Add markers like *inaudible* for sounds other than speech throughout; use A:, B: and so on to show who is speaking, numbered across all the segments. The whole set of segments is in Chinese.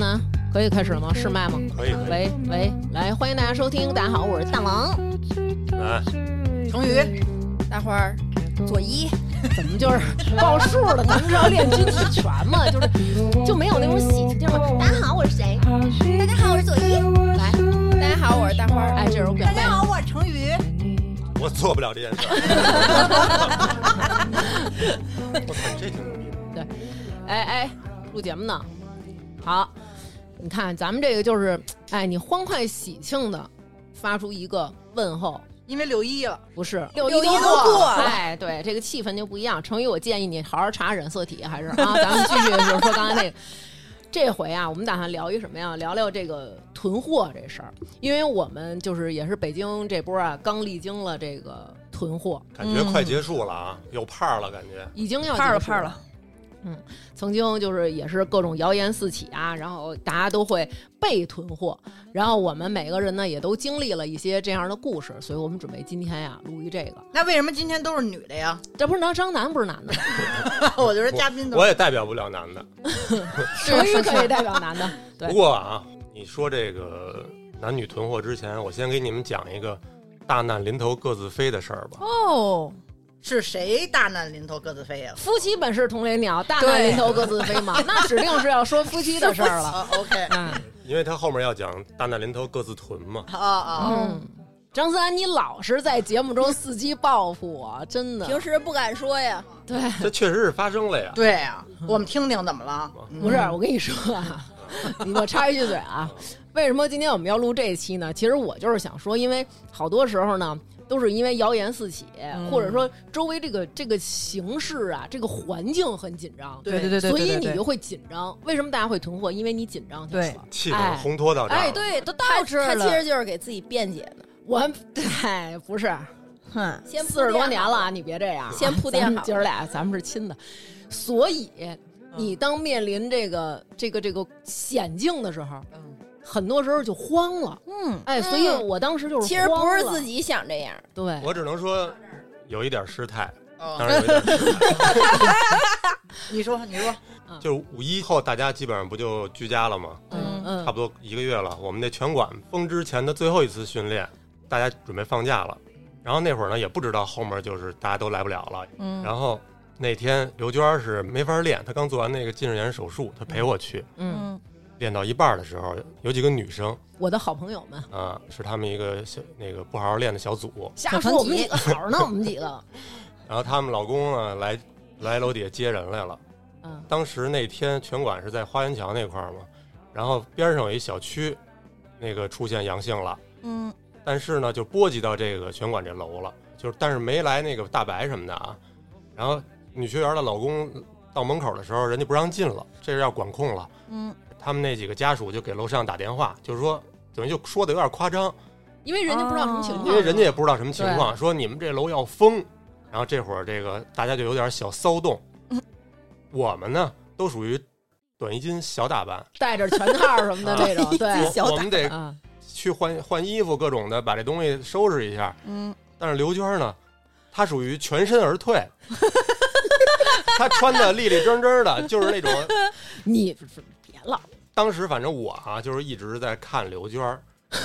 A: 啊
B: 啊
C: 可以开始了吗？试麦吗？
A: 可以可以。
C: 喂喂，来，欢迎大家收听，大家好，我是大王。
A: 来，
B: 成语，大花儿，左一，
C: 怎么就是报数了？咱们是要练军体拳嘛？ *laughs* 就是就没有那种喜气劲儿吗？大家好，我是谁？
B: 大家好，我是左一，
C: 来，
B: 大家好，我是大花儿，
C: 哎，这是我表
B: 大
C: 妹
B: 家。好，我是成语，
A: 我做不了这件
B: *laughs*
A: 事儿。我操，你这挺牛逼的。
C: 哎哎，录节目呢。好，你看咱们这个就是，哎，你欢快喜庆的发出一个问候，
B: 因为六一了，
C: 不是
B: 六一
C: 一
B: 都过了
C: 哎，对，这个气氛就不一样。成宇，我建议你好好查染色体，还是啊，咱们继续就是说刚才那个。这回啊，我们打算聊一什么呀？聊聊这个囤货这事儿，因为我们就是也是北京这波啊，刚历经了这个囤货，
A: 感觉快结束了啊，有盼儿了，感觉。
C: 已经要
B: 盼儿了
C: 结束
B: 盼儿了，
C: 曾经就是也是各种谣言四起啊，然后大家都会被囤货，然后我们每个人呢也都经历了一些这样的故事，所以我们准备今天呀、录一这个，
B: 那为什么今天都是女的呀？
C: 这不是男张楠不是男的吗，
B: 我觉得嘉宾都
A: 我也代表不了男的。
C: 成语可以代表男 *laughs* 的，对
A: 不过啊，你说这个男女囤货之前，我先给你们讲一个大难临头各自飞的事儿吧。
D: 哦，
B: 是谁大难临头各自飞呀？
C: 夫妻本是同林鸟，大难临头各自飞嘛， *laughs* 那指定是要说 *laughs* 夫妻的事儿
B: *laughs*
C: 了。
B: 啊，OK，
C: 嗯
A: 因为他后面要讲大难临头各自囤嘛。
B: 啊啊，
C: 嗯，张三，你老是在节目中伺机报复我，真的。
E: 平时不敢说呀，
C: 对，
A: 这确实是发生了呀。
B: 对呀，我们听听怎么了？嗯
C: 不是，
D: 嗯
C: 我跟你说啊，你我插一句嘴啊，为什么今天我们要录这一期呢？其实我就是想说，因为好多时候呢，都是因为谣言四起，
D: 嗯
C: 或者说周围这个这个形势啊，这个环境很紧张，
B: 对
D: 对对对，
C: 所以
D: 对
C: 你
D: 对
C: 就会紧张。为什么大家会囤货？因为你紧张，
D: 对
C: 就是
A: 气氛
C: 哎
A: 烘托到这儿了。
C: 哎，对，都到
E: 他
C: 这儿
E: 他
C: 了。
E: 其实就是给自己辩解呢，
C: 我哎，不是
D: 哼，
E: 先铺
C: 四十多
E: 垫
C: 年
E: 好
C: 了，啊，你别这样啊，
E: 先铺垫
C: 咱们
E: 好
C: 姐儿俩咱们是亲的，所以
D: 嗯
C: 你当面临这个这个这个险境的时候，很多时候就慌了。
D: 嗯，
C: 哎，所以我当时就是
E: 其实不是
C: 慌了
E: 自己想这样，
C: 对，
A: 我只能说有一点失态，当
B: 哦，
A: 然有一点失态。
B: 你说，你说，
A: 就是五一后，大家基本上不就居家了吗？
C: 嗯
A: 差不
C: 嗯，
A: 多一个月了。我们那拳馆封之前的最后一次训练，大家准备放假了。然后那会儿呢，也不知道后面就是大家都来不了了。
D: 嗯
A: 然后那天刘娟儿是没法练，她刚做完那个近视眼手术，她陪我去。
C: 嗯，
A: 练到一半儿的时候，有几个女生
C: 我的好朋友们，
A: 啊、是她们一个小那个不好好练的小组。
C: 瞎说我们几个好着呢，我们几个，
A: 然后她们老公啊来来楼底下接人来了。
C: 嗯
A: 当时那天拳馆是在花园桥那块儿嘛，然后边上有一小区，那个出现阳性了，
D: 嗯，
A: 但是呢就波及到这个拳馆这楼了，就是但是没来那个大白什么的啊。然后女学员的老公到门口的时候，人家不让进了，这是要管控了。
D: 嗯，
A: 他们那几个家属就给楼上打电话，就是说等于就说的有点夸张，
C: 因为人家不知道什么情
E: 哦
C: 况，
A: 因为人家也不知道什么情况，说你们这楼要封，然后这会儿这个大家就有点小骚动。
C: 嗯
A: *laughs* 我们呢都属于短衣襟小打扮，
C: 带着全套什么的
A: 啊
C: 这种，
A: *laughs*
C: 对，
A: 我我们得
C: 啊，
A: 去换换衣服，各种的把这东西收拾一下。
D: 嗯，
A: 但是刘娟呢，她属于全身而退， *laughs* 她穿的立立正正的，就是那种
C: 你别老
A: 当时反正我啊，就是一直在看刘娟儿， *laughs*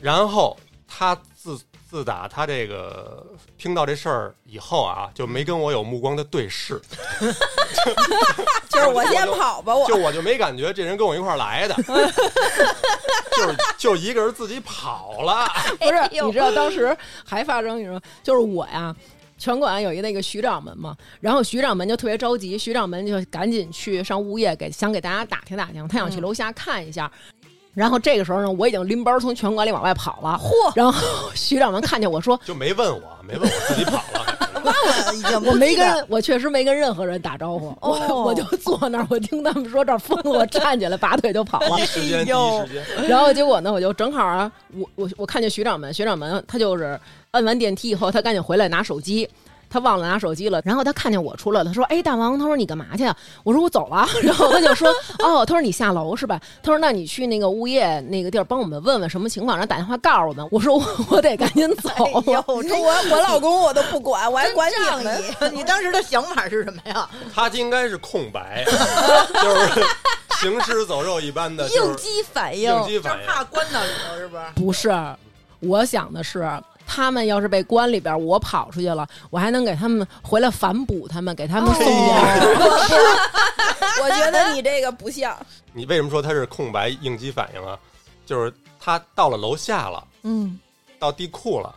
A: 然后她自自打她这个听到这事儿以后啊，就没跟我有目光的对视，
E: 就是我先跑吧，我
A: 就我就没感觉这人跟我一块儿来的， *laughs* 就是就一个人自己跑了，
C: *laughs* 不是
E: 哎，呦
C: 你知道当时还发生一种，就是我呀，拳馆有一那个徐掌门嘛，然后徐掌门就特别着急，徐掌门就赶紧去上物业给想给大家打听打听，他想去楼下看一下。然后这个时候呢，我已经拎包从拳馆里往外跑了。嚯！然后 *laughs* 徐掌门看见我说
A: 就没问我，没问我自己跑
E: *laughs*
A: 了。
B: 啊我已经：“
C: 我没跟，我确实没跟任何人打招呼，我
D: 哦
C: 我就坐那儿，我听他们说这儿疯了，我站起来拔腿就跑了。”
A: 第一时间，第一时
E: 哎
A: 间，
C: 然后结果呢，我就正好啊，我我我看见学长们，学长们他就是摁完电梯以后，他赶紧回来拿手机。他忘了拿手机了，然后他看见我出来了，他说：“哎，大王，他说你干嘛去啊？”我说：“我走了。”然后他就说：“哦，他说你下楼是吧？”他说：“那你去那个物业那个地儿帮我们问问什么情况，然后打电话告诉我们。”我说我：“我得赶紧走。
B: 哎
C: 啊
E: 我说我我老公我都不管，我还管你们，
D: *laughs*
A: *laughs*
B: 你，你当时的想法是什么呀？
E: *laughs*
A: 他应该是空白，就是行尸走肉一般的，就
B: 应
A: 是
B: 激反
E: 哎
B: 应，
A: 应激
D: 就
A: 反应。 *laughs*
D: 怕关到里头是不 *laughs* 是？
C: 不是，我想的是，他们要是被关里边，我跑出去了，我还能给他们回来反哺他们，给他们送
B: 哦
C: 点。
E: 我觉得你这个不像，
A: 你为什么说它是空白应激反应啊？就是他到了楼下了，
C: 嗯，
A: 到地库了，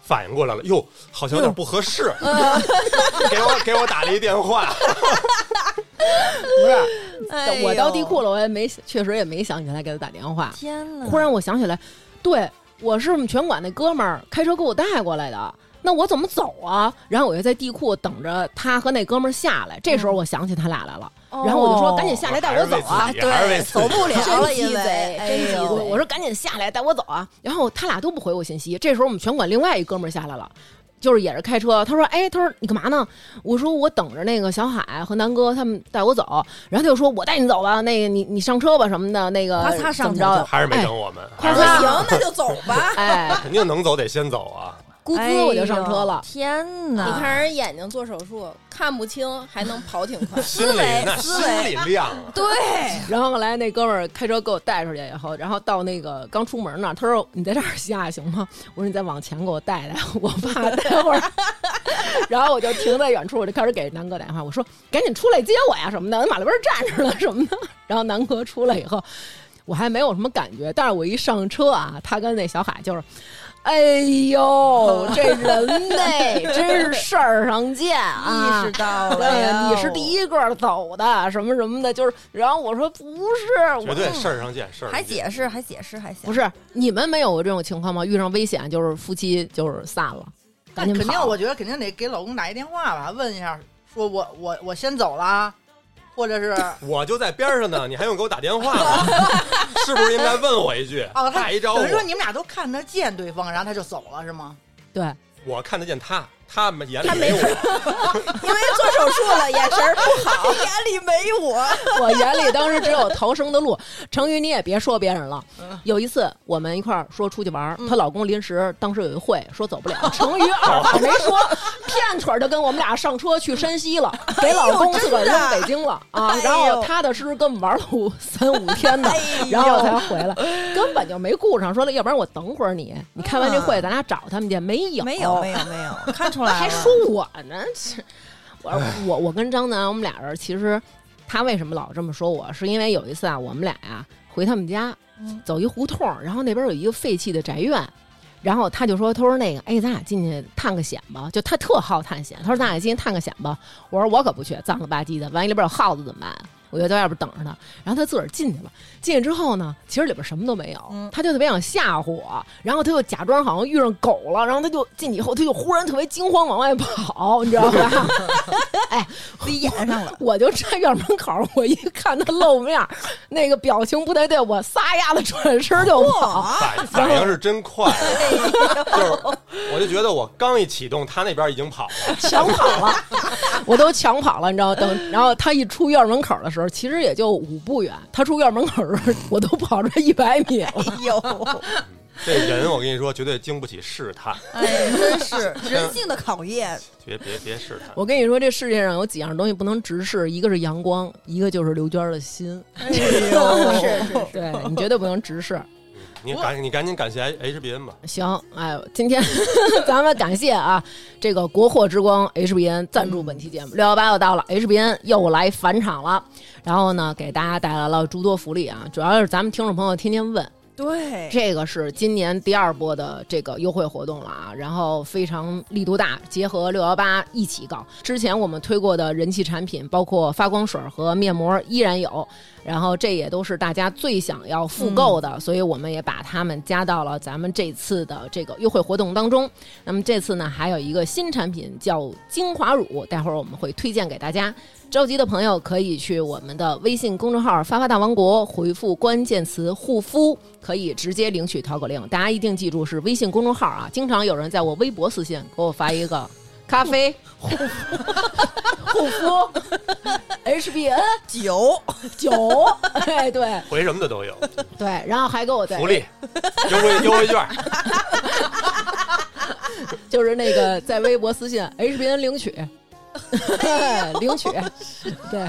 A: 反应过来了，哟，好像有点不合适， *laughs* 给我给我打了一电话。
C: 不是，
B: 哎呦
C: 我到地库了，我也没确实也没想起来给他打电话。
B: 天呐，
C: 忽然我想起来，对我是我们拳馆那哥们儿开车给我带过来的。那我怎么走啊？然后我就在地库等着他和那哥们儿下来。这时候
B: 嗯
C: 我想起他俩来了，
B: 哦
C: 然后我就说：“赶紧下来带我走
A: 还
C: 啊！”
A: 是为
B: 对，
A: 自己
B: 走不了了，
E: 真鸡
B: 因为
E: 贼
B: 哎
E: 真鸡
B: 呦
E: 贼
C: 我我说赶紧下来，带我走啊！然后他俩都不回我信息。这时候我们拳馆另外一哥们儿下来了，就是也是开车。他说：“哎，他说你干嘛呢？”我说：“我等着那个小海和南哥他们带我走。”然后他就说：“我带你走吧，那个你你上车吧什么的，那个
D: 咔嚓
C: 怎
D: 上
C: 么
D: 去了
C: 着？
A: *laughs* 还是没
C: 哎
A: 等我们，
C: 快
E: 我
A: 还是
E: 说行，那就走
C: *laughs*
E: 吧。
C: 哎，
A: 肯定能走得先走啊。，
C: 咕
D: *laughs*
C: 滋我就上车了
B: 哎呦。天
E: 你
B: 呐，
E: 看人眼睛做手术，看不清还能跑挺快
A: 心里那
B: 思
A: 心
B: 维
A: 里亮啊，
B: 对，
C: 然后后来那哥们儿开车给我带出去以后，然后到那个刚出门那儿，他说：“你在这儿下行吗？”我说：“你再往前给我带带，我怕待会儿。” *laughs* 然后我就停在远处，我就开始给南哥打电话，我说：“赶紧出来接我呀，什么的，我马路边儿站着呢，什么的。”然后南哥出来以后，我还没有什么感觉，但是我一上车啊，他跟那小海就是。哎呦，这人类真是事儿上
D: *laughs*
C: 见啊！
D: 意识到了哦呀
C: 对，，你是第一个走的，什么什么的，就是。然后我说不是，
A: 绝
C: 我
A: 对事儿上见，事儿上见
B: 还解释，还解释，还解释
C: 不是你们没有过这种情况吗？遇上危险就是夫妻就是散了，
D: 那
C: 赶紧
D: 肯定，
C: 跑
D: 我觉得肯定得给老公打一电话吧，问一下，说我我我先走了啊，或者是
A: 我就在边上呢，你还用给我打电话吗？ *laughs* 是不是应该问我一句？
D: 哦，他
A: 打一招呼
D: 等于。说你们俩都看得见对方，然后他就走了是吗？
C: 对，
A: 我看得见他，他们眼里没我，
E: 因为做手术了，眼神儿不好，眼里没我。
C: 我眼里当时只有逃生的路。 *laughs* 成宇，你也别说别人了
D: 嗯。
C: 有一次我们一块儿说出去玩儿，她老公临时当时有一会说走不 *laughs* 了，成宇二话没说，片腿儿就跟我们俩上车去山西了，给老公自个儿扔北京了啊
E: 哎。呦
C: 然后踏踏实实跟我们玩了五三五天
E: 哎
C: 呢，然后才回来，根本就没顾上说了，要不然我等会儿你，你开完这会咱俩找他们去，没有
B: 嗯没有没有没有，看出来了
C: 还说我呢，这我我我跟张楠，我们俩人其实他为什么老这么说我，是因为有一次啊，我们俩呀、回他们家，
B: 嗯
C: 走一胡同，然后那边有一个废弃的宅院。然后他就说：“他说那个，哎，咱俩进去探个险吧。”就他特好探险，他说：“咱俩进去探个险吧。”我说：“我可不去，脏了吧唧的，万一里边有耗子怎么办？”我就在外边等着他。然后他自个儿进去了，进去之后呢，其实里边什么都没有，他就特别想吓唬我，然后他就假装好像遇上狗了，然后他就进去以后，他就忽然特别惊慌往外跑，你知道吧？ *laughs* 哎，自己演上了。 *laughs* 我就站院门口，我一看他露面儿，那个表情不太对，我撒丫子转身就跑。
A: *laughs* 反反应是真快，就是我就觉得我刚一启动，他那边已经跑了，
C: 抢跑了，我都抢跑了，你知道？等然后他一出院门口的时候，其实也就五步远。他出院门口的时候，我都跑出一百米了。
B: 有，
D: 哎
A: 这人我跟你说，绝对经不起试探，
B: 哎，真是人性的考验，
A: 别别别试探。
C: 我跟你说，这世界上有几样东西不能直视，一个是阳光，一个就是刘娟的心。
D: 哦
C: 哎
E: 是是是，
C: 对你绝对不能直视。
A: 嗯你赶你赶紧感谢 HBN 吧，
C: 行，哎，今天 *laughs* 咱们感谢啊，这个国货之光 HBN 赞助本期节目。六幺八又到了，HBN 又来返场了，然后呢，给大家带来了诸多福利啊，主要是咱们听众朋友天天问，
B: 对，
C: 这个是今年第二波的这个优惠活动了啊，然后非常力度大，结合六幺八一起搞。之前我们推过的人气产品，包括发光水和面膜依然有，然后这也都是大家最想要复购的，所以我们也把它们加到了咱们这次的这个优惠活动当中。那么这次呢，还有一个新产品叫精华乳，待会儿我们会推荐给大家。着急的朋友可以去我们的微信公众号“发发大王国”回复关键词“护肤”，可以直接领取淘口令。大家一定记住是微信公众号啊！经常有人在我微博私信给我发一个 *laughs* 咖啡护护肤 *laughs* HBN
B: 酒
C: 九， *laughs* 哎对
A: 回什么的都有，
C: 对，然后还给我在
A: 福利、优惠优惠券，
E: *laughs*
C: 就是那个在微博私信 HBN 领取。领取，对，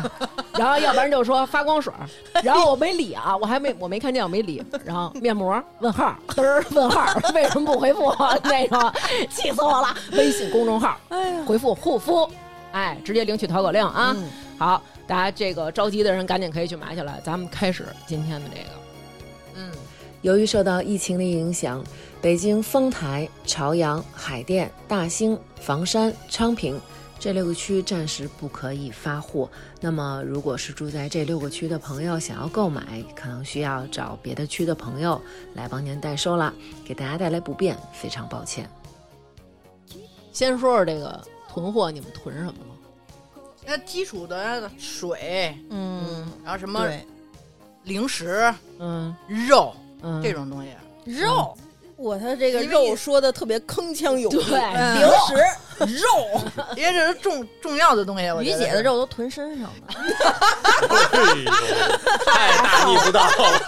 C: 然后要不然就说发光水儿，然后我没理啊，我还没我没看见，我没理，然后面膜问号，嘚儿问号，为什么不回复我？那种气死我了！微信公众号
E: 哎呀，
C: 回复护肤，哎，直接领取淘口令啊！
E: 嗯
C: 好，大家这个着急的人赶紧可以去买起来，咱们开始今天的这个。
D: 嗯，
F: 由于受到疫情的影响，北京丰台、朝阳、海淀、大兴、房山、昌平这六个区暂时不可以发货。那么，如果是住在这六个区的朋友想要购买，可能需要找别的区的朋友来帮您代收啦，给大家带来不便，非常抱歉。
C: 先说说这个囤货，你们囤什么了？
D: 那呃基础的水，
E: 嗯，
D: 然后什么
E: 对，
D: 零食、
C: 嗯
D: 肉
C: 嗯，
D: 这种东西，
E: 肉，我他这个
D: 因为
E: 肉说的特别铿锵有力，
C: 对
E: 嗯
D: 肉
E: 零食肉，
D: 因为这是重重要的东西。我
E: 于
D: 觉得
E: 姐的肉都囤身上 *laughs* 了，
A: 哎呦，太大逆不道了！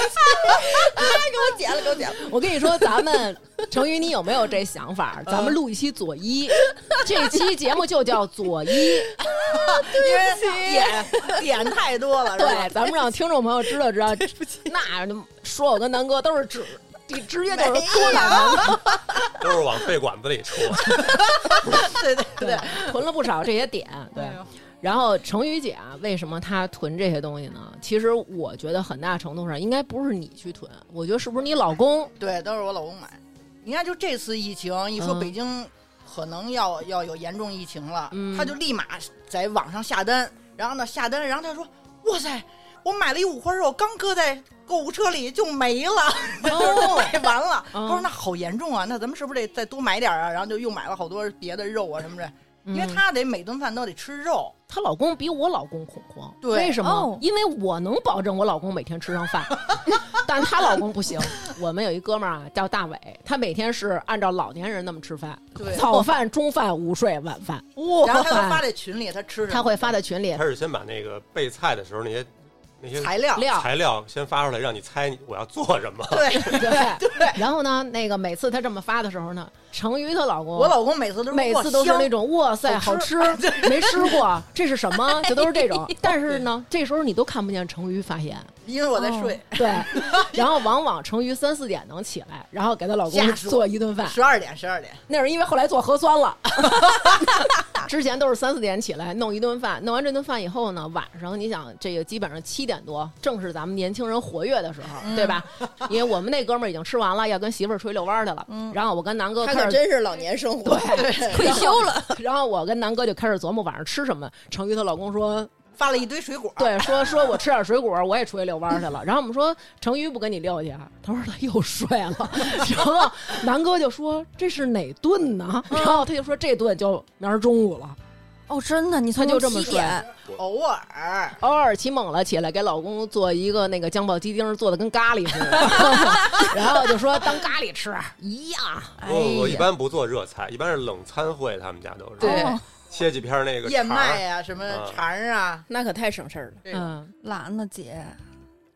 E: 给我剪了，给我剪了，
C: 我跟你说，咱们成宇，你有没有这想法？咱们录一期左 *laughs* 一，这期节目就叫左一。
D: 因
C: 哎
D: 为点点太多了，是吧
C: 对，咱们让听众朋友知道知道。那说我跟南哥都是指，直直接就是戳到咱们。
A: 都是往肺管子里戳。
D: 对对对
C: 对，囤了不少这些点。对，
D: 哎呦
C: 然后成宇姐啊，为什么她囤这些东西呢？其实我觉得很大程度上应该不是你去囤，我觉得是不是你老公？
D: 对，都是我老公买。你看，就这次疫情，一说
C: 嗯
D: 北京可能要要有严重疫情了，
C: 嗯
D: 他就立马在网上下单，然后呢下单，然后他说：“哇塞，我买了一五花肉，刚搁在购物车里就没了，就买完了。
C: 嗯
D: 他说：“那好严重啊，那咱们是不是得再多买点啊？”然后就又买了好多别的肉啊什么的，因为
C: 嗯
D: 他得每顿饭都得吃肉。
C: 她老公比我老公恐慌，
D: 对
C: 为什么？
E: 哦
C: 因为我能保证我老公每天吃上饭，但她老公不行。我们有一哥们儿啊，叫大伟，他每天是按照老年人那么吃饭，
D: 对
C: 早饭、中饭、午睡、晚
D: *laughs*
C: 饭，
D: 然后他就发在群里，他吃什么？
C: 他会发在群里
A: 他是先把那个备菜的时候那些那些
D: 材料，
C: 料。
A: 材料先发出来，让你猜我要做什么。
D: *laughs* 对，
C: 对然后呢，那个每次他这么发的时候呢，成瑜她老公，
D: 我老公每次都是
C: 每次都是那种哇塞，好
D: 好
C: 吃，
D: *laughs*
C: 没吃过，这是什么？就都是这种。但是呢，这时候你都看不见成瑜发言。
D: 因为我在睡，
C: *laughs* 对，然后往往成瑜三四点能起来，然后给她老公
D: 吓死我
C: 做一顿饭。
D: 十二点十二点。
C: 那是因为后来做核酸了， *laughs* 之前都是三四点起来弄一顿饭，弄完这顿饭以后呢，晚上你想这个基本上七点多，正是咱们年轻人活跃的时候，
E: 嗯
C: 对吧？因为我们那哥们儿已经吃完了，要跟媳妇儿出去遛弯儿去了。然后我跟南哥
E: 嗯他
C: 开
E: 可
C: 始
E: 真是老年生活，退休了，
C: *laughs* 然后我跟南哥就开始琢磨晚上吃什么。成瑜她老公说
D: *laughs* 发了一堆水果，
C: *laughs* 对，说说我吃点水果，我也出去遛弯儿去了。然后我们说成瑜不跟你遛去，啊，他说他又睡了。 *laughs* 然后南哥就说这是哪顿呢？然后他就说这顿就明儿中午了。
E: 哦，真的，你
C: 他
E: 从
C: 就这么
E: 七点，
D: 偶尔
C: 偶尔起猛了起来，给老公做一个那个酱爆鸡丁，做的跟咖喱似的， *laughs* 然后就说当咖喱吃啊一样。
E: 哎
A: 我哦我一
E: 呀，
A: 般不做热菜，一般是冷餐会，他们家都是
D: 对
E: 哦
A: 切几片那个
D: 燕
A: 肠儿
D: 麦啊，什么
A: 嗯
D: 肠儿啊，
E: 那可太省事儿了，
D: 这种
C: 嗯，
E: 懒呢姐，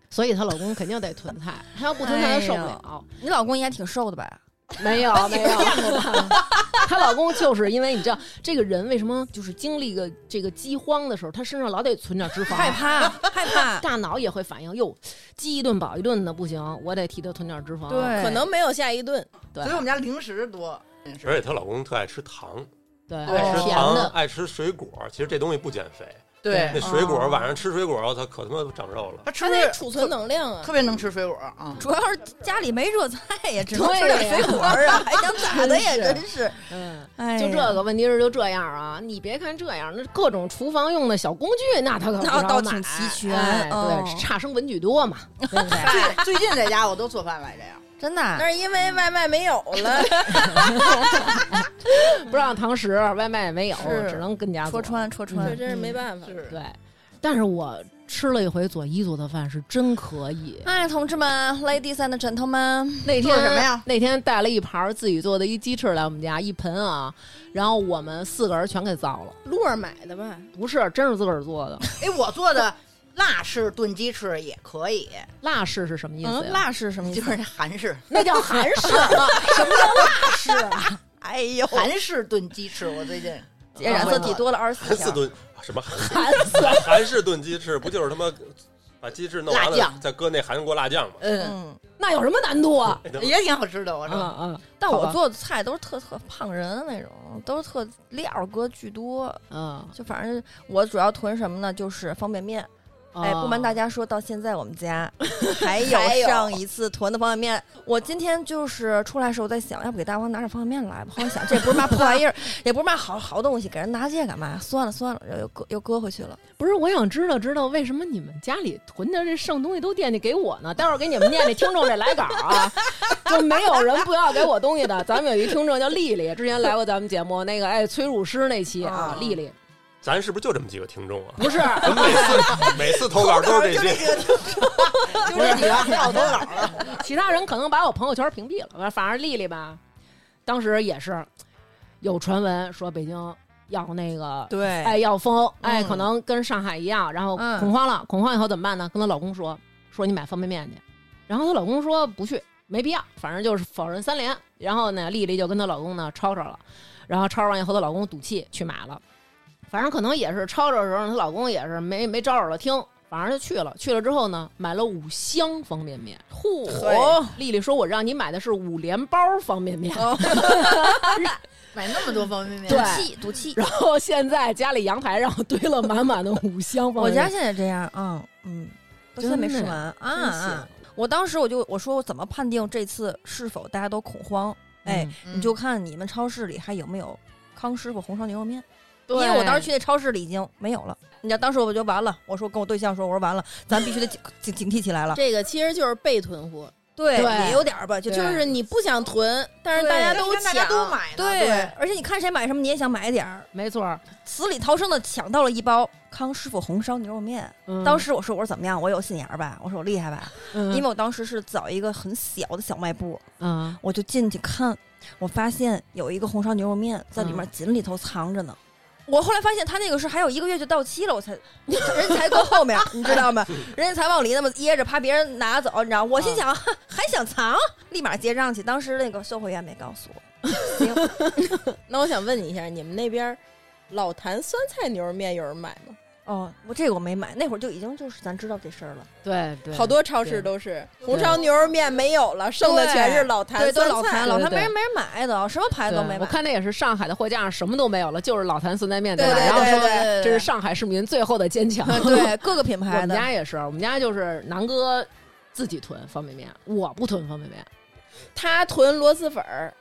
C: 所以她老公肯定得囤
E: *laughs*
C: 菜，她要不囤菜她受不了。
E: 哎你老公也挺瘦的吧？
C: 没 *laughs* 有没有， *laughs* 她老公就是因为你知道，这个人为什么就是经历个这个饥荒的时候，他身上老得存点脂肪，*laughs*
E: 害怕，害怕，
C: 大脑也会反应，哟，饥一顿饱一顿的不行，我得替他囤点脂肪。
E: 对，
C: 可
E: 可
C: 能
E: 能没有下一顿，
C: 对
D: 所以我们家零食多。
A: 而且她老公特爱吃糖，
C: 对，
A: 爱吃
C: 甜
A: 糖，
C: 的。
A: 爱吃水果。其实这东西不减肥，
D: 对
A: 那水果
E: 哦
A: 晚上吃水果，我操，可他妈长肉了。
D: 他吃
E: 他得储存能量啊
D: 特。别能吃水果啊，
E: 主要是家里没热菜呀，只能
C: 对
E: 吃点水果儿
B: *laughs*
E: 啊，还想咋的呀？
C: 真
E: 真是，
C: 嗯，
E: 哎呀
C: 就这个问题是就这样啊！你别看这样，那各种厨房用的小工具，那他可不
E: 那
C: 少
E: 倒
C: 买
E: 挺齐全
C: 哎
E: 哦
C: 对，差生文具多嘛，对不
D: 最
C: 对？
D: 最近在家我都做饭来着呀，
E: 真的啊。
B: 那是因为外卖没有了，
C: 不让堂食，外卖也没有，
E: 嗯是
C: 只能跟家做
E: 戳。穿戳穿，
C: 嗯
B: 这真是没办法。
D: 是
C: 对，但是我吃了一回左一做的饭，是真可
E: *laughs*
C: 以。
E: 哎，同志们，ladies and gentlemen，
C: 那
D: 做
C: 天
D: 什么呀？
C: 那天带了一盘儿自己做的一鸡翅来我们家，一盆啊，然后我们四个人全给造了，
B: 路上买的吧，
C: 不是，真是自个儿做的。
D: 哎，我做的辣式炖鸡翅也可以，
C: 辣式是什么意思
E: 嗯，
C: 呀？
E: 辣是什么意
D: 就
E: 思？
D: 是韩式
C: 那叫韩
E: *laughs*
C: 式，什么叫辣式？
E: 哎呦，
A: *laughs*
D: 韩式炖鸡翅，我最近
B: 这
C: 嗯
B: 染色体多了二十
A: 韩
B: 四
A: 式
B: 条。
A: 炖啊什么韩式
C: 烦死了。
A: *laughs* 韩式炖鸡翅不就是他妈把鸡翅弄完
D: 辣
A: 了
D: 酱
A: 再搁那韩国辣酱吗？
B: 嗯，
D: 嗯，
C: 那有什么难度啊？
D: 也挺好吃的，
E: 嗯
D: 我
C: 啊
D: 说。
C: 啊！
B: 但
C: 好
B: 我
C: 吧
B: 做的菜都是特特胖人那种，都是特料儿搁巨多。
C: 嗯，
B: 就反正我主要囤什么呢？就是方便面。
C: 哦
B: 哎，不瞒大
C: 家，
B: 家说，到现在我们家还
E: 还有
B: 有上一次囤的方便面。我今天就是出来的时候，我在想，要不给大王拿点方便面来吧。后来想，这也不是嘛破玩意儿，也不是嘛好好东西，给人拿这干嘛？算了算了，然后又搁又搁回去了。
C: 不是我想知道知道为什么你们家里囤的这剩东西都惦记给我呢？待会儿给你们念这听众这来稿啊，就没有人不要给我东西的。咱们有一听众叫丽丽，之前来过咱们节目，那个哎催乳师那期啊，丽丽
A: 咱是不是就这么几个听众啊？
C: 不是
A: *laughs* 每次每次投稿都是这些，
D: *laughs* 就这几个好多脑儿，
C: 其他人可能把我朋友圈屏蔽了，反正丽丽吧，当时也是有传闻说北京要那个
E: 对
C: 哎，要封，哎，
B: 嗯
C: 可能跟上海一样，然后
B: 嗯
C: 恐慌了，恐慌以后怎么办呢？跟她老公说，说你买方便面去，然后她老公说不去，没必要，反正就是否认三连。然后呢，丽丽就跟她老公呢吵吵了，然后吵吵完以后，她老公赌气去买了，反正可能也是吵吵的时候，她老公也是没没招惹了听。反正就去了，去了之后呢，买了五箱方便面。嚯！丽丽说：“我让你买的是五连包方便面。
B: 哦
D: 买那么多方便面，
C: 对
B: 赌气赌气，
C: 然后现在家里阳台上堆了满满的五箱方
B: 我
C: 便面。
B: 家现在这样，嗯嗯，到现在没吃完啊
C: 真是
B: 啊！我当时我就我说我怎么判定这次是否大家都恐慌？哎，
D: 嗯
B: 你就看你们超市里还有没有康师傅红烧牛肉面，因
C: 对
B: 为我当时去那超市里已经没有了。你知道当时我就完了，我说跟我对象说，我说完了，咱必须得警警警惕起来了。
E: 这个其实就是被囤货，
B: 对
C: 对
B: 也有点儿吧，就
E: 就
B: 就是是
E: 你不想囤，但是
B: 对
E: 大家
D: 大家
E: 都
D: 都
E: 抢，
D: 大家嗯都买呢，
B: 对，而且你看谁买什么，你也想买点儿，
C: 没错儿，
B: 死里逃生的抢到了一包康师傅红烧牛肉面。
C: 嗯
B: 当时我说我说怎么样，我有心眼儿吧，我说我厉害吧，因为我当时是找一个很小的小卖部，
C: 嗯
B: 我就进去看，我发现有一个红烧牛肉面在里面
C: 嗯
B: 紧里头藏着呢。我后来发现他那个是还有一个月就到
C: *laughs*
B: 期了，我才人家才搁后面，你知道吗？人家才往里那么掖着，怕别人拿走，你知道？我
C: 嗯
B: 心想、哼还想藏，立马结账去。当时那个售货员没告诉我，
E: 那我想问你一下，你们那边老坛酸菜牛肉面有人买吗？
B: 哦，我这个我没买，那会儿就已经就是咱知道这事儿了，
C: 对对，
E: 好多超市都是红烧牛肉面没有了，剩的全是老坛
B: 对，
E: 酸
B: 都
E: 菜。
B: 是老坛，老坛
C: 对
B: 没人没人买的，什么牌子
C: 对
B: 都没买。
C: 我看那也是上海的货架上什么都没有了，就是老坛酸菜面
E: 对
C: 吧？
E: 对
C: 然后
E: 对
C: 说
E: 对，
C: 这是上海市民最后的坚强。
B: 嗯
E: *laughs*
B: 对各个品
C: *laughs* 我
B: 牌
C: 们
B: 的，
C: 家也是，我们家就是南哥自己囤方便面，我不囤方便面。
E: 他囤螺蛳粉儿，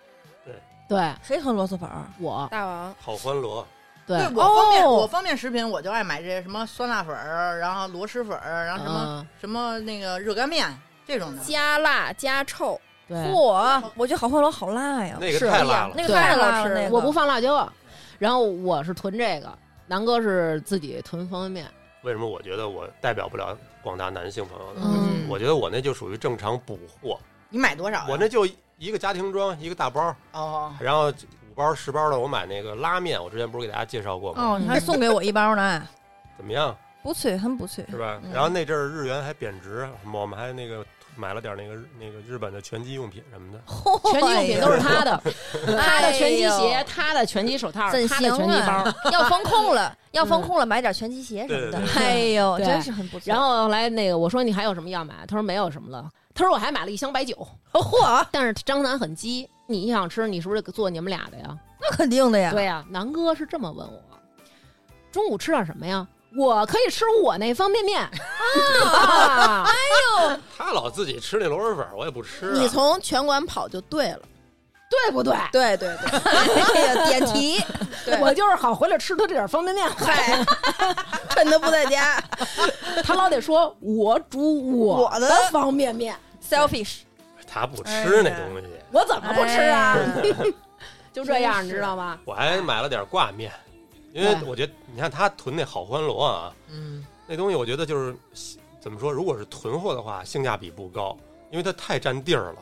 C: 对
B: 谁囤螺蛳粉儿？
C: 我
E: 大
B: 啊
E: 王
A: 好欢乐。
C: 对
D: 对我方便
C: 哦
D: 我方便食品，我就爱买这什么酸辣粉儿，然后螺蛳粉儿，然后什么
C: 嗯
D: 什么那个热干面这种的。
E: 加辣加臭，
C: 对，
B: 嚯，我觉得好欢螺好辣呀，
A: 那个
C: 是
A: 太辣了，
B: 那个
C: 对啊
B: 太辣
E: 好吃
B: 了，那个
C: 我不放辣椒，然后我是囤这个，南哥是自己囤方便面。
A: 为什么我觉得我代表不了广大男性朋友呢？
C: 嗯
A: 我觉得我那就属于正常补货，
D: 你买多少呀？
A: 我那就一个家庭装一个大包，
D: 哦，
A: 然后五包十包的我买那个拉面，我之前不是给大家介绍过吗？
B: 哦，你还送给我一包呢，
A: 怎么样，
B: *laughs* 不脆，很不脆。
A: 是吧？
B: 嗯
A: 然后那阵儿日元还贬值，啊我们还那个买了点那个那个日本的拳击用品什么的。
B: *laughs*
C: 拳击用品都是他的，他的拳击
B: 哎
C: 鞋
B: 呦，
C: 他的拳击手套，
B: 怎
C: 他的拳
B: 行
C: 击包。
B: 啊？ *laughs* 要防控了，要防控了，买点拳击鞋什么的
A: 对对。
C: 对
B: 哎呦，
C: 对
B: 真是很不错。
C: 然后后来那个我说你还有什么要买？他说没有什么了。他说我还买了一箱白酒，
B: 嚯，
C: 但是张楠很急，你想吃你是不是得做你们俩的呀？
B: 那肯定的呀。
C: 对呀、南哥是这么问我，中午吃点什么呀？我可以吃我那方便面啊！
A: 他老自己吃那螺蛳粉儿，我也不吃、啊。
E: 你从拳馆跑就对了。
C: 对不对？
E: 对对对，
B: 哎呀，点题，
E: *laughs* 对
C: 我就是好回来吃他这点方便面，
E: 嗨，趁他不在家
B: *laughs*
C: 他老得说我煮我
E: 我
C: 的
E: 的
C: 方便面，
B: ，selfish。
A: 他不吃那东西，
C: 我怎么不吃啊？
B: 哎
C: 就这样，
B: 真
C: 你
B: 是
C: 知道吗？
A: 我还买了点挂面，因为
C: 对
A: 我觉得你看他囤那好欢螺啊，
D: 嗯，
A: 那东西我觉得就是怎么说，如果是囤货的话，性价比不高，因为它太占地儿了。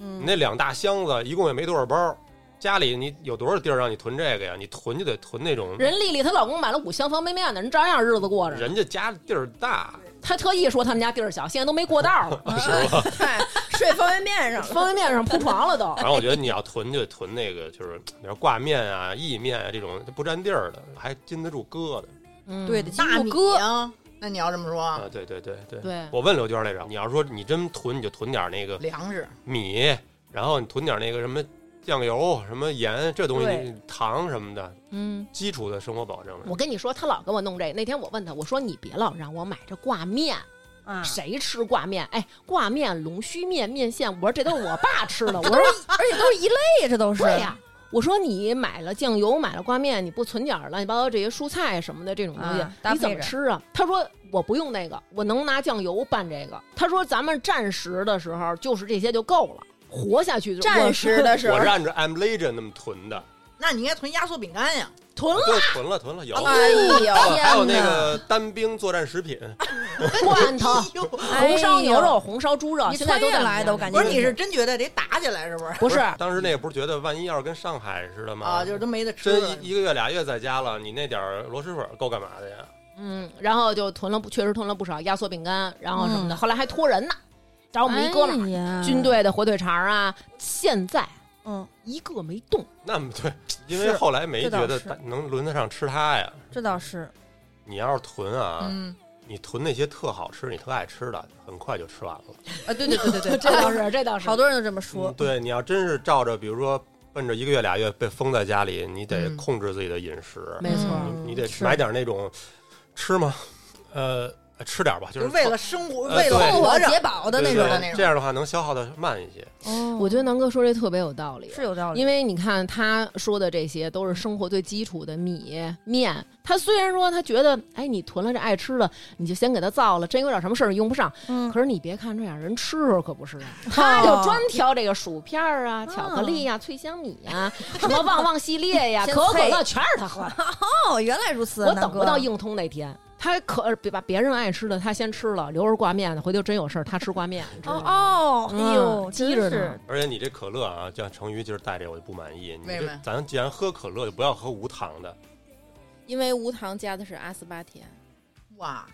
A: 你那两大箱子一共也没多少包，家里你有多少地儿让你囤这个呀？你囤就得囤那种
C: 人丽丽她老公买了五箱方便面呢，人照样日子过着呢。
A: 人家家地儿大，
C: 她特意说他们家地儿小，现在都没过道了。
A: 是吧？
E: 嗨，睡方便面上了。
C: 方便面上铺床了都。
A: 反正我觉得你要囤就得囤那个，就是你要挂面啊、意面啊这种不占地儿的，还禁得住疙瘩
B: 对得记
D: 大
B: 住
D: 米
B: 哥，
D: 啊，那你要这么说，
A: 啊。对对对对。
C: 对
A: 我问刘娟来着，你要说你真囤，你就囤点那个
D: 粮食
A: 米，然后你囤点那个什么酱油、什么盐这东西、
C: 对
A: 糖什么的，
C: 嗯，
A: 基础的生活保障。
C: 我跟你说，他老给我弄这。那天我问他，我说你别老让我买这挂面，
B: 啊
C: 谁吃挂面？哎，挂面、龙须面、面线，我说这都是我爸吃
B: *laughs*
C: 的。我说
B: 而且都是嗯一类，这都是。
C: 对呀、我说你买了酱油，买了挂面，你不存点儿乱七八糟这些蔬菜什么的这种东西，
B: 啊搭
C: 你怎
B: 配
C: 么
B: 着
C: 吃啊？他说我不用那个，我能拿酱油拌这个。他说咱们暂时的时候就是这些就够了，活下去就
E: 暂时的时候
A: 我，是按照 I'm Legend 那么囤的，
D: 那你应该囤压缩饼干呀。
C: *laughs* 囤了
A: 对，囤了囤了有。
E: 哎呦，
A: 还有还有那
B: 天哪
A: 个单兵作战食品，
C: 罐头、
D: 哎呦
B: 哎呦
C: 红烧牛肉、红烧猪肉，
B: 你
C: 现在都
B: 穿越
C: 在
B: 来的，我感
C: 觉
B: 觉
D: 不是，你是真觉得得打起来是不是？
C: 不是。
A: 当时那不是觉得万一要是跟上海似的吗？
D: 啊，就是都没得吃了。
A: 真一一个月俩月在家了，你那点儿螺蛳粉够干嘛的呀？
C: 嗯，然后就囤了不，确实囤了不少压缩饼干，然后什么的。
B: 嗯
C: 后来还托人呢，找我们一哥们儿，
B: 们
C: 军，队的火腿肠啊，现在
B: 哎嗯，
C: 一个没动。
A: 那么对，因为
B: 是
A: 后来没
B: 这倒
A: 觉得
B: 是
A: 大能轮得上吃它呀。
B: 这倒是，
A: 你要是囤啊，
D: 嗯，
A: 你囤那些特好吃、你特爱吃的，很快就吃完了。
B: 啊，对对对对对，
C: 这倒是，这倒是
B: 好多人都这么说
A: 嗯，对，你要真是照着，比如说奔着一个月俩月被封在家里，你得
D: 嗯
A: 控制自己的饮食，
C: 没错
B: 嗯
A: 你你得
B: 是
A: 买点那种吃
B: *laughs*
A: 吗？呃，吃点吧，
D: 就
A: 就
D: 是是为了生活，
A: 呃
D: 为了
A: 对
B: 生活
D: 活着
B: 解饱的
A: 对
B: 那
A: 对
B: 种
D: 种的
A: 对
D: 那种
A: 这样的话能消耗的慢一些。
B: 哦
C: 我觉得南哥说这特别有道理，
B: 是有道理，
C: 因
B: 为
C: 为你看他说的这些都是生活最基础的米面。他虽然说他觉得，哎，你囤了这爱吃的，你就先给他造了，真有点什么事儿用不上。
B: 嗯哦
C: 可是你别看这样，人吃时候可不是啊，他就专挑这个薯片儿啊、
B: 嗯
C: 巧克力呀、脆香米呀、什么旺旺系列呀、
B: *laughs* 先
C: 可口可
B: 配
C: 乐，全是他喝的。
B: 哦，原来如此，
C: 我
B: 南
C: 等不
B: 哥
C: 到硬通那天。他可别把别人爱吃的他先吃了，留着挂面的，回头真有事儿他吃挂面，你知
B: 哦
C: 道吗？
B: 哦，哎呦，
C: 嗯记着呢
B: 真是
A: 而且你这可乐啊，像成瑜今儿带这我就不满意。你
D: 为
A: 这
D: 什么
A: 咱既然喝可乐，就不要喝无糖的。
E: 因为无糖加的是阿斯巴甜，
D: 哇，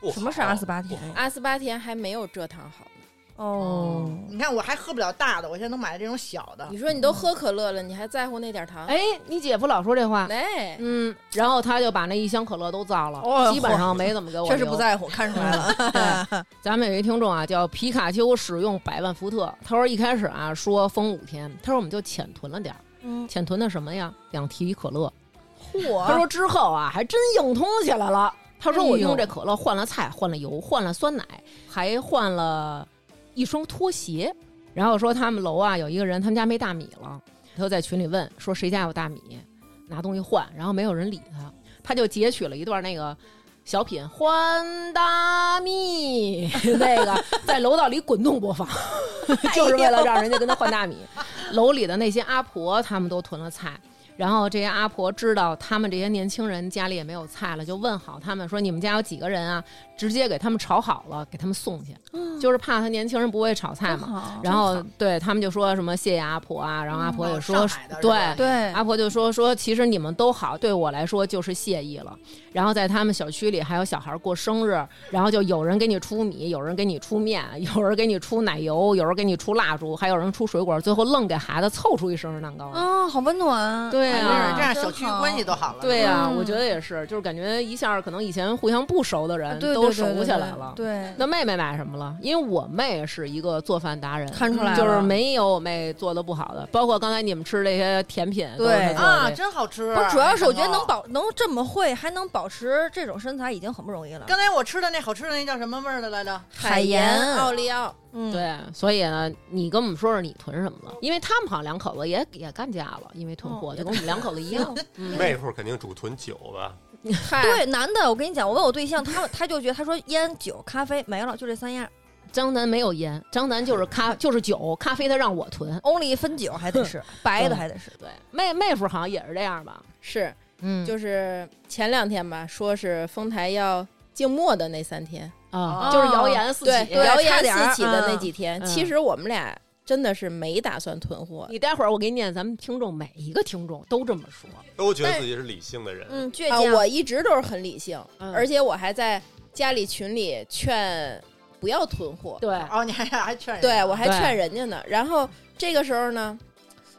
A: 不
B: 什么是
A: 好
B: 阿斯巴甜
A: 不好
E: 阿斯巴甜还没有蔗糖好呢。
B: 哦，
D: 你看我还喝不了大的，我现在能买这种小的
E: 你。说你都喝可乐了，你还在乎那点糖？
C: 哎，你姐夫老说这话，
E: 哎，
C: 嗯，然后他就把那一箱可乐都造了，
B: 哦
C: 基本上没怎么给我留。
B: *laughs* 确实不在乎，看出来 *laughs* 了，
C: 对，咱们有一听众啊，叫皮卡丘使用百万伏特，他说一开始啊说封五天，他说我们就浅囤了点儿，
B: 嗯，
C: 浅囤的什么呀？两提可乐。
B: *laughs*
C: 他
B: 嚯，
C: 说之后啊，还真硬通起来了。他说我
B: 哎
C: 用
B: 呦
C: 这可乐换了菜，换了油，换了酸奶，还换了一双拖鞋。然后说他们楼啊有一个人，他们家没大米了，他就在群里问说谁家有大米，拿东西换，然后没有人理他，他就截取了一段那个。小品《换大米》 *laughs* 那
D: *laughs*
C: 个在楼道里滚动播放，就是
D: 哎
C: 为了让人家跟他
D: *laughs*
C: 换大米。楼里的那些阿婆他们都囤了菜，然后这些阿婆知道他们这些年轻人家里也没有菜了，就问好他们说你们家有几个人啊？直接给他们炒好了，给他们送去，
D: 哦
C: 就是怕他年轻人不会炒菜嘛。
B: 好
C: 然后对他们就说什么谢谢阿婆啊，然后阿婆也说、
D: 嗯上海的是
C: 对
D: 吧。
B: 对，
C: 阿婆就说说，其实你们都好，对我来说就是谢意了。然后在他们小区里还有小孩过生日，然后就有人给你出米，有人给你出面， *laughs* 有人给你出奶油，有人给你出蜡烛，还有人出水果，最后愣给孩子凑出一生日蛋糕来。
B: 啊，好温暖，
C: 对
D: 哎
C: 啊，
D: 这样小区关系都好了。
C: 对呀、
B: 嗯
C: 我觉得也是，就是感觉一下可能以前互相不熟的人
B: 对，
C: 都
B: 对
C: 熟起来了。
B: 对，
C: 那妹妹买什么了？因为我妹是一个做饭达人，
B: 看出来了
C: 就是没有我妹做的不好的，包括刚才你们吃这些甜品，都是她
B: 对
C: 做的
D: 啊，真好吃。
B: 不是，主要是我觉得
D: 哎
B: 能。
D: 蛋糕
B: 保能这么会，还能保持这种身材，已经很不容易了。
D: 刚才我吃的那好吃的那叫什么味儿的来着？
B: 海盐
E: 奥利奥，
B: 嗯，，
C: 对，所以呢，你跟我们说说你囤什么了？因为他们好像两口子也也干架了，因为囤货，就跟我们两口子一样。嗯
A: 妹夫肯定主囤酒吧，
E: 嗨，
B: 对，男的，我跟你讲，我问我对象，他他就觉得他说烟、酒、咖啡没了，就这三样
C: 张楠没有烟，张楠就是咖就是酒，咖啡他让我囤。
B: ，only 分酒还得是白的，
C: 对
B: 还得是
C: 对，妹妹夫好像也是这样吧？
E: 是，
C: 嗯就
E: 就是前两天吧，说是丰台要静默的那三天，
C: 啊，
B: 哦
C: 就是谣言四
E: 对
C: 起。，
E: 谣
B: 差
E: 言
B: 点儿
E: 四起的那几天，
C: 嗯
E: 其实我们俩真的是没打算囤货，
C: 你待会儿我给你念，咱们听众每一个听众都这么说。
A: 都觉得自己是理性的人。
B: 嗯，倔
E: 啊，
B: 强。
E: 我一直都是很理性，
C: 嗯
E: 而且我还在家里群里劝不要囤货。
C: 对，
D: 哦，你还还劝人？
E: 对我还
C: 对
E: 劝人家呢。然后这个时候呢，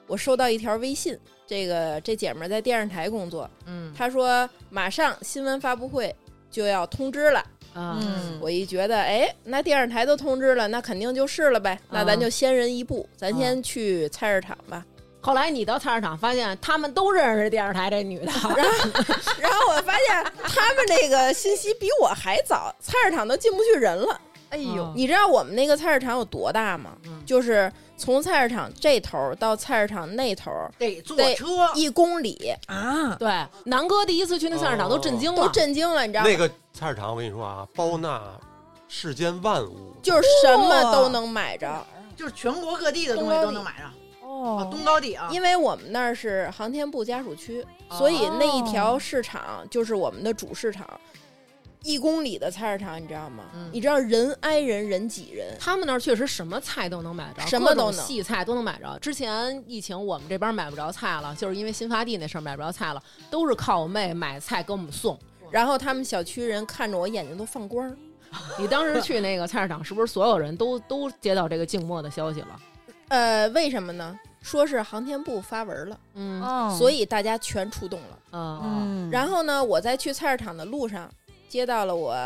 E: 我收到一条微信，这个这姐们儿在电视台工作，
F: 嗯
E: 她说马上新闻发布会就要通知了。
F: 啊
D: 嗯，
E: 我一觉得，哎，那电视台都通知了，那肯定就是了呗。那
D: 嗯
E: 咱就先人一步，咱先去菜市场吧。 *laughs*
C: 后来你到菜市场发现他们都认识电视台这女的，
E: 然后我发现他们那个信息比我还早，菜市场都进不去人了。
D: 哎嗯
C: 呦
E: 你知道我们那个菜市场有多大吗？就是从菜市场这头儿到菜市场那头儿
D: 得坐
E: 得
D: 车
E: 一公里，
D: 哦啊，
C: 对，南哥第一次去那菜市场都震惊了，
E: 都震惊了，你知道吗？
A: 那个菜市场，我跟你说啊，包纳世间万物，
E: 就是什么都能买着，
D: 就是全国各地的东西都能买上。哦，东高地啊，
E: 因为我们那儿是航天部家属区，所以那一条市场就是我们的主市场。一公里的菜市场，你知道吗？
F: 嗯
E: 你知道人挨人，人挤人，
C: 他们那儿确实什么菜都能买着，
E: 什么
C: 各种
E: 都能
C: 细菜都能买着。之前疫情我们这边买不着菜了，就是因为新发地那事儿买不着菜了，都是靠我妹买菜给我们送。
E: 然后他们小区人看着我眼睛都放光儿。
C: 你当时去那个菜市场，是不是所有人都都接到这个静默的消息了？
E: 呃，为什么呢？说是航天部发文了，
C: 嗯
D: 哦
E: 所以大家全出动了。
C: 啊
D: 嗯，
E: 然后呢，我在去菜市场的路上接到了我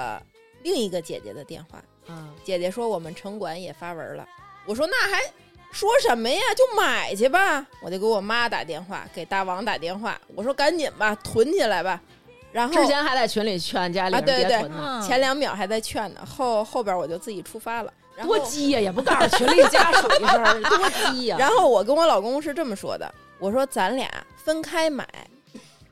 E: 另一个姐姐的电话，
C: 啊！
E: 姐姐说我们城管也发文了，我说那还说什么呀？就买去吧。我就给我妈打电话，给大王打电话，我说赶紧吧，囤起来吧。然后
C: 之前还在群里劝家里
E: 啊
C: 人别
E: 对对
C: 囤呢，
B: 嗯
E: 前两秒还在劝呢，后后边我就自己出发了。然后
C: 多啊鸡呀、也不告诉群里家属一声
E: *laughs*
C: 儿，多鸡呀、
E: 然后我跟我老公是这么说的，我说咱俩分开买，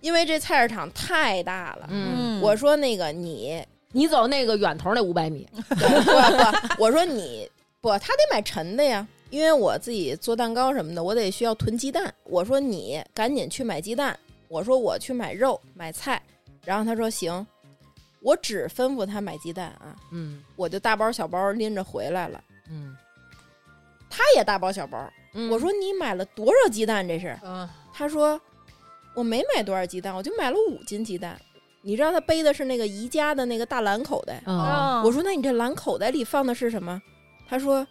E: 因为这菜市场太大了。
C: 嗯，
E: 我说那个你
C: 你走那个远头那五百米，
E: 不 *laughs* 不，我说你不，他得买沉的呀，因为我自己做蛋糕什么的，我得需要囤鸡蛋。我说你赶紧去买鸡蛋，我说我去买肉买菜，然后他说行，我只吩咐他买鸡蛋啊，
C: 嗯
E: 我就大包小包拎着回来了，
C: 嗯，
E: 他也大包小包。
C: 嗯
E: 我说你买了多少鸡蛋这是？
F: 嗯
E: 他说我没买多少鸡蛋，我就买了五斤鸡蛋。你知道他背的是那个宜家的那个大蓝口袋，
C: 啊
B: 嗯
E: 我说那你这蓝口袋里放的是什么？他说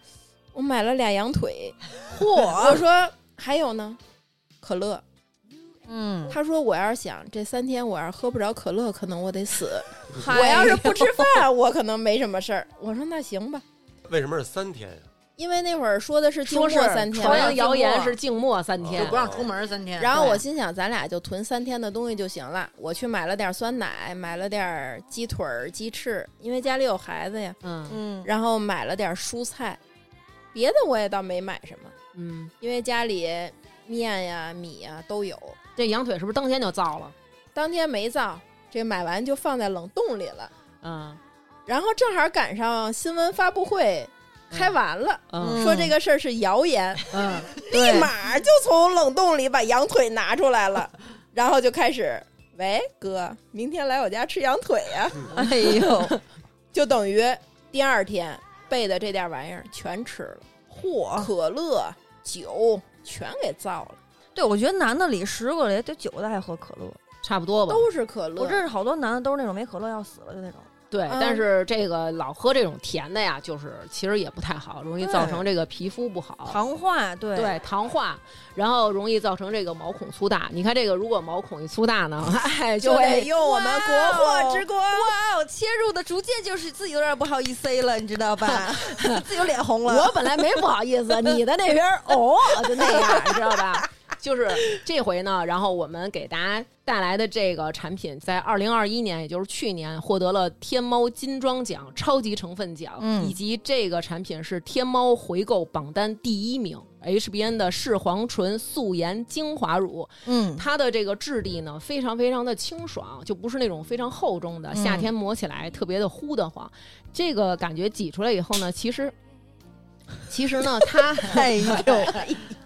E: 我买了俩
C: *laughs*
E: 羊腿。嚯！我说还有呢，可乐。
D: 嗯，
E: 他说我要是想这三天我要是喝不着可乐，可能我得死。
D: 嗨
E: 我要是不
C: *laughs*
E: 吃饭，我可能没什么事儿。我说那行吧，
A: 为什么是三天呀？
E: 因为那会儿说的是静
C: 说
E: 默
C: 是
E: 三天
C: 传
E: 嘛，
C: 扬谣言是静默三天
D: 就不，让出门三天。
E: 然后
C: 对
E: 我心想，咱俩就囤三天的东西就行了。我去买了点酸奶，买了点鸡腿儿、鸡翅，因为家里有孩子呀。
C: 嗯
D: 嗯，
E: 然后买了点蔬菜，别的我也倒没买什么，
C: 嗯，
E: 因为家里面呀、米呀都有。
C: 这羊腿是不是当天就造了？
E: 当天没造，这买完就放在冷冻里了。
C: 嗯
E: 然后正好赶上新闻发布会开完了，
C: 嗯
E: 说这个事儿是谣言，
C: 嗯，
E: 立马就从冷冻里把羊腿拿出来了， *laughs* 然后就开始，喂哥，明天来我家吃羊腿呀、
C: 哎呦，
E: 就等于第二天备的这点玩意儿全吃了，嚯，可乐、酒全给造了，
B: *laughs* 对，我觉得男的里十个里得九个爱喝可乐。
C: 差不多吧。
E: 都是可乐。
B: 我认识好多男的都是那种没可乐要死了就那种。
C: 对，
E: 嗯
C: 但是这个老喝这种甜的呀，就是其实也不太好，容易造成这个皮肤不好，
B: 糖化，哦对
C: 对糖化，然后容易造成这个毛孔粗大。你看这个，如果毛孔一粗大呢， *laughs* 哎，
E: 就得
C: 会
E: 用我们国货之光，
B: 哇哦，切入的逐渐就是自己有点不好意思了，你知道吧？ *laughs* 自己有脸红了。
C: 我本来没不好意
E: *laughs*
C: 思，你的那边儿哦，就那样，你知道吧？ *laughs* 就是这回呢，然后我们给大家带来的这个产品，在二零二一年，也就是去年，获得了天猫金装奖、超级成分奖，
B: 嗯
C: 以及这个产品是天猫回购榜单第一名。HBN 的视黄醇素颜精华乳，
B: 嗯
C: 它的这个质地呢，非常非常的清爽，就不是那种非常厚重的，
B: 嗯
C: 夏天抹起来特别的呼得慌。这个感觉挤出来以后呢，其
B: *laughs*
C: 实，其实呢，它
B: 哎呦，
C: *laughs*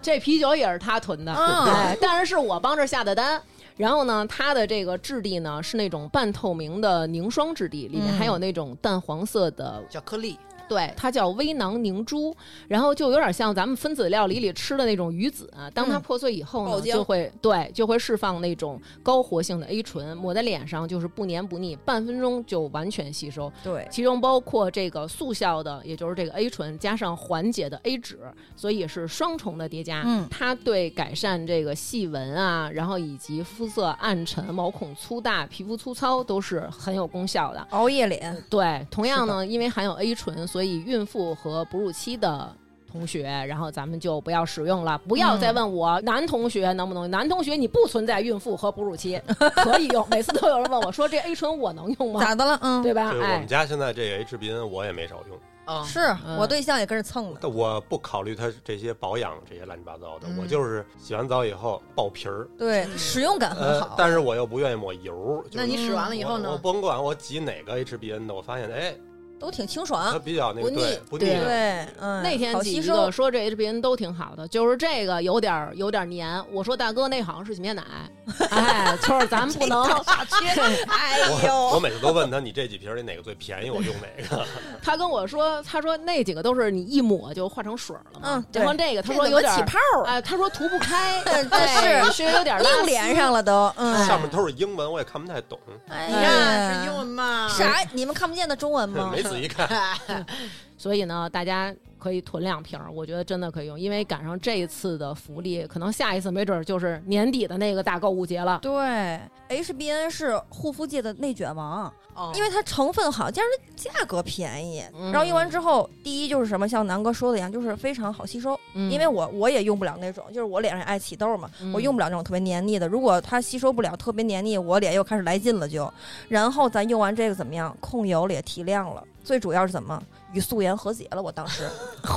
C: 这啤酒也是他囤的，
B: 嗯
C: 哎，但是是我帮着下的单。然后呢，它的这个质地呢是那种半透明的凝霜质地，里面
B: 嗯
C: 还有那种淡黄色的
D: 巧克力，
C: 对，它叫微囊凝珠，然后就有点像咱们分子料理里吃的那种鱼子啊。当它
E: 嗯
C: 破碎以后呢，
E: 爆浆
C: 就会对就会释放那种高活性的 A 醇，抹在脸上就是不粘不腻，半分钟就完全吸收。
B: 对，
C: 其中包括这个速效的，也就是这个 A 醇加上缓解的 A 酯，所以是双重的叠加。
B: 嗯
C: 它对改善这个细纹啊，然后以及肤色暗沉、毛孔粗大、皮肤粗糙都是很有功效的。
B: 熬夜脸，
C: 对，同样呢，因为含有 A 醇，所以孕妇和哺乳期的。同学，然后咱们就不要使用了，不要
B: 嗯
C: 再问我、男同学能不能用。男同学，你不存在孕妇和哺乳期，可以用。每次都有人问我说：“这 A 醇我能用吗
B: 咋的了？？”嗯，
C: 对吧？
A: 对，
C: 哎，
A: 我们家现在这 H 宾我也没少用，
D: 啊，
B: 是
C: 嗯
B: 我对象也跟着蹭的，
A: 但我不考虑它这些保养这些乱七八糟的，
B: 嗯
A: 我就是洗完澡以后爆皮儿，
B: 对，使用感啊很
A: 嗯呃
B: 好，。
A: 但是我又不愿意抹油。就是
D: 那你使完了以后
A: 我我
D: 呢？
A: 甭管我挤哪个 HBN 的，我呃发现哎，
B: 都挺清
A: 它
B: 爽。
A: 比较那个
E: 不腻
A: 对不腻
C: 对
A: 的，
B: 啊对，嗯，
C: 那天
B: 好
C: 几
B: 吸
C: 个
B: 收，
C: 说这 HBN 都挺好的，就是这个有点儿有点儿黏。我说大哥，那好像是洗面奶，哎，
B: *laughs*
C: 就是咱们不能，
D: 啊
B: 哎
A: 我我每次都问他你这几瓶里哪个最便宜，我用哪个。
C: 他跟我说，他说那几个都是你一抹就化成水儿了嘛。
B: 嗯对
C: 然后这个他说
B: 这怎么
C: 有点儿
B: 起泡儿
C: 哎，他说涂不开，
B: *laughs* 这呃是
C: 是有点儿拉
B: 硬脸上了都，嗯，
A: 上面都是英文，我也看不太懂，
B: 哎
D: 你看是英文嘛？
B: 啥？你们看不见的中文吗
A: 没？仔细看。
C: 所以呢，大家可以囤两瓶儿，我觉得真的可以用，因为赶上这一次的福利，可能下一次没准儿就是年底的那个大购物节了。
B: 对，HBN 是护肤界的内卷王，
D: 哦
B: 因为它成分好，加上它价格便宜，
C: 嗯
B: 然后用完之后，第一就是什么，像南哥说的一样，就是非常好吸收。
C: 嗯
B: 因为我我也用不了那种，就是我脸上爱起痘嘛，
C: 嗯
B: 我用不了那种特别黏腻的。如果它吸收不了特别黏腻，我脸又开始来劲了就。然后咱用完这个怎么样？控油了也提亮了，最主要是怎么与素颜和解了？我
C: *laughs*
B: 当时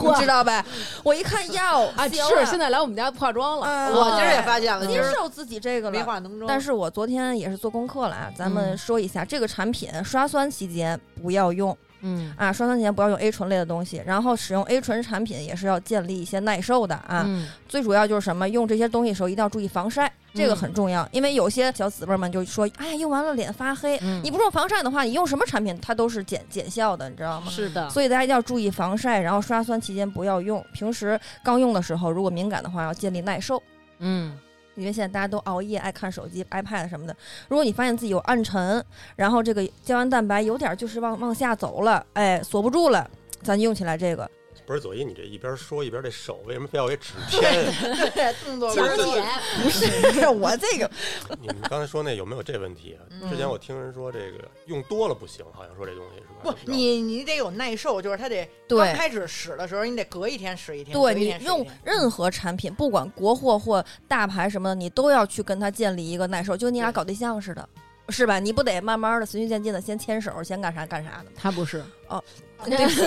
B: 你知道呗？我一看哟，
C: 啊，
B: 行
C: 是
B: 了
C: 现在来我们家化妆了，
B: 嗯
D: 我今儿也发现了，今
B: 接
D: 儿
B: 受自己这个
D: 没
B: 了。
D: 化浓妆，
B: 但是我昨天也是做功课了啊，咱们
C: 嗯
B: 说一下、这个产品刷酸期间不要用。
C: 嗯
B: 啊，刷酸前不要用 A 醇类的东西，然后使用 A 醇产品也是要建立一些耐受的啊。
C: 嗯
B: 最主要就是什么，用这些东西的时候一定要注意防晒，
C: 嗯
B: 这个很重要，因为有些小姊妹们就说，哎，用完了脸发黑，
C: 嗯
B: 你不用防晒的话，你用什么产品它都是减减效的，你知道吗？
C: 是的，
B: 所以大家一定要注意防晒，然后刷酸期间不要用。平时刚用的时候，如果敏感的话，要建立耐受。
C: 嗯。
B: 因为现在大家都熬夜，爱看手机、iPad 什么的。如果你发现自己有暗沉，然后这个胶原蛋白有点就是往往下走了，哎，锁不住了，咱就用起来这个。
A: 不是左一，你这一边说一边这手为什么非要给指偏？
D: 对动作
A: 就是
D: 完
A: 这
D: 了
C: 嗯
A: 解
B: 不是我这个，
A: 你们刚才说那有没有这问题啊？之前我听人说这个用多了不行，好像说这东西是吧？
D: 不
A: 怎么，着
D: 你你得有耐受，就是它得
B: 对
D: 刚开始使的时候，你得隔一天使一天，
B: 对
D: 隔一
B: 你
D: 天使一
B: 用
D: 天
B: 任
C: 嗯
B: 何产品，不管国货或大牌什么的，你都要去跟他建立一个耐受，就你俩搞对象似的。是吧？你不得慢慢的循序渐进的，先牵手，先干啥干
C: *laughs*
B: 啥的。
C: 他不是，
B: 对不起，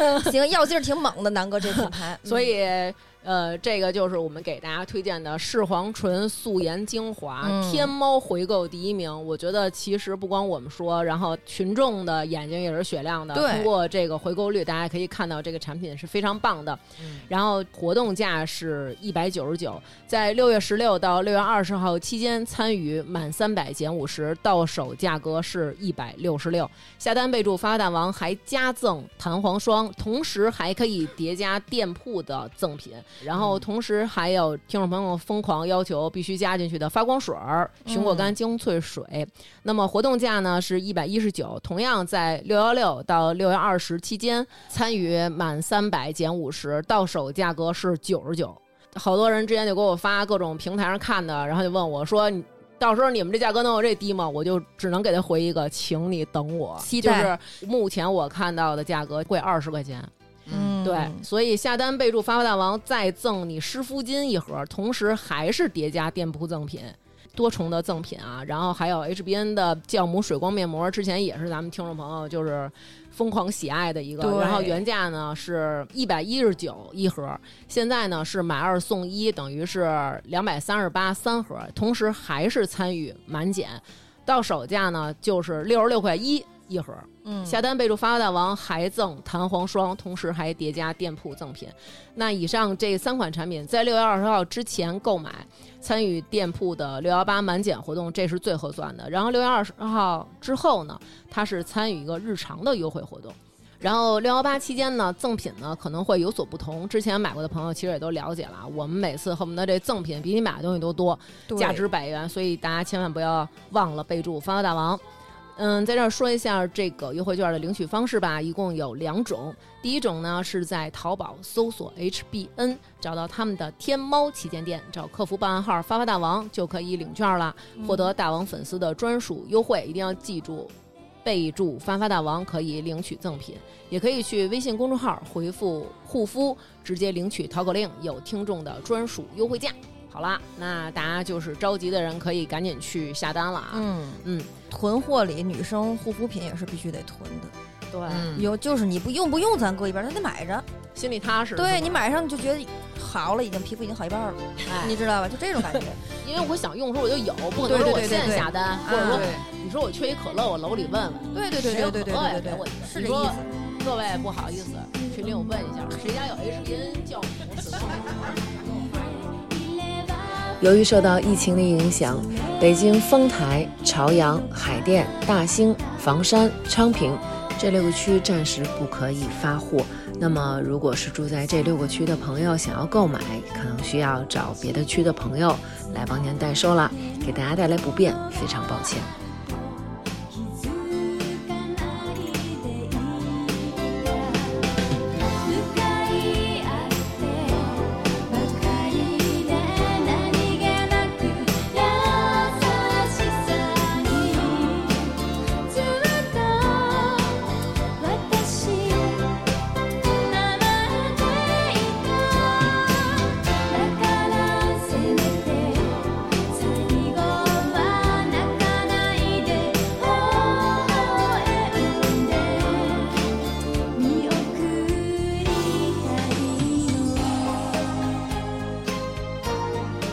B: 啊 *laughs* 行，药劲儿挺猛的，南哥这品牌。嗯
C: 所以、呃，这个就是我们给大家推荐的视黄醇素颜精华，
B: 嗯
C: 天猫回购第一名。我觉得其实不光我们说，然后群众的眼睛也是雪亮的。
B: 对
C: 通过这个回购率，大家可以看到这个产品是非常棒的。
B: 嗯
C: 然后活动价是一百九十九，在六月十六到六月二十号期间参与满三百减五十，到手价格是一百六十六。下单备注“发大王”，还加赠弹簧霜，同时还可以叠加店铺的赠品，然后同时还有听众朋友疯狂要求必须加进去的发光水儿、熊果苷精粹水。那么活动价呢是一百一十九，同样在六幺六到六月二十期间参与满三百减五十，到手价格是九十九。好多人之前就给我发各种平台上看的，然后就问我说你。到时候你们这价格能有这低吗？我就只能给他回一个，请你等我。
B: 期
C: 就
B: 待
C: 是目前我看到的价格贵二十块钱，
B: 嗯，
C: 对，所以下单备注“发发大王”，再赠你湿敷巾一盒，同时还是叠加店铺赠品。多重的赠品啊，然后还有 HBN 的酵母水光面膜，之前也是咱们听众朋友就是疯狂喜爱的一个
B: 对，
C: 然后原价呢是一百一十九一盒，现在呢是买二送一，等于是两百三十八三盒，同时还是参与满减，到手价呢就是六十六块一一盒，
B: 嗯，
C: 下单备注“发发大王”，还赠弹簧霜，同时还叠加店铺赠品。那以上这三款产品在六月二十号之前购买，参与店铺的六幺八满减活动，这是最合算的。然后六月二十号之后呢，它是参与一个日常的优惠活动。然后六幺八期间呢，赠品呢可能会有所不同。之前买过的朋友其实也都了解了啊，我们每次恨不得这赠品比你买的东西都多，价值百元，所以大家千万不要忘了备注“发发大王”。嗯，在这儿说一下这个优惠券的领取方式吧，一共有两种。第一种呢是在淘宝搜索 HBN，找到他们的天猫旗舰店，找客服报暗号“发发大王”就可以领券了，
B: 嗯
C: 获得大王粉丝的专属优惠。一定要记住，备注“发发大王”可以领取赠品，也可以去微信公众号回复“护肤”，直接领取淘口令，有听众的专属优惠价。好啦，那大家就是着急的人可以赶紧去下单了啊！
B: 嗯
C: 嗯，
B: 囤货里女生护肤品也是必须得囤的，
C: 对，
F: 嗯
B: 有就是你不用不用咱搁一边儿，咱得买着。
C: 心里踏实。
B: 对
C: 是吧
B: 你，买上你就觉得好了，已经皮肤已经好一半儿了，
C: 哎
B: 你知道吧？就这种感觉。
C: 因为我想用的时候我就有，不可能
B: 对对
C: 说我
B: 对对
C: 现在
B: 对
C: 下单，或者说你说我缺一可乐，我楼里问问，
B: 对对对
C: 谁有
B: 对对对
C: 可乐呀
B: 对对
C: 给我
B: 对
C: 一个，
B: 是
C: 你
B: 这意
C: 说
B: 思。
C: 各位不好意思，群里我问一下，谁家有 HBN 酵母？使用一下
F: 由于受到疫情的影响，北京丰台、朝阳、海淀、大兴、房山、昌平这六个区暂时不可以发货。那么，如果是住在这六个区的朋友想要购买，可能需要找别的区的朋友来帮您代收啦，给大家带来不便，非常抱歉。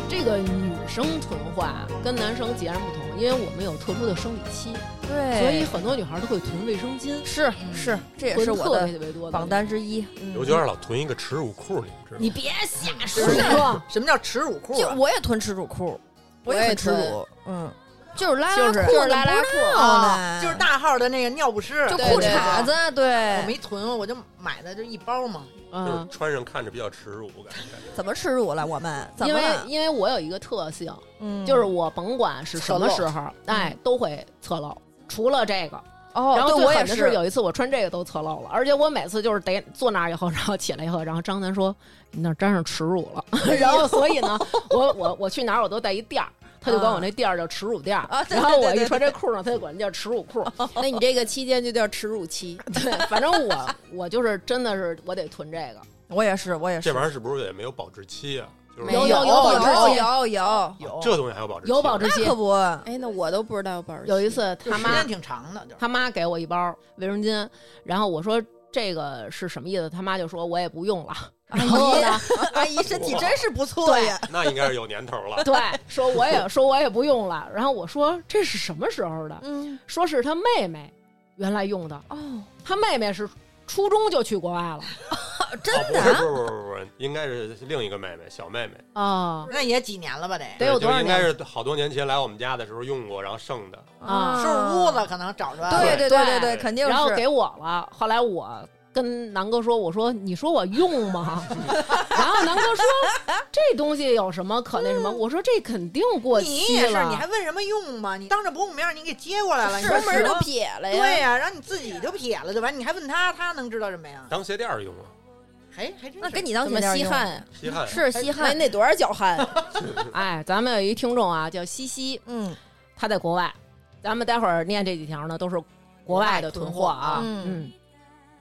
C: 这个女生囤货啊，跟男生截然不同，因为我们有特殊的生理期，
B: 对
C: 所以很多女孩都会囤卫生巾，
B: 是是，哎这也
C: 囤
B: 是我
C: 特别特
B: 的
C: 别多的
B: 榜。单之一。嗯
A: 刘娟老囤一个耻辱裤，你知道
C: 你
A: 吗？
C: 别瞎
D: 不是
B: *laughs*
C: 说，
D: 什么叫耻辱裤
B: 就
D: 啊？
B: 我也囤耻辱裤，
E: 我也
B: 也囤耻辱，嗯，就是拉拉
E: 就是就是拉
B: 拉
E: 拉裤
D: 啊
B: 呢，
D: 就是大号的那个尿不湿，
B: 就
E: 对
B: 裤
E: 对
B: 衩子，
D: 我
B: 对，
D: 没囤，我就买的就一包嘛。
A: 就是
C: 嗯，
A: 穿上看着比较耻辱，
C: *laughs*
A: 感觉
B: 怎么耻辱了？我们怎
C: 因
B: 么
C: 为
B: 了？
C: 因为我有一个特性，
B: 嗯
C: 就是我甭管是什么时候，哎，都会侧漏。除了这个，
B: 哦，
C: 然后
B: 对
C: 最
B: 我
C: 狠
B: 也
C: 的
B: 是
C: 是有一次我穿这个都侧漏了，而且我每次就是得坐那儿以后，然后起来以后，然后张楠说你那儿沾上耻辱
B: *laughs*
C: 了，然后所以呢，我我我去哪儿我都带一垫儿。他就管我那垫儿叫耻辱垫儿，
B: 啊啊对
C: 然后我
B: 对对
C: 一
B: 对
C: 穿这裤呢，他就管那叫耻辱
B: *laughs*
C: 裤。
E: *laughs* 那你这个期间就叫耻辱期，
C: 对，反正我我就是真的是我得囤这个，
B: 我也是，我也是
A: 这。玩意儿是不是也没有保质期啊？就是啊
C: 有
E: 有
C: 有保质
B: 有
C: 期
B: 有有，
D: 有
A: 这东西还有保质期？
C: 有保质期
B: 那。可不，
E: 哎，那我都不知道本儿
C: 有一次
D: 就
C: 他
D: 时
C: 妈
D: 间挺长的，就是
C: 他妈给我一包卫生巾，然后我说这个是什么意思？他妈就说我也不用了。
B: 哎
C: 然后呢，
B: 阿姨 *laughs* 身体真是不错
C: 对。
B: 呀。
A: *laughs* 那应该是有年头了
C: *laughs*
D: *laughs*
C: 对，说我也说我也不用了。然后我说这是什么时候的？
B: 嗯，
C: 说是他妹妹原来用的，
B: 哦，
C: 他妹妹是初中就去国外了
B: 真
A: 哦
B: 的啊
A: 不是不是不是不是，应该是另一个妹妹，小妹妹，
C: 啊
D: 那也几年了吧得。
C: 得有
A: 对
C: 多少
A: 就应该
C: 年？
A: 是好多年前来我们家的时候用过，然后剩的。
C: 啊
D: 收拾屋。子可能找出来了。
B: 对
C: 对
B: 对对对对，
A: 对
B: 肯定是。
C: 然后给我了。后来我跟南哥说：“我说你说我用吗？” *laughs* 然后南哥说：“这东西有什么可那什么？”我说：“这肯定过
D: 你
C: 期
D: 也是，
C: 了。
D: 你还问什么用吗？你当着伯母面儿你给接过来了，你
E: 出
D: 说
E: 门
D: 什
E: 就
D: 么
E: 撇了呀。
D: 哎对呀、然后你自己就撇了，对吧？你还问他，他能知道什么呀？
A: 当鞋垫儿用啊，
D: 还还真是
B: 那跟你当
E: 怎么
B: 姐弟
E: 吸
B: 用
E: 汗啊？
A: 稀罕。
B: 是吸
E: 那
B: 汗，
E: 你得多少脚 *laughs* 汗啊？
C: 哎，咱们有一听众啊，叫西西，
B: 嗯
C: 他在国外。咱们待会儿念这几条呢，都是国外的囤货啊。
B: 嗯
C: 嗯，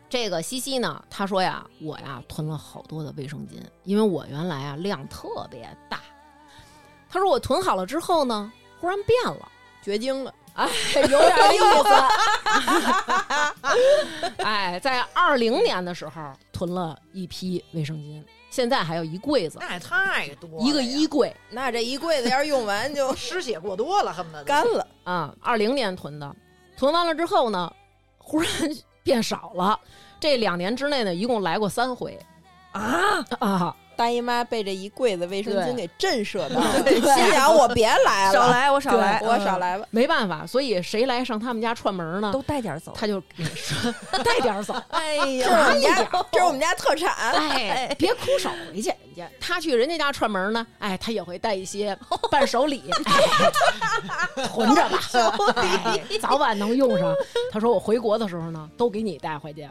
C: 这个西西呢，他说呀，我呀囤了好多的卫生巾，因为我原来啊量特别大。他说我囤好了之后呢，忽然变了。
E: 绝经了，
C: 哎，有点意思。 *laughs* 哎，在二零年的时候囤了一批卫生巾，现在还有一柜子，
D: 那也太多了呀，
C: 一个衣柜
E: 那这一柜子要是用完就
D: 失血过多了，恨不得都
E: 干了。
C: 啊。二零年囤的，囤完了之后呢，忽然 *laughs* 变少了。这两年之内呢，一共来过三回
B: 啊，
C: 啊。
E: 大姨妈被这一柜子卫生巾
C: 对
E: 给震慑到了，心想我别来了，
B: *laughs* 少来我少
E: 对
B: 来，
E: 我
B: 嗯
E: 少，来吧。
C: 没办法，所以谁来上他们家串门呢？
B: 都带点
C: *laughs*
B: 走。 *laughs*
C: 他就给说带点儿走，
B: 哎
E: 这是我
B: 呀，
E: 们家，嗯这是我们家特产。
C: 哎，别哭手回去，人家他去人家家串门呢，哎，他也会带一些伴手
B: *laughs*
C: 礼，哎囤着吧，哎早晚能用上。他说我回国的时候呢，都给你带回去，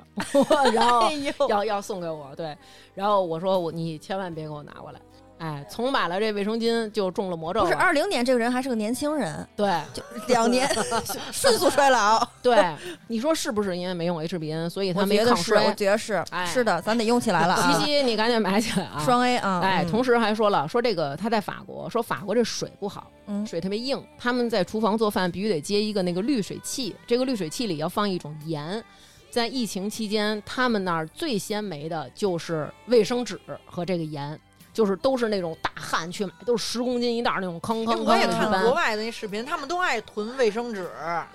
C: 然后
B: 哎
C: *laughs*
B: 呦，
C: 要要送给我，对，然后我说我你千万别给我拿过来，哎，从买了这卫生巾就中了魔咒
B: 不是
C: 了，
B: 二零年这个人还是个年轻人，
C: 对
B: 就两年 *laughs* 迅速衰老。
C: 对，你说是不是因为没用 HBN，所以他
B: 我
C: 没
B: 觉
C: 抗
B: 得是，我
C: 衰？
B: 觉得是
C: 哎，
B: 是的，咱得用起来了啊
C: 西。西，你赶紧买起来啊！
B: 双 A 啊，
C: 哎，
B: 嗯
C: 同时还说了，说这个他在法国，说法国这水不好，
B: 嗯
C: 水特别硬。他们在厨房做饭必须得接一个那个滤水器，这个滤水器里要放一种盐。在疫情期间，他们那儿最先没的就是卫生纸和这个盐，就是都是那种大汉去买，都是十公斤一袋儿那种坑
D: 哎
C: 坑坑
D: 我
C: 的
D: 也
C: 一
D: 看了
C: 般
D: 国。外的那视频，他们都爱囤卫生纸。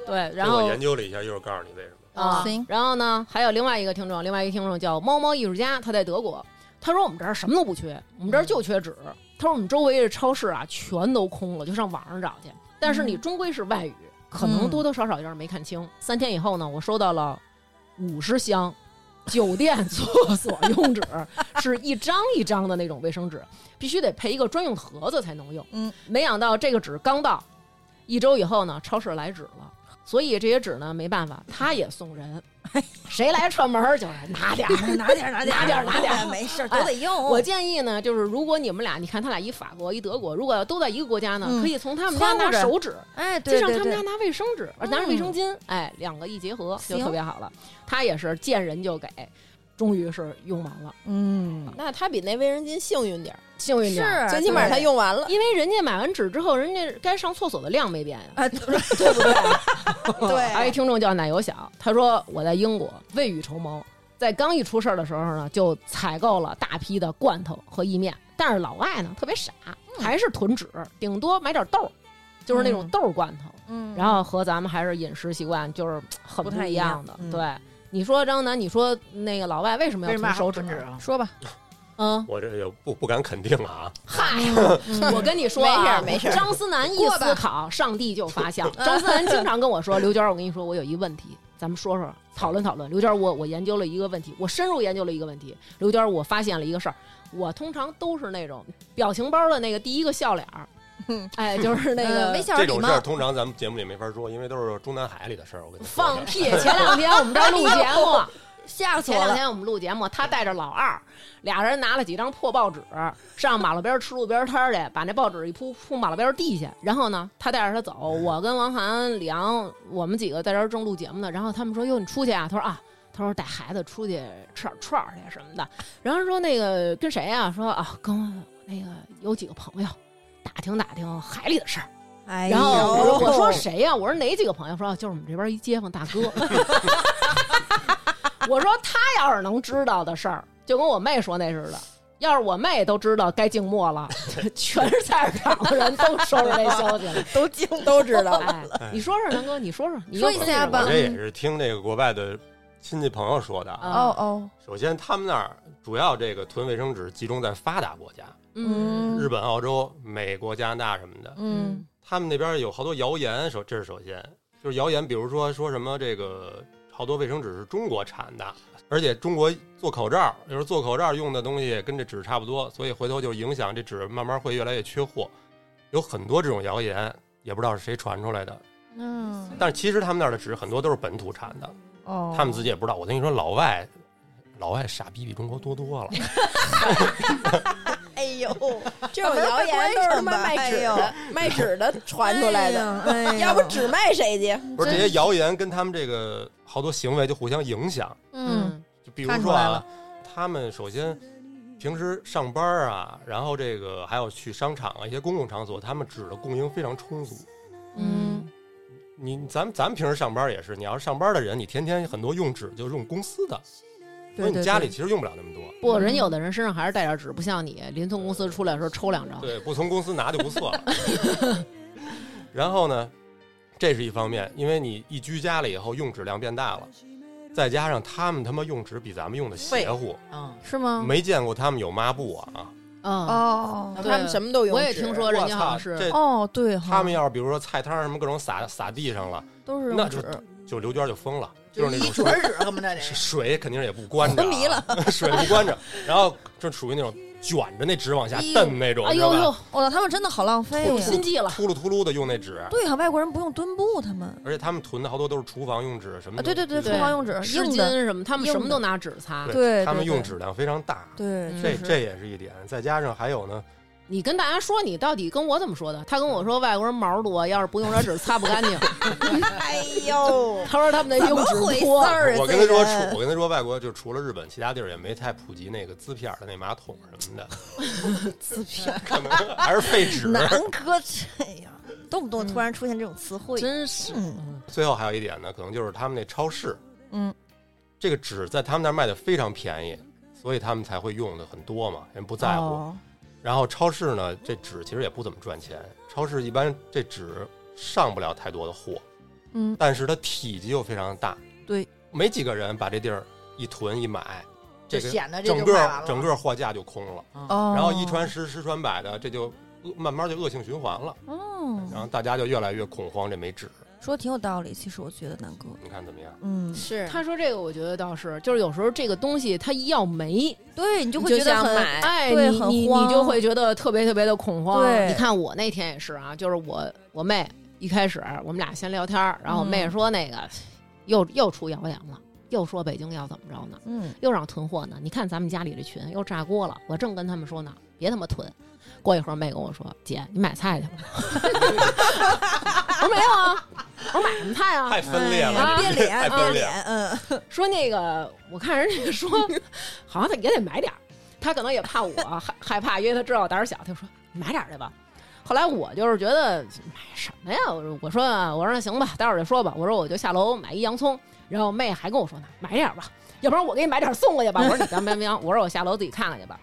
C: 对，
A: 这
C: 然
A: 我
C: 后
A: 研究了一下，一会儿告诉你为什么。
C: 啊
B: 行，
C: 然后呢，还有另外一个听众，另外一个听众叫猫猫艺术家，他在德国，他说我们这儿什么都不缺，我们这儿就缺纸。他说我们周围这超市啊全都空了，就上网上找去。但是你终归是外语，可能多多少少有点没看清。三天以后呢，我收到了五十箱。酒店 *laughs* 厕所用纸是一张一张的那种卫生纸，必须得配一个专用盒子才能用。
B: 嗯，
C: 没想到这个纸刚到，一周以后呢，超市来纸了，所以这些纸呢没办法，他也送
B: *laughs*
C: 人，谁来串门儿就是拿点儿。
B: 拿点儿拿点儿
C: 拿点儿拿点儿
B: 嗯没事儿都得用。
C: 我建议呢，就是如果你们俩，你看他俩一法国一德国，如果要都在一个国家呢，
B: 嗯
C: 可以从他们家拿
B: 撺掇
C: 手纸，
B: 哎，
C: 就
B: 对
C: 上
B: 对
C: 他们家
B: 对，
C: 拿卫生纸，
B: 嗯
C: 拿着卫生巾，哎，两个一结合就
B: 行
C: 特别好了。他也是见人就给，终于是用完了，
B: 嗯，
E: 那他比那卫生巾幸运点儿，
C: 幸运点儿。
B: 是，
E: 最起码他
B: 对。
E: 用完了。
C: 因为人家买完纸之后，人家该上厕所的量没变呀、
B: 啊，对对不对？
C: 还有一
B: 对，
C: 听众叫奶油小，他说我在英国未雨绸缪，在刚一出事儿的时候呢，就采购了大批的罐头和意面。但是老外呢特别傻，还是囤纸，顶多买点豆儿，就是那种
B: 嗯
C: 豆儿罐头。
B: 嗯
C: 然后和咱们还是饮食习惯就是很不
B: 不太
C: 一
B: 一样
C: 样的。
B: 嗯
C: 对，你说张楠，你说那个老外为什么
D: 为
C: 要
D: 什么
C: 囤
D: 爱
C: 手
D: 囤
C: 指？
D: 啊？
B: 说吧，
C: 嗯，
A: 我这也不不敢肯定啊，
C: 嗨， *laughs* 我跟你说啊，
E: 嗯没事儿没事儿嗯
C: 张思楠一思考，上帝就发笑。张思楠经常跟我说：“刘娟儿，我跟你说，我有一问题，咱们说说讨论讨论。”刘娟儿，我我研究了一个问题，我深入研究了一个问题。刘娟儿，我发现了一个事儿，我通常都是那种表情包的那个第一个笑脸儿，
E: 嗯
C: 哎，就是那
B: 呃
C: 个
B: 微笑
A: 这
B: 礼
A: 种
B: 貌
A: 事儿通常咱们节目里没法说，因为都是中南海里的事儿。我跟你说
C: 放屁！前两天我们这儿录节
E: *laughs*
C: 目。
B: 吓死
C: 前
B: 我
C: 两
B: 了。
C: 天我们录节目，他带着老二，俩人拿了几张破报纸，上马路边吃路边摊儿去，把那报纸一铺铺马路边地下。然后呢，他带着他走，我跟王涵、李昂，我们几个在这儿正录节目呢。然后他们说：“哟，你出去啊？”他说：“啊。”他说带孩子出去吃点串儿去什么的，然后说那个跟谁啊？说啊，跟我那个有几个朋友打听打听海里的事儿。
B: 哎呦，
C: 然后我说我说谁呀、我说哪几个朋友？说啊就是我们这边一街坊大哥。我说他要是能知道的事儿，就跟我妹说那似的。要是我妹都知道该静默了，全是菜市场的人都收拾这消息
E: *laughs*
C: 了。
E: 都惊都知道了。
C: 哎，你说说南哥，你说说，你
B: 说
C: 又
B: 一
C: 怎
B: 下
C: 么
B: 吧
A: 我这也是听那个国外的亲戚朋友说的啊。
C: 啊
B: 哦哦，
A: 首先，他们那儿主要这个囤卫生纸集中在发达国家，
C: 嗯
A: 日本、澳洲、美国、加拿大什么的。
B: 嗯，
A: 他们那边有好多谣言，首这是首先就是谣言，比如说说什么这个好多卫生纸是中国产的，而且中国做口罩，就是做口罩用的东西跟这纸差不多，所以回头就影响这纸慢慢会越来越缺货，有很多这种谣言，也不知道是谁传出来的。
B: 嗯，
A: 但是其实他们那儿的纸很多都是本土产的，
B: 哦，
A: 他们自己也不知道。我跟你说，老外老外傻逼比中国多多了。
B: 哎呦，
E: 这种谣言都是他妈卖纸的，卖纸的传出来的，
B: *laughs* 哎呀，
E: 要不纸卖谁去？
A: 不是这
B: 真
A: 些谣言跟他们这个好多行为就互相影响。
B: 嗯，
A: 就比如
B: 看出
A: 说
B: 来
A: 啊
B: 了，
A: 他们首先平时上班啊，然后这个还有去商场啊一些公共场所，他们纸的供应非常充足。
C: 嗯
A: 你咱们咱们平时上班也是，你要是上班的人，你天天很多用纸就用公司的，所以
B: 对
A: 你家里其实用不了那么多。
C: 不，人有的人身上还是带点纸，不像你临从公司出来的时候抽两张。
A: 对，不从公司拿就不错了。
B: *laughs*
A: 然后呢，这是一方面，因为你一居家了以后，用纸量变大了，再加上他们他妈用纸比咱们用的邪乎，
D: 嗯，
B: 是吗？
A: 没见过他们有抹布啊，
C: 嗯，
B: 哦
E: 他们什么都用
C: 我也
E: 纸
C: 听说人家好
A: 我操
C: 像是
A: 这
B: 哦，对哈，
A: 他们要是比如说菜摊儿什么各种撒撒地上了，
B: 都是
A: 那
B: 用
A: 就
B: 纸，
A: 就刘娟就疯了，就
D: 就是是
A: 那
D: 一卷
A: 种水
D: 儿纸恨不得得。
A: 水肯定是也不关着、啊
B: 昏迷了，
A: 水不关着，然后就属于那种卷着那纸往下
B: 哎呦
A: 蹬那种，
C: 哎
A: 知道
C: 呦
A: 吧
C: 呦，
B: 我操，他们真的好浪费
C: 有
B: 呀。
C: 心计了。
A: 秃噜秃噜的用那纸，
B: 对呀，外国人不用墩布，他们
A: 而且他们囤的好多都是厨房用纸什么
B: 啊，
A: 的，
B: 对对对，厨
C: 对
B: 房用纸
C: 湿
B: 硬
C: 巾
B: 的，
C: 什么，他们
B: 硬
C: 什么
B: 的
C: 都拿纸擦。
B: 对
A: 他们
B: 对
A: 用
B: 对
A: 纸量非常大，
B: 对，
C: 嗯
A: 这
B: 确实
A: 这也是一点，再加上还有呢，
C: 你跟大家说，你到底跟我怎么说的？他跟我说外国人毛多，要是不用点纸擦不干
B: *laughs*
C: 净。
B: 哦
D: 哎呦，
C: 他说他们那用纸拖，
B: 儿啊
A: 我跟他说，除我跟他说，外国就除了日本，其他地儿也没太普及那个滋片儿的那马桶什么的，
B: 自片，
A: 可能还是废
B: *laughs*
A: 纸。
B: 南哥这样，动不动突然出现这种词汇，
C: 真是
B: 嗯
A: 最后还有一点呢，可能就是他们那超市，
B: 嗯，
A: 这个纸在他们那儿卖的非常便宜，所以他们才会用的很多嘛，人不在乎。
B: 哦
A: 然后超市呢，这纸其实也不怎么赚钱，超市一般这纸上不了太多的货，
B: 嗯，
A: 但是它体积又非常大，
B: 对，
A: 没几个人把这地儿一囤一买，这
D: 就
A: 个
D: 显得这
A: 整
D: 就卖完
A: 个
D: 了。
A: 整个货架就空了，
B: 哦，
A: 然后一传十，十传百的，这就恶慢慢就恶性循环了，然
B: 哦，
A: 后大家就越来越恐慌这没纸，
B: 说得挺有道理，其实我觉得南哥，
A: 你看怎么样？
B: 嗯，
E: 是
C: 他说这个，我觉得倒是，就是有时候这个东西它一要没，
B: 对你就
E: 你
B: 会
E: 就
B: 觉得
E: 想
B: 很
E: 买
C: 哎，
B: 对
C: 你
B: 很
C: 你
B: 慌
C: 你就会觉得特别特别的恐慌。
B: 对
C: 你看我那天也是啊，就是我我妹一开始我们俩先聊天儿，然后我妹
B: 嗯
C: 说那个、又又出谣言了，又说北京要怎么着呢，
B: 嗯，
C: 又让囤货呢。你看咱们家里这群又炸锅了，我正跟他们说呢，别他妈囤。过一会儿，妹跟我说：“姐，你买菜去了吗？” *laughs* 我说：“没有啊。”我说：“买什么菜啊
A: 太分裂了，
C: 哎
A: 你们
B: 变
A: *laughs*
B: 脸，
A: 太
B: 变
A: 分裂了。
B: 脸，嗯，？”
C: 说那个，我看人家说，好像也得买点儿。他可能也怕我， *laughs* 害害怕，因为他知道我胆儿小，他就说：“你买点儿去吧。”后来我就是觉得买什么呀？我说我说啊我说那行吧，待会儿再说吧。我说我就下楼买一洋葱，然后妹还跟我说呢，买点儿吧， *laughs* 要不然我给你买点儿送过去吧。我说你当别别，我说我下楼自己看看去吧。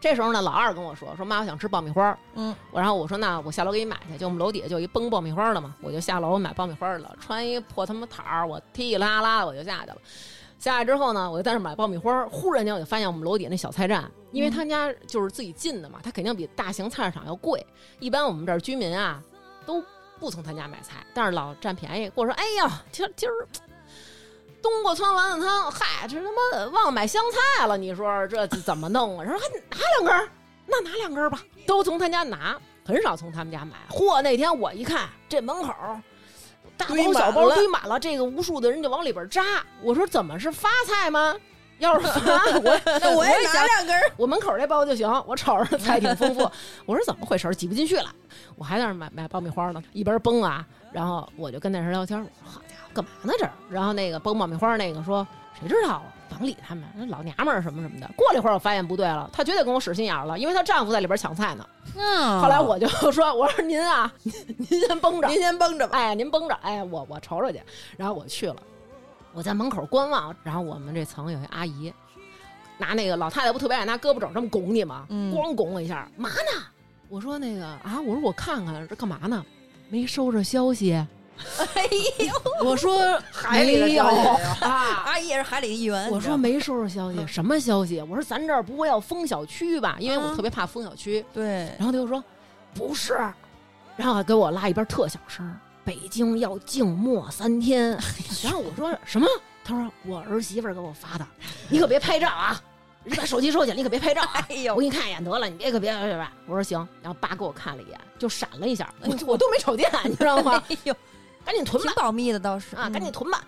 C: 这时候呢，老二跟我说说妈，我想吃爆米花。
B: 嗯，
C: 我然后我说那我下楼给你买去，就我们楼底下就一崩爆米花的嘛，我就下楼买爆米花了，穿一破他妈衩儿，我踢啦啦我就下去了。下来之后呢，我就在那儿买爆米花，忽然间我就发现我们楼底下那小菜站，因为他家就是自己进的嘛，他肯定比大型菜市场要贵。一般我们这儿居民啊，都不从他家买菜，但是老占便宜，跟我说：“哎呀，今儿今儿冬瓜汤、丸子汤，嗨，这他妈的忘买香菜了，你说这怎么弄啊？”然后还拿两根儿，那拿两根儿吧，都从他家拿，很少从他们家买。嚯，那天我一看这门口。大包小包堆满了，这个无数的人就往里边扎。我说怎么是发菜吗？要是发，我
E: *laughs*
B: 那我也想两根，
C: 我门口这包就行，我瞅着菜挺丰富。 *laughs* 我说怎么回事儿，挤不进去了，我还在那儿买买爆米花呢，一边崩啊，然后我就跟那人聊天，我说好家伙，干嘛呢这儿？然后那个崩爆米花那个说，谁知道啊，甭理他们，那老娘们儿什么什么的。过了一会儿，我发现不对了，她绝对跟我使心眼儿了，因为她丈夫在里边抢菜呢。
B: 嗯
C: 后来我就说，我说您啊， *laughs* 您您先绷着，
E: 您先绷着吧。
C: 哎，您绷着，哎，我我瞅瞅去。然后我去了，我在门口观望，然后我们这层有一阿姨，拿那个老太太不特别爱拿胳膊肘这么拱你吗？
B: 嗯
C: 咣拱我一下，嘛呢？我说那个啊，我说我看看这干嘛呢？没收着消息。哎呦，我说
D: *laughs* 海里的
C: 没有
D: 消息
C: *laughs*
D: 嗯
C: 啊。
B: 阿姨也是海里的一员，
C: 我
B: 你知道
C: 说
B: 吗
C: 没收着消息，什么消息？我说咱这儿不会要封小区吧？因为我
B: 啊
C: 特别怕封小区。
B: 对，
C: 然后他就说不是，然后还给我拉一边特小声儿，北京要静默三天。
B: 哎
C: 然后我说什么？他说我儿媳妇儿给我发的，你可别拍照啊！你把手机收起来，你可别拍照啊！
B: 哎
C: 我
B: 呦，
C: 给你看一眼得了，你别可别别别！我说行，然后爸给我看了一眼，就闪了一下，我我都没瞅见，你知道吗？
B: 哎呦，
C: 赶紧囤
B: 挺
C: 吧
B: 保密的倒是
C: 啊，赶紧
B: 嗯
C: 囤吧！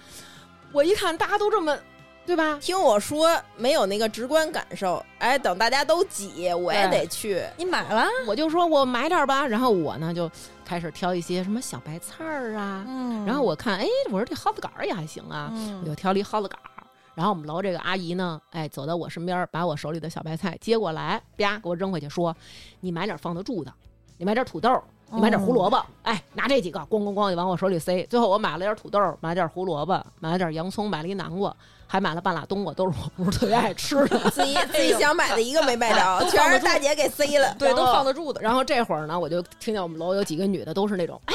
C: 我一看大家都这么，对吧？
E: 听我说，没有那个直观感受，哎，等大家都挤，我也
C: 对
E: 得去。
B: 你买了，
C: 我就说我买点儿吧，然后我呢就开始挑一些什么小白菜儿啊，
B: 嗯
C: 然后我看，哎，我说这蒿子杆儿也还行啊，
B: 嗯
C: 我就挑了一蒿子杆儿。然后我们楼这个阿姨呢，哎，走到我身边儿，把我手里的小白菜接过来，啪给我扔回去，说：“你买点儿放得住的，你买点儿土豆儿，
B: 哦
C: 你买点儿胡萝卜，哎，拿这几个，咣咣咣就往我手里塞。最后我买了点儿土豆儿，买点儿胡萝卜，买了点儿洋葱，买了一南瓜，还买了半拉冬瓜，都是我不是特别爱吃的。*laughs*
E: 自己自己想买的一个没买着，全是大姐给塞了。
C: 对都放得
E: 住的。
C: 然后这会儿呢，我就听见我们楼有几个女的都是那种，哎，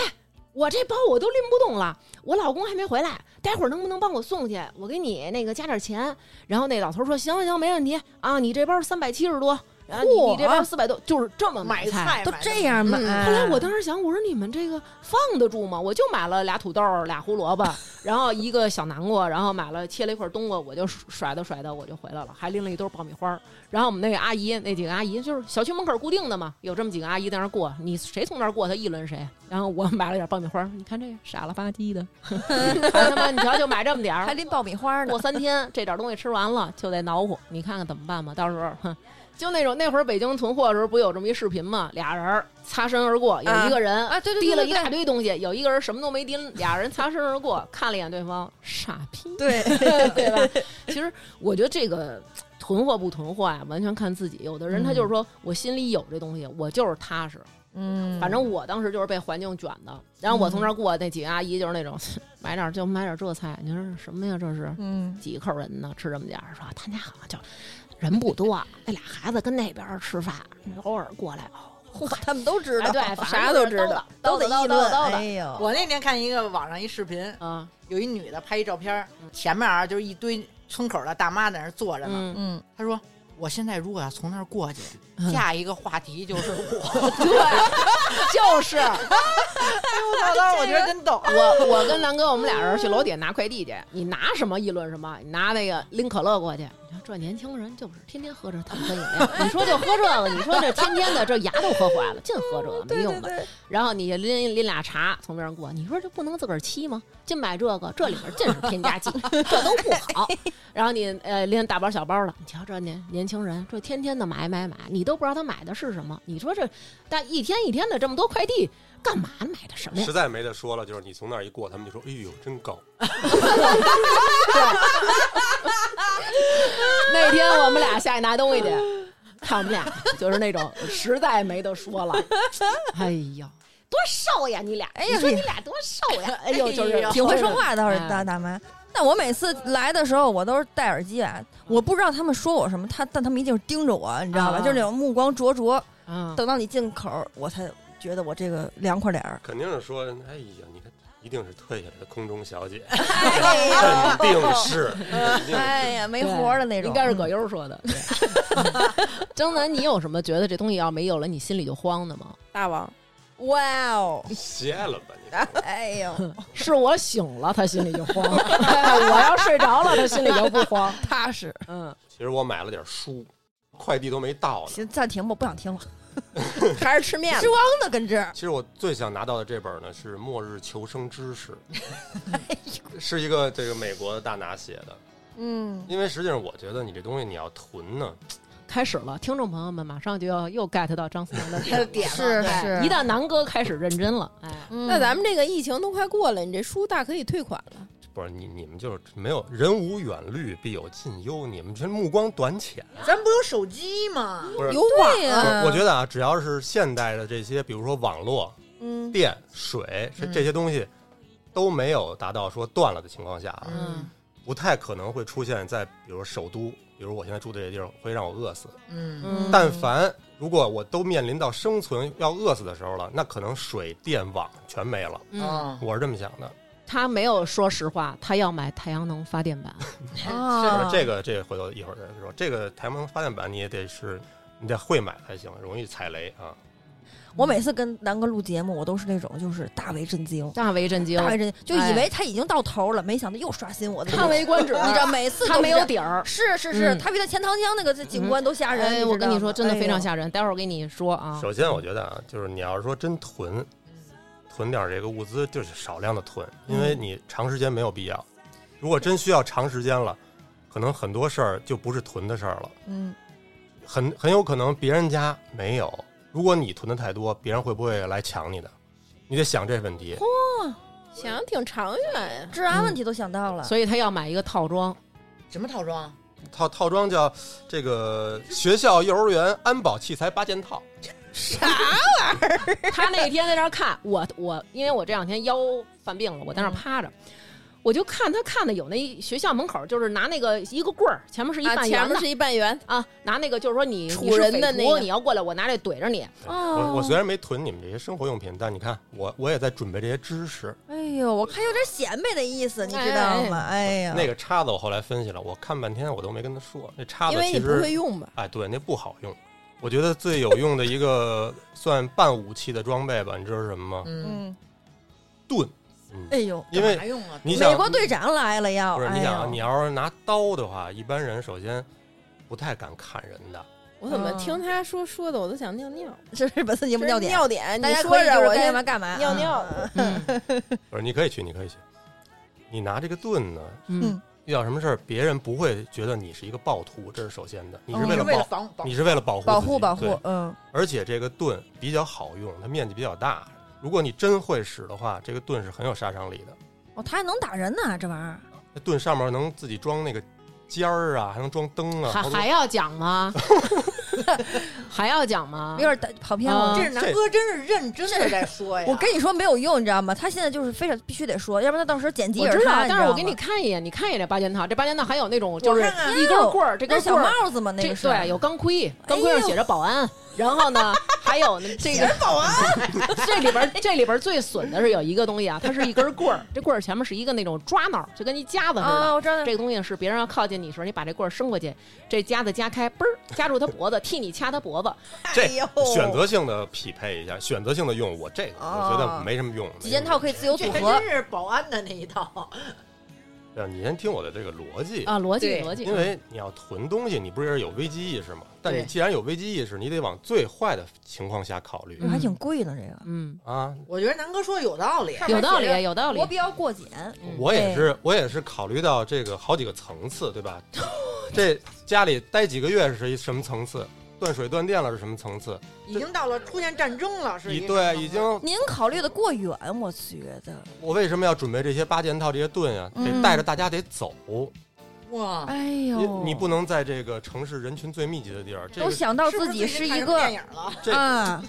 C: 我这包我都拎不动了，我老公还没回来，待会儿能不能帮我送去？我给你那个加点钱。然后那老头说，行行行，没问题啊，你这包三百七十多。然后你你这边四百多，就是这么
D: 买菜
C: 菜。
B: 都这。样买。
E: 嗯
C: 后来我当时想，我说你们这个放得住吗？我就买了俩土豆、俩胡萝卜，然后一个小南瓜，然后买了切了一块冬瓜，我就甩的甩的我就回来了，还拎了一兜爆米花。然后我们那个阿姨，那几个阿姨就是小区门口固定的嘛，有这么几个阿姨在那儿过，你谁从那儿过，她议论谁。然后我买了点爆米花，你看这傻了吧唧的，哎他妈你瞧就买这么点儿，
B: 还拎爆米花呢
C: 过，三天这点东西吃完了就得恼火，你看看怎么办吧？到时候，哼， *laughs* 就那种那会儿北京囤货的时候，不有这么一视频吗？俩人儿擦身而过，有一个人
B: 啊对对对
C: 提了
B: 对
C: 一大堆东西，有一个人什么都没提，俩人擦身而过，看了一眼对方，傻逼，
B: 对
C: *laughs* 对吧？其实我觉得这个囤货不囤货呀，完全看自己。有的人他就是说我心里有这东西，我就是踏实。
B: 嗯
C: 反正我当时就是被环境卷的，然后我从那儿过，那几个阿姨就是那种 *laughs* 买点儿就买点儿这菜，你说什么呀？这是，
B: 嗯，
C: 几口人呢，吃这么点儿，说他家好像就人不多，那俩孩子跟那边儿吃饭，偶尔过来哦。
B: 他们都知道，
C: 哎对，反
E: 啥
C: 正
E: 都
C: 就是
E: 知
C: 叨
E: 道
C: 叨，
B: 都
C: 叨
B: 得
C: 叨
B: 议
C: 叨
B: 论。
C: 叨
B: 哎
C: 的。
B: 呦，
D: 我那天看一个网上一视频，
C: 啊，
D: 有一女的拍一照片儿，前面啊就是一堆村口的大妈在那儿坐着呢。
C: 嗯，
B: 嗯，
D: 她说：“我现在如果要从那儿过去，下一个话题就是我。 *laughs* 哎
C: 就是”
D: 我当时我觉得真逗。
C: 我，我跟南哥，我们俩人去楼底下拿快递去。你拿什么议论什么？你拿那个拎可乐过去。你看这年轻人就是天天喝这碳酸饮料，你说就喝这个，你说这天天的这牙都喝坏了，净喝这个没用的。然后你就拎拎俩茶从边上过，你说这不能自个儿沏吗？净买这个，这里面尽是添加剂， *laughs* 这都不好。然后你呃拎大包小包的，你瞧这年年轻人，这天天的买买买，你都不知道他买的是什么。你说这但一天一天的这么多快递，干嘛呢买的什么呀
A: 实？在没得说了，就是你从那儿一过，他们就说：“哎呦，真高
C: 那天我们俩下去拿东西去，看我们俩就是那种实在没得说了，哎呀，多瘦呀你俩！哎
B: 呀
C: 你说你俩多瘦呀！哎呦，就是
D: 哎呦
B: *laughs* 挺会说话倒是
C: 哎
B: 大大妈。但我每次来的时候，我都是戴耳机啊，我不知道他们说我什么，他但他们一定是盯着我，你知道吧？
C: 啊
B: 就是那种目光灼灼。
C: 啊，
B: 等到你进口，我才觉得我这个凉快脸儿”，
A: 肯定是说：“哎呀，你看，一定是退下来的空中小
B: *laughs*
A: 姐，
B: 哎
A: 肯定是，肯定是。
B: *laughs* 哎呀，没活儿的那种。
C: 应该是葛优说的。嗯张楠，你有什么觉得这东西要没有了，你心里就慌的吗？
E: 大王，
B: 哇哦，
A: 歇了吧你。
B: 哎呦，
C: *laughs* 是我醒了，他心里就慌； *laughs* 我要睡着了，他心里就不慌。
B: 踏实。
C: 嗯，”
A: 其实我买了点书，快递都没到呢。
B: 行，暂停吧，不
C: *laughs*
B: 想听了。
E: 还是吃面
B: 失
E: 子，
B: 望呢，跟这儿
A: 其实我最想拿到的这本呢是《末日求生知识》，
B: *laughs* 哎
A: 是一个这个美国的大拿写的。
B: 嗯，
A: 因为实际上，我觉得你这东西你要囤呢，
C: 开始了，听众朋友们马上就要又 get 到张思楠的点了
D: 点
B: 是
D: 了
B: 是，
C: *laughs* 一旦南哥开始认真了，哎，
E: 那
B: 那
E: 咱们这个疫情都快过了，你这书大可以退款了。
A: 不是你你们就是没有人无远虑必有近忧，你们这目光短浅。
D: 咱不有手机吗？
A: 不是，
E: 有网
A: 不是
E: 啊，
C: 嗯
A: 我觉得啊，只要是现代的这些，比如说网络、
B: 嗯
A: 电、水这
C: 嗯
A: 这些东西，都没有达到说断了的情况下啊，
C: 嗯，
A: 不太可能会出现在比如首都，比如我现在住的这地儿会让我饿死。
D: 嗯，
C: 嗯
A: 但凡如果我都面临到生存要饿死的时候了，那可能水电网全没了。
C: 嗯，
D: 啊
A: 我是这么想的，
C: 他没有说实话，他要买太阳能发电板。哦
B: 啊，
A: 这个这个回头一会儿再说。这个太阳能发电板你也得是，你得会买才行，容易踩雷啊。
B: 我每次跟南哥录节目，我都是那种就是大为震惊，
C: 大为震惊， *laughs*
B: 大为震惊，就
C: 哎
B: 以为他已经到头了，没想到又刷新我的。
C: 叹为
B: *laughs*
C: 观止。
B: 你知道，每次
C: 他没有
B: 底。
C: 底儿。
B: 是是是，
C: 嗯
B: 他比他钱塘江那个景观都吓人。
C: 哎，
B: 知道吗
C: 我跟你说，真的非常。
B: 哎
C: 吓人。待会儿我给你说啊。
A: 首先，我觉得啊，就是你要是说真囤，囤点儿这个物资，就是少量的囤，因为你长时间没有必要。如果真需要长时间了，可能很多事儿就不是囤的事儿了，
B: 呦嗯，
A: 很很有可能别人家没有。如果你囤的太多，别人会不会来抢你的？你得想这问题。
E: 想挺长远呀。
B: 治安问题都想到了。
C: 所以他要买一个套装，
D: 什么套装？
A: 套套装叫这个学校、幼儿园安保器材八件套。
C: 他那天在那儿看我，我因为我这两天腰犯病了，我在那儿趴着，我就看他看的有那学校门口，就是拿那个一个棍儿，前面是一
E: 啊，
C: 半
E: 前
C: 圆的
E: 面是一半圆，
C: 啊，拿那个就是说你
E: 杵
C: 你是
E: 人
C: 匪
E: 的
C: 徒
E: 那个
C: 你要过来，我拿这怼着你。
A: 我我虽然没囤你们这些生活用品，但你看我我也在准备这些知识。
B: 哎呦，我看有点显摆的意思，你知道吗？哎呀，
A: 那个叉子我后来分析了，我看半天我都没跟他说，那叉子
E: 因为
A: 其
E: 你不会
A: 实
E: 用吧？
A: 哎对，那不好用，我觉得最有用的一个算半武器的装备吧，你知道是什么吗？
F: 嗯，
B: 嗯，
A: 盾。嗯，
B: 哎呦，
A: 因
D: 干嘛
A: 为
D: 用啊？
A: 你想
B: 美国队长来了要，
A: 不是
B: 哎
A: 你
B: 呦
A: 想啊，你要是拿刀的话，一般人首先不太敢砍人的。
E: 我怎么
B: 嗯
E: 听他说说的，我都想尿尿。
B: 这 *laughs* 是本次节目
E: 这
B: 尿
E: 是
B: 点，
E: 尿点，
B: 大
E: 你
B: 家
E: 说
B: 可以
E: 着
B: 就是
E: 我
B: 该
E: 先
B: 干嘛干
E: *laughs*
B: 嘛，
E: 尿尿
B: 嗯。
C: 嗯
A: 不是，你可以去，你可以去。你拿这个盾呢，
C: 嗯
B: 嗯
A: 遇到什么事儿，别人不会觉得你是一个暴徒，这是首先的。你是
B: 哦
A: 为
D: 是
A: 了
D: 为了
A: 保，
D: 防保
A: 你是为了保护
B: 保
A: 自己
B: 护保护
A: 对，
B: 嗯，
A: 而且这个盾比较好用，它面积比较大。如果你真会使的话，这个盾是很有杀伤力的。
B: 哦，他还能打人呢，这玩意儿。
A: 那盾上面能自己装那个尖儿啊，还能装灯啊，
C: 还
A: 好多
C: 还要讲 *laughs* 吗？还要讲吗
B: 有？点打跑偏
C: 啊
A: *laughs*
B: 了。
D: 这是南哥真是认真的在说呀。
B: 我跟你说没有用，你知道吗？他现在就是非常必须得说，要不然他到时候剪辑
C: 我
B: 也是
C: 知
B: 他
C: 道，
B: 你
C: 但是我
B: 吗
C: 给你看一眼，你看一眼这八件套，这八件套还有那种就是
D: 我看看
C: 一根棍儿，这
B: 哎那
C: 根
B: 小
C: 棍儿，
B: 帽子嘛，那
C: 这
B: 个是哎
C: 对有钢盔，钢盔上写着保
B: *laughs*
C: 安，然后呢还有呢这个
D: 保安，
C: 这里边儿这里边儿最损的是有一个东西啊，它是一根棍儿，这棍儿前面是一个那种抓挠，就跟一夹子似
B: 啊，
C: 的。
B: 我知道
C: 这个东西是别人要靠近你的时候，你把这棍儿伸过去，这夹子夹开，嘣儿夹住他脖子， *laughs* 替你掐他脖子。
A: 这
D: 哎呦，
A: 选择性的匹配一下，选择性的用我这个，
B: 哦
A: 我觉得没什么用。
B: 几件套
A: 以，
B: 可以自由
D: 这
B: 组
D: 还
B: 合
D: 真，是保安的那一套。
A: 对你先听我的这个逻辑，
C: 啊，逻辑
F: 对
C: 逻辑，
A: 因为你要囤东西，你不是有危机意识吗？但你
C: 对
A: 既然有危机意识，你得往最坏的情况下考虑
C: 嗯
B: 还挺贵呢。这个
C: 嗯，
A: 啊。
D: 我觉得南哥说的有道理，
C: 有道理，啊有道理
B: 国。标过检，
C: 嗯
A: 我也是，我也是考虑到这个好几个层次，对吧？这家里待几个月是一什么层次？断水断电了是什么层次？
D: 已经到了出现战争了，是一
A: 已
D: 个
A: 对，啊已经
B: 您考虑的过远，我觉得。
A: 我为什么要准备这些八件套、这些盾呀、
B: 嗯
A: 得带着大家得走，
D: 哇。
B: 哎
A: 你
B: 呦，
A: 你不能在这个城市人群最密集的地儿。这
B: 都
A: 个
B: 想到
D: 是不
B: 自己
D: 最近看什么电
B: 一个
D: 影了，
A: 这
B: 啊，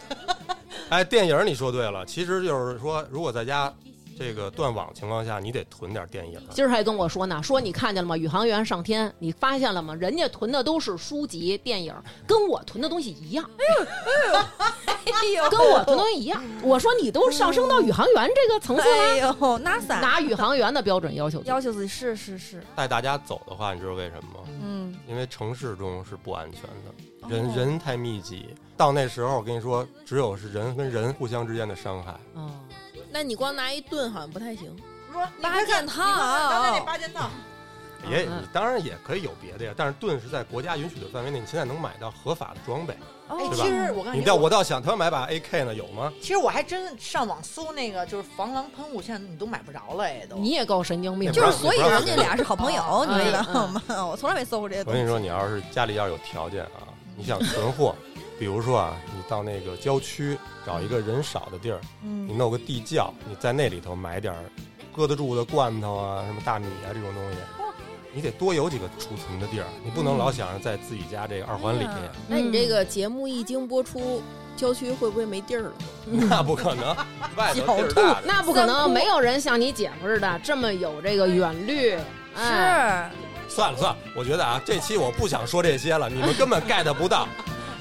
A: 哎，电影儿你说对了，其实就是说，如果在家这个断网情况下，你得囤点电影儿。
C: 今儿还跟我说呢，说你看见了吗？宇航员上天，你发现了吗？人家囤的都是书籍、电影，跟我囤的东西一样， *laughs*
B: 哎呦，
C: 跟我囤的东西一样。我说你都上升到宇航员这个层次了，
B: 哎呦，NASA
C: 拿宇航员的标准要求自己。
B: 要求自己是是是，
A: 带大家走的话，你知道为什么吗？
B: 嗯，
A: 因为城市中是不安全
C: 哦
A: 的，人、人太密集。到那时候，我跟你说，只有是人跟人互相之间的伤害。
C: 嗯
E: 那你光拿一盾好像不太行。
D: 说你
B: 八
D: 快看
B: 件
D: 你
B: 套
D: 快看刚才那八件套，
A: 也、
C: 嗯
A: 你当然也可以有别的呀，但是盾是在国家允许的范围内，你现在能买到合法的装备。
C: 啊
B: 哦
D: 哎，
A: 对吧
D: 其实我刚才
A: 你到我倒想他买把 AK 呢，有吗？
D: 其实我还真上网搜那个，就是防狼喷雾，现在你都买不着了，哎，都。
C: 你也够神经病的，
B: 就是
A: 不
B: 所以
A: 让
B: 人家俩是好朋友，你
C: 嗯
B: 知道吗？ *laughs* 我从来没搜过这些
A: 我
B: 东
A: 跟你
B: 西。
A: 说，你要是家里要有条件啊，你想囤货，比如说啊，你到那个郊区找一个人少的地儿，你
B: 嗯，
A: 弄个地窖，你在那里头买点儿搁得住的罐头啊，什么大米啊这种东西，你得多有几个储存的地儿，你不能老想着在自己家这个二环里，
B: 哎呀
E: 那你这个节目一经播出，郊区会不会没地儿了？
A: 那不可能，外头地儿大着呢。
C: 那不可
B: 三
C: 能，
B: 窟
C: 没有人像你姐夫似的这么有这个远虑。哎，
B: 是。
A: 算了算了，我觉得啊，这期我不想说这些了，你们根本 get 不到。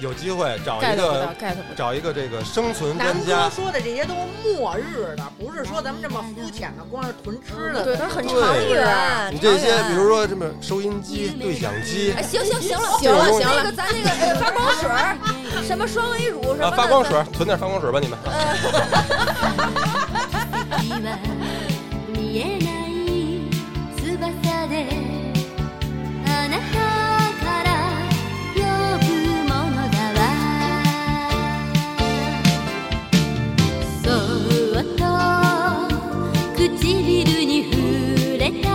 A: 有机会找一
E: get 不到
A: 个
E: ，get 不到。
A: 找一个这个生存
D: 南
A: 专
D: 哥
A: 家，
D: 说的这些都是末日的，不是说咱们这么肤浅的，光是囤吃的。
B: 对，它很
A: 对
B: 长远。
C: 啊
A: 你这
B: 长
A: 些
B: 远
A: 比如，说什么收音
C: 嗯
A: 机、对讲机
B: 哎，行行行了，
E: 行了行
B: 那
E: 了
B: 个咱那个呃发光水儿，什么双 A 乳什么
A: 啊，
B: 的
A: 发光水，囤点发光水吧，你们。
C: 呃
G: 「見えない翼で」「あなたから呼ぶものだわ」「そっと唇に触れた」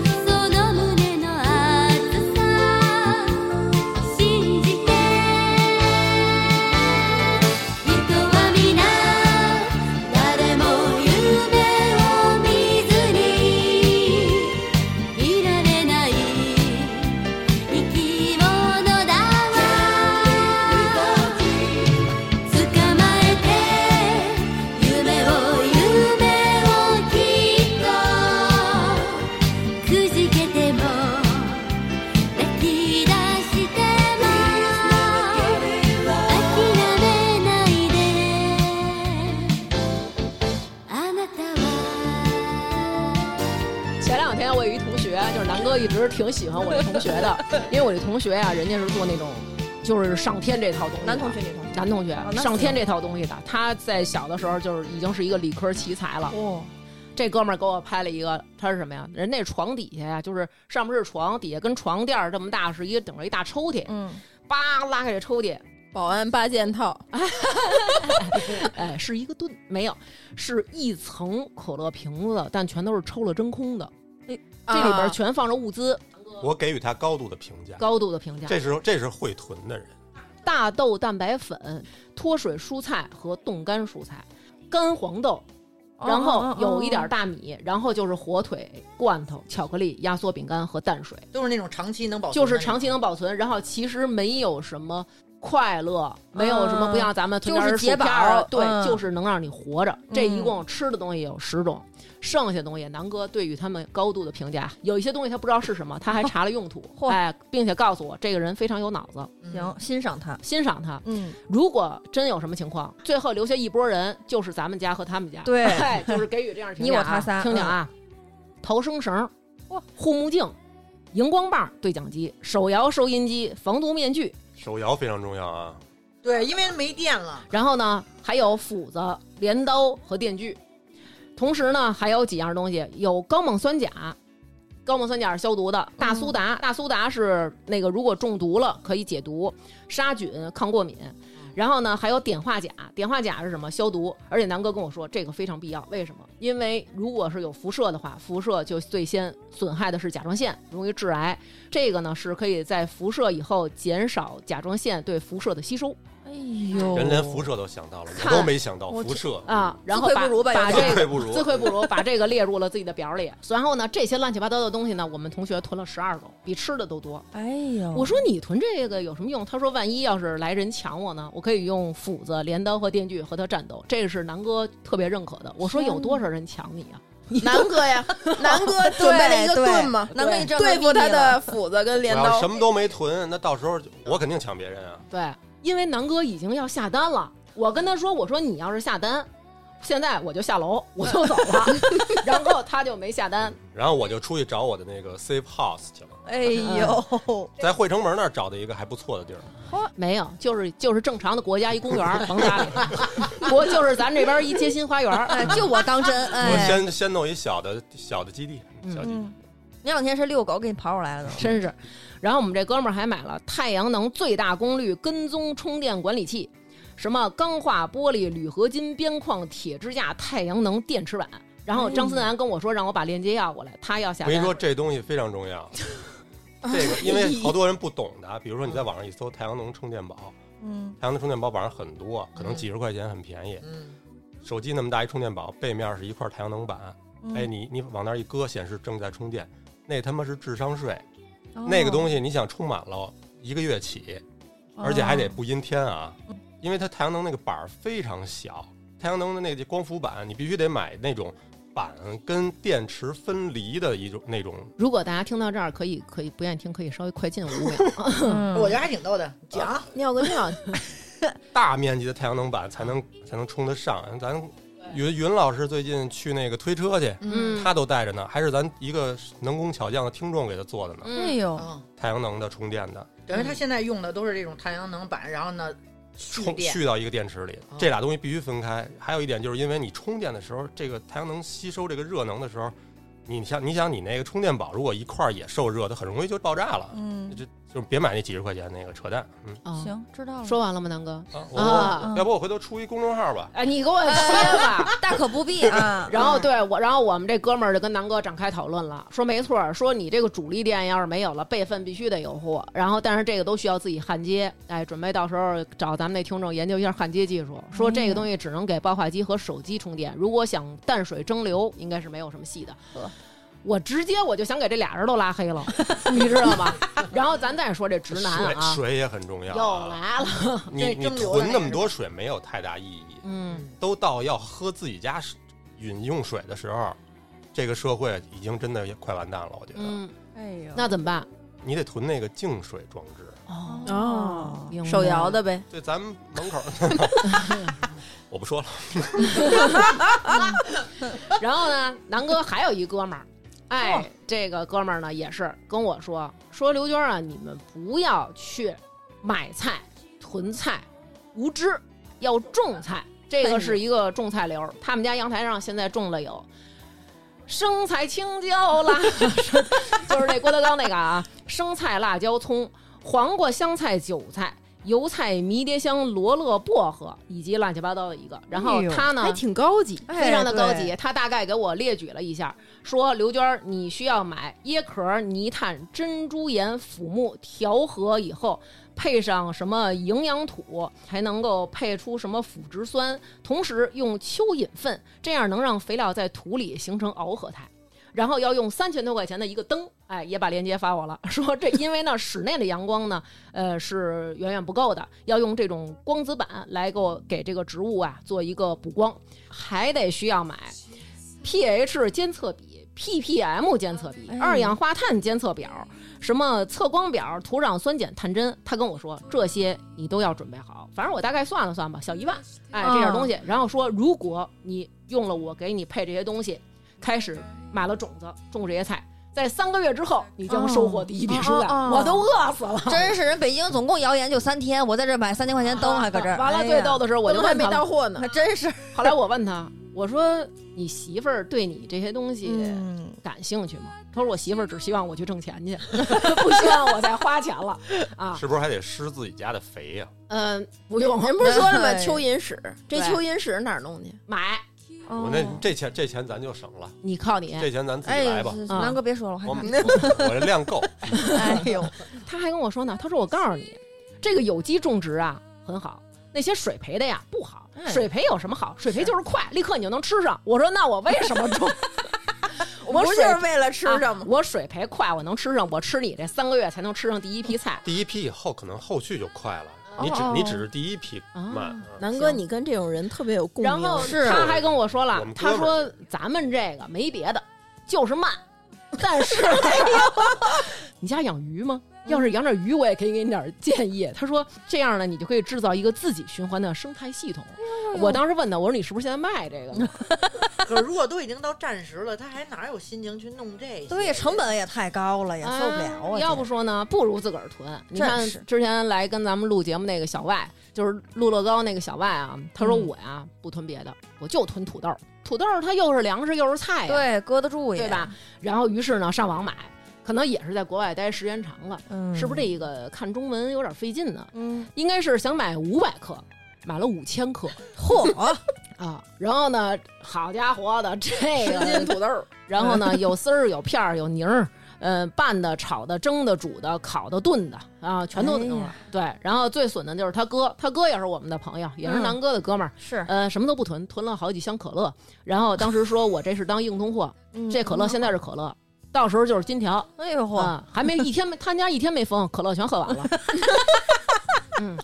G: 「その胸の熱さ信じて」「人は皆誰も夢を見ずにいられない生き物だわ」「捕まえて夢を夢をきっと」「くじけても泣き出しても」諦めないであなたは
C: 前两天我啊有一同学，就是南哥一直挺喜欢我这同学的，因为我这同学呀、人家是做那种就是上天这套东西的。
B: 男同学、女同学，
C: 男同学、
B: 哦那
C: 上天这套东西的，他在小的时候就是已经是一个理科奇才了。
B: 哦，
C: 这哥们儿给我拍了一个，他是什么呀？人那床底下呀，就是上面是床，底下跟床垫儿这么大，是一个顶着一大抽屉，
B: 嗯，
C: 叭拉开这抽屉，
E: 保安八件套，
C: 哎，是一个盾，没有，是一层可乐瓶子，但全都是抽了真空的，这里边
E: 啊
C: 全放着物资，
A: 我给予他高度的评价，
C: 高度的评价。
A: 这是这是会囤的人。
C: 大豆蛋白粉、脱水蔬菜和冻干蔬菜，干黄豆，
B: 哦
C: 然后有一点大米，然后就是火腿、罐头、巧克力、压缩饼干和淡水，
D: 都是那种长期能保存
C: 就
D: 的那种，
C: 是长期能保存。然后其实没有什么快乐，没有什么不像咱们囤点
B: 嗯就是
C: 儿薯
B: 解
C: 片儿，
B: 饱
C: 对，
B: 嗯
C: 就是能让你活着。这一
B: 嗯
C: 共吃的东西有十种，剩下东西南哥对于他们高度的评价，有一些东西他不知道是什么，他还查了用途，
B: *laughs* 嚯
C: 哎，并且告诉我这个人非常有脑子，
D: 嗯
B: 行，欣赏他，
C: 欣赏他。
B: 嗯，
C: 如果真有什么情况，最后留下一拨人，就是咱们家和他们家，
B: 对
C: 哎就是给予这样的评价啊
B: 你我他仨嗯
C: 听听啊，逃生绳、护目镜、荧光棒、对讲机、手摇收音机、防毒面具，
A: 手摇非常重要啊，
D: 对，因为没电了，
C: 然后呢还有斧子、镰刀和电锯。同时呢还有几样东西，有高锰酸钾。高锰酸钾是消毒的，大
B: 哦
C: 苏打，大苏打是那个如果中毒了可以解毒、杀菌、抗过敏。
B: 嗯
C: 然后呢，还有碘化钾，碘化钾是什么？消毒。而且南哥跟我说，这个非常必要。为什么？因为如果是有辐射的话，辐射就最先损害的是甲状腺，容易致癌。这个呢是可以在辐射以后减少甲状腺对辐射的吸收
B: 哎呦
A: 人连辐射都想到了，我
C: 哦看
A: 都没想到
B: 我
A: 辐射
C: 啊，然后
B: 自愧
C: 把
B: 不如吧
C: 把
B: 有
C: 这
A: *laughs*
C: 个
B: 点
A: 自愧不如，
C: 自愧不如，把这个列入了自己的表里。然后呢，这些乱七八糟的东西呢，我们同学囤了十二种，比吃的都多。
B: 哎呦，
C: 我说你囤这个有什么用？他说万一要是来人抢我呢，我可以用斧子、镰刀和电锯和他战斗。这个是南哥特别认可的。我说有多少人抢你啊？
E: 南哥呀， *laughs* 南哥准备了一个盾嘛，
B: 南哥一正
E: 对付他的斧子跟
A: 我
E: 镰
A: 要
E: 刀
A: 什。么都没囤，那到时候就我肯定抢别人啊。
C: 对，因为南哥已经要下单了。我跟他说，我说你要是下单，现在我就下楼，我就走了。 *laughs* 然后他就没下单。
A: 然后我就出去找我的那个 safe house 去了，
B: 哎呦，
A: 在惠城门那儿找的一个还不错的地儿。
C: 没有，就是就是正常的国家一公园儿，甭搭理。国就是咱这边一街心花园儿。
B: 哎，就我当真，
A: 我
B: 哎，
A: 先先弄一小的小的基地，小基地
B: 嗯，那两天是遛狗给你刨出来的，
C: 真是。然后我们这哥们儿还买了太阳能最大功率跟踪充电管理器，什么钢化玻璃、铝合金边框、铁支架、太阳能电池板。然后张思南跟我说，让我把链接要过来，他要下
A: 我跟你说
C: 单。
A: 这东西非常重
B: *laughs*
A: 要。这个因为好多人不懂的，啊比如说你在网上一搜太阳能充电宝，
B: 嗯，
A: 太阳能充电宝网上很多，可能几十块钱很便宜。
D: 嗯，
A: 手机那么大一充电宝，背面是一块太阳能板，
B: 嗯
A: 哎，你你往那儿一搁，显示正在充电，那他妈是智商税。那个东西你想充满了，一个月起，
B: 哦
A: 而且还得不阴天啊，因为它太阳能那个板儿非常小，太阳能的那个光伏板，你必须得买那种板跟电池分离的一种那种。
C: 如果大家听到这儿，可以可以不愿意听，可以稍微快进五秒。
G: 哦
B: 嗯
D: 我觉得还挺逗的。讲，
E: 尿个尿，
A: 大面积的太阳能板才能才能充得上。咱云云老师最近去那个推车去，
C: 嗯
A: 他都带着呢，还是咱一个能工巧匠的听众给他做的呢，
B: 哎呦，
D: 嗯，
A: 太阳能的充电的，
D: 等于他现在用的都是这种太阳能板，然后呢，蓄
A: 充
D: 电，
A: 去到一个电池里
D: 哦，
A: 这俩东西必须分开。还有一点就是因为你充电的时候，这个太阳能吸收这个热能的时候，你像你想你那个充电宝如果一块儿也受热，它很容易就爆炸了。
B: 嗯，
A: 这就别买那几十块钱那个扯淡，嗯
C: 啊，
B: 行，知道了。
C: 说完了吗，南哥？
A: 啊，我、
C: 啊
A: 要不我回头出一公众号吧，
C: 哎，你给我歇 *laughs* 吧。。
B: 大可不必
C: *laughs*
B: 啊
C: 然后对我，然后我们这哥们儿就跟南哥展开讨论了，说没错儿，说你这个主力店要是没有了，备份必须得有货。然后但是这个都需要自己焊接，哎，准备到时候找咱们那听众研究一下焊接技术。说这个东西只能给爆化机和手机充电，如果想淡水蒸馏，应该是没有什么戏的。我直接我就想给这俩人都拉黑了，你知道吗？然后咱再说这直男
A: 水
C: 啊，
A: 水也很重要、
C: 又
A: 啊。
C: 来了，
A: 你你
D: 这蒸馏的那
A: 囤那么多水没有太大意义，
C: 嗯。
A: 都到要喝自己家水饮用水的时候，这个社会已经真的快完蛋了。我觉得、
C: 嗯，
B: 哎呦，
C: 那怎么办？
A: 你得囤那个净水装置。
B: 哦，
C: 明白
E: 手摇的呗。
A: 对，咱们门口，我不说了。
C: 然后呢，南哥还有一哥们儿，哎，这个哥们儿呢也是跟我说说刘娟儿啊，你们不要去买菜、囤菜、无知，要种菜。这个是一个种菜流儿，他们家阳台上现在种了有生菜、青椒、辣， *laughs* 就是那郭德纲那个啊，生菜、辣椒、葱、黄瓜、香菜、韭菜、油菜、迷迭香、罗勒、薄荷，以及乱七八糟的一个。然后
H: 哎呦
C: 他呢，
H: 还挺高级，
C: 非常的高
H: 哎
C: 级。。他大概给我列举了一下，说刘娟儿，你需要买椰壳、泥炭、珍珠岩、腐木调和以后，配上什么营养土，才能够配出什么腐殖酸。同时用蚯蚓粪，这样能让肥料在土里形成螯合态。然后要用三千多块钱的一个灯，哎，也把链接发我了， *laughs* 说这因为呢室内的阳光呢，呃是远远不够的，要用这种光子板来给我给这个植物啊做一个补光，还得需要买 pH 监测笔、ppm 监测笔、二氧化碳监测表、什么测光表、土壤酸碱探针。他跟我说这些你都要准备好，反正我大概算了算吧，小一万，哎，这点东西。然后说如果你用了我给你配这些东西，开始买了种子种这些菜。在三个月之后，你将收获第一笔蔬菜。
H: 哦哦哦
C: 我都饿死了。
B: *laughs* 真是人北京总共谣言就三天，我在这儿买三千块钱灯还搁这儿，
C: *laughs* 完了，
B: 哎呀
C: 最逗的是，我就
E: 还
C: 问
E: 没
C: 他
E: 到
C: 了，
E: 货
B: *laughs*
E: 呢
B: 还。真是，
C: 后来我问他，我说你媳妇儿对你这些东西
B: 嗯
C: 感兴趣吗？他说我媳妇儿只希望我去挣钱去， *laughs* 不希望我再花钱了啊。
A: *laughs* 是不是还得施自己家的肥呀、
C: 嗯、不 *laughs* 用
E: 您不是说了吗？
H: 对
E: 蚯蚓屎，这
C: 对
E: 蚯蚓屎哪儿弄去？
C: 买，
A: 我那这钱这钱咱就省了，
C: 你靠你。
A: 这钱咱自己
B: 哦哎
A: 来
B: 呀，
A: 吧。
B: 是南哥别说了，我害
A: 我
B: 怕。
A: 我这量够，
B: 哎呦，
C: 他还跟我说呢，他说我告诉你，这个有机种植啊很好，那些水培的呀不好。
E: 哎
C: 水培有什么好？水培就是快，立刻你就能吃上。我说那我为什么
E: *laughs*
C: 种？我
E: 不
C: 水
E: 就是为了吃上
C: 啊
E: 吗？
C: 我水培快，我能吃上，我吃你这三个月才能吃上第一批菜。
A: 第一批以后可能后续就快了。你只
H: 哦
A: 你只是第一批
E: 啊
A: 慢，啊
E: 南哥，你跟这种人特别有共鸣。
C: 然后
B: 是
C: 他还跟我说了
A: 我们，哥
C: 他
A: 们儿
C: 说咱们这个没别的，就是
B: *laughs*
C: 慢，但是
B: 哎
C: 哎 *laughs* 你家养鱼吗？要是养点鱼，我也可以给你点儿建议。他说这样呢，你就可以制造一个自己循环的生态系统。
B: 哎
C: 我当时问他，我说你是不是现在卖这个呢？
D: 可是如果都已经到战时了，他还哪有心情去弄这些？
B: *laughs* 对，成本也太高了，也受不了啊。
C: 嗯哎要
B: 这
C: 不说呢，不如自个儿囤。你
B: 真
C: 看
B: 是
C: 之前来跟咱们录节目那个小外，就是录乐高那个小外啊，他说
H: 嗯
C: 我呀、不囤别的，我就囤土豆儿。土豆儿它又是粮食又是菜呀，
B: 对，搁得住也
C: 对吧？？然后于是呢，上网买，可能也是在国外待时间长了，
B: 嗯
C: 是不是这个看中文有点费劲呢？
B: 嗯，
C: 应该是想买五百克，买了五千克
B: 嚯，
C: *laughs* 啊。然后呢，好家伙的这
E: 十斤
C: 个，
E: 土豆儿，
C: 然后呢 *laughs* 有丝儿有片儿有泥儿。呃，拌的、炒的、蒸的、煮的、烤的、炖的啊，全都
B: 哎
C: 弄了。对，然后最损的就是他哥，他哥也是我们的朋友，也是
B: 嗯
C: 南哥的哥们儿。
B: 是
C: 呃，什么都不囤，囤了好几箱可乐。然后当时说我这是当硬通货，
B: 嗯
C: 这可乐现在是可乐，到时候就是金条。
B: 哎呦嚯，
C: 啊，还没一天没他家一天没封，可乐全喝完
B: *laughs*
C: 了。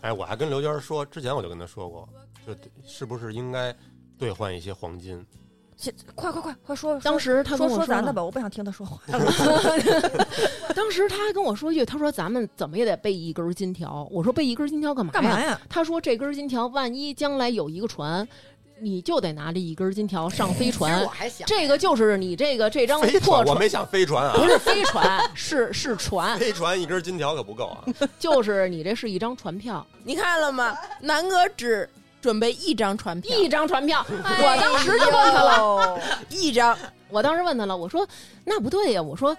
A: 哎，我还跟刘娟说，之前我就跟她说过，就是不是应该兑换一些黄金？
B: 这快快快快说，
C: 当时他
B: 说
C: 跟我
B: 说咱
C: 了
B: 的吧，我不想听他
C: *laughs*
B: 说话。 *laughs*
C: 当时他还跟我说一句，他说咱们怎么也得备一根金条。我说备一根金条干嘛
B: 干嘛呀？
C: 他说这根金条万一将来有一个船，你就得拿着一根金条上飞
B: 哎
D: 其实
C: 船
D: 我。还想，
C: 这个就是你这个这张
A: 飞
C: 破
A: 船我
C: 船，
A: 没想飞船啊
C: 不，是飞船，是是船，
A: 飞船一根金条可不够啊。
C: 就是你这是一张船票，
E: 你看了吗？南哥只准备一张船票，
C: 一张船票。我当时就问他 *laughs* 了，
E: 了，一张。
C: 我当时问他了，我说那不对呀，我说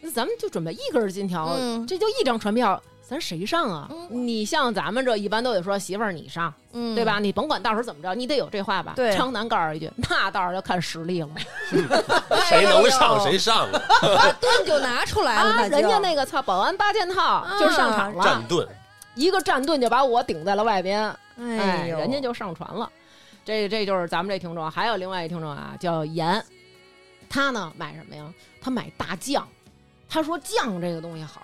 C: 那咱们就准备一根金条，
B: 嗯
C: 这就一张船票，咱谁上啊？你像咱们这一般都得说媳妇儿你上，
B: 嗯
C: 对吧？？你甭管到时候怎么着，你得有这话吧？
B: 对
C: 昌南告诉一句，那到时候要看实力了。
A: 谁能上谁上啊！
B: 把盾哎就拿出来了，
C: 啊，
B: 那就啊
C: 人家那个操保安八件套就上场了
A: 战，盾，
C: 一个战盾就把我顶在了外边，
B: 哎
C: 哎，
B: 呦，
C: 人家就上船了。这这就是咱们这听众，还有另外一听众啊，叫严，他呢买什么呀？他买大酱，他说酱这个东西好，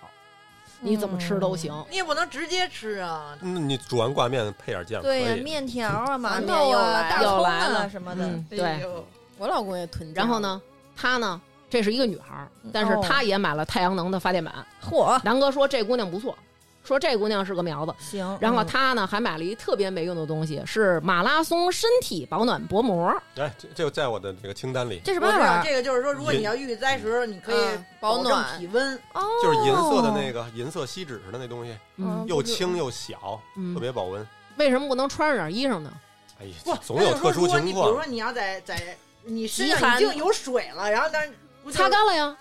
C: 你怎么吃
B: 嗯
C: 都行。
D: 你也不能直接吃啊。
A: 那嗯你煮完挂面配点酱可
B: 对呀，
A: 以。
B: 面条啊，馒
E: 面
B: 头
E: 又
B: 啊，
E: 来
B: 大
C: 了
B: 葱
C: 又来
B: 啊
C: 了
B: 什么的，
C: 嗯，
D: 哎
C: 对。
D: 呦，
E: 我老公也囤。
C: 然后？呢，她呢，这是一个女孩儿，但是
B: 哦
C: 她也买了太阳能的发电板。
B: 嚯，
C: 南哥说这姑娘不错，说这姑娘是个苗子。
B: 行
C: 然后她呢还买了一特别没用的东西，是马拉松身体保暖薄膜。
A: 哎，这这在我的这个清单里，
C: 这是
D: 我
C: 嘛
D: 知
C: 玩意
D: 道
C: 儿？
D: 这个就是说，如果你要遇灾时候，你可以
E: 嗯保
D: 证
E: 暖
D: 体温，
B: 哦
A: 就是银色的那个银色锡纸似的那东西，
C: 嗯
A: 又轻又小，
C: 嗯
A: 特别保温。
C: 为什么不能穿上点衣裳呢？
A: 哎呀
D: 不，，
A: 总有特
D: 那就是
A: 殊
D: 说你
A: 情
D: 比如
A: 况
D: 说。你要在在你身
E: 极
D: 上
E: 寒
D: 已经有水了，然后但是不就是
C: 擦，干了呀。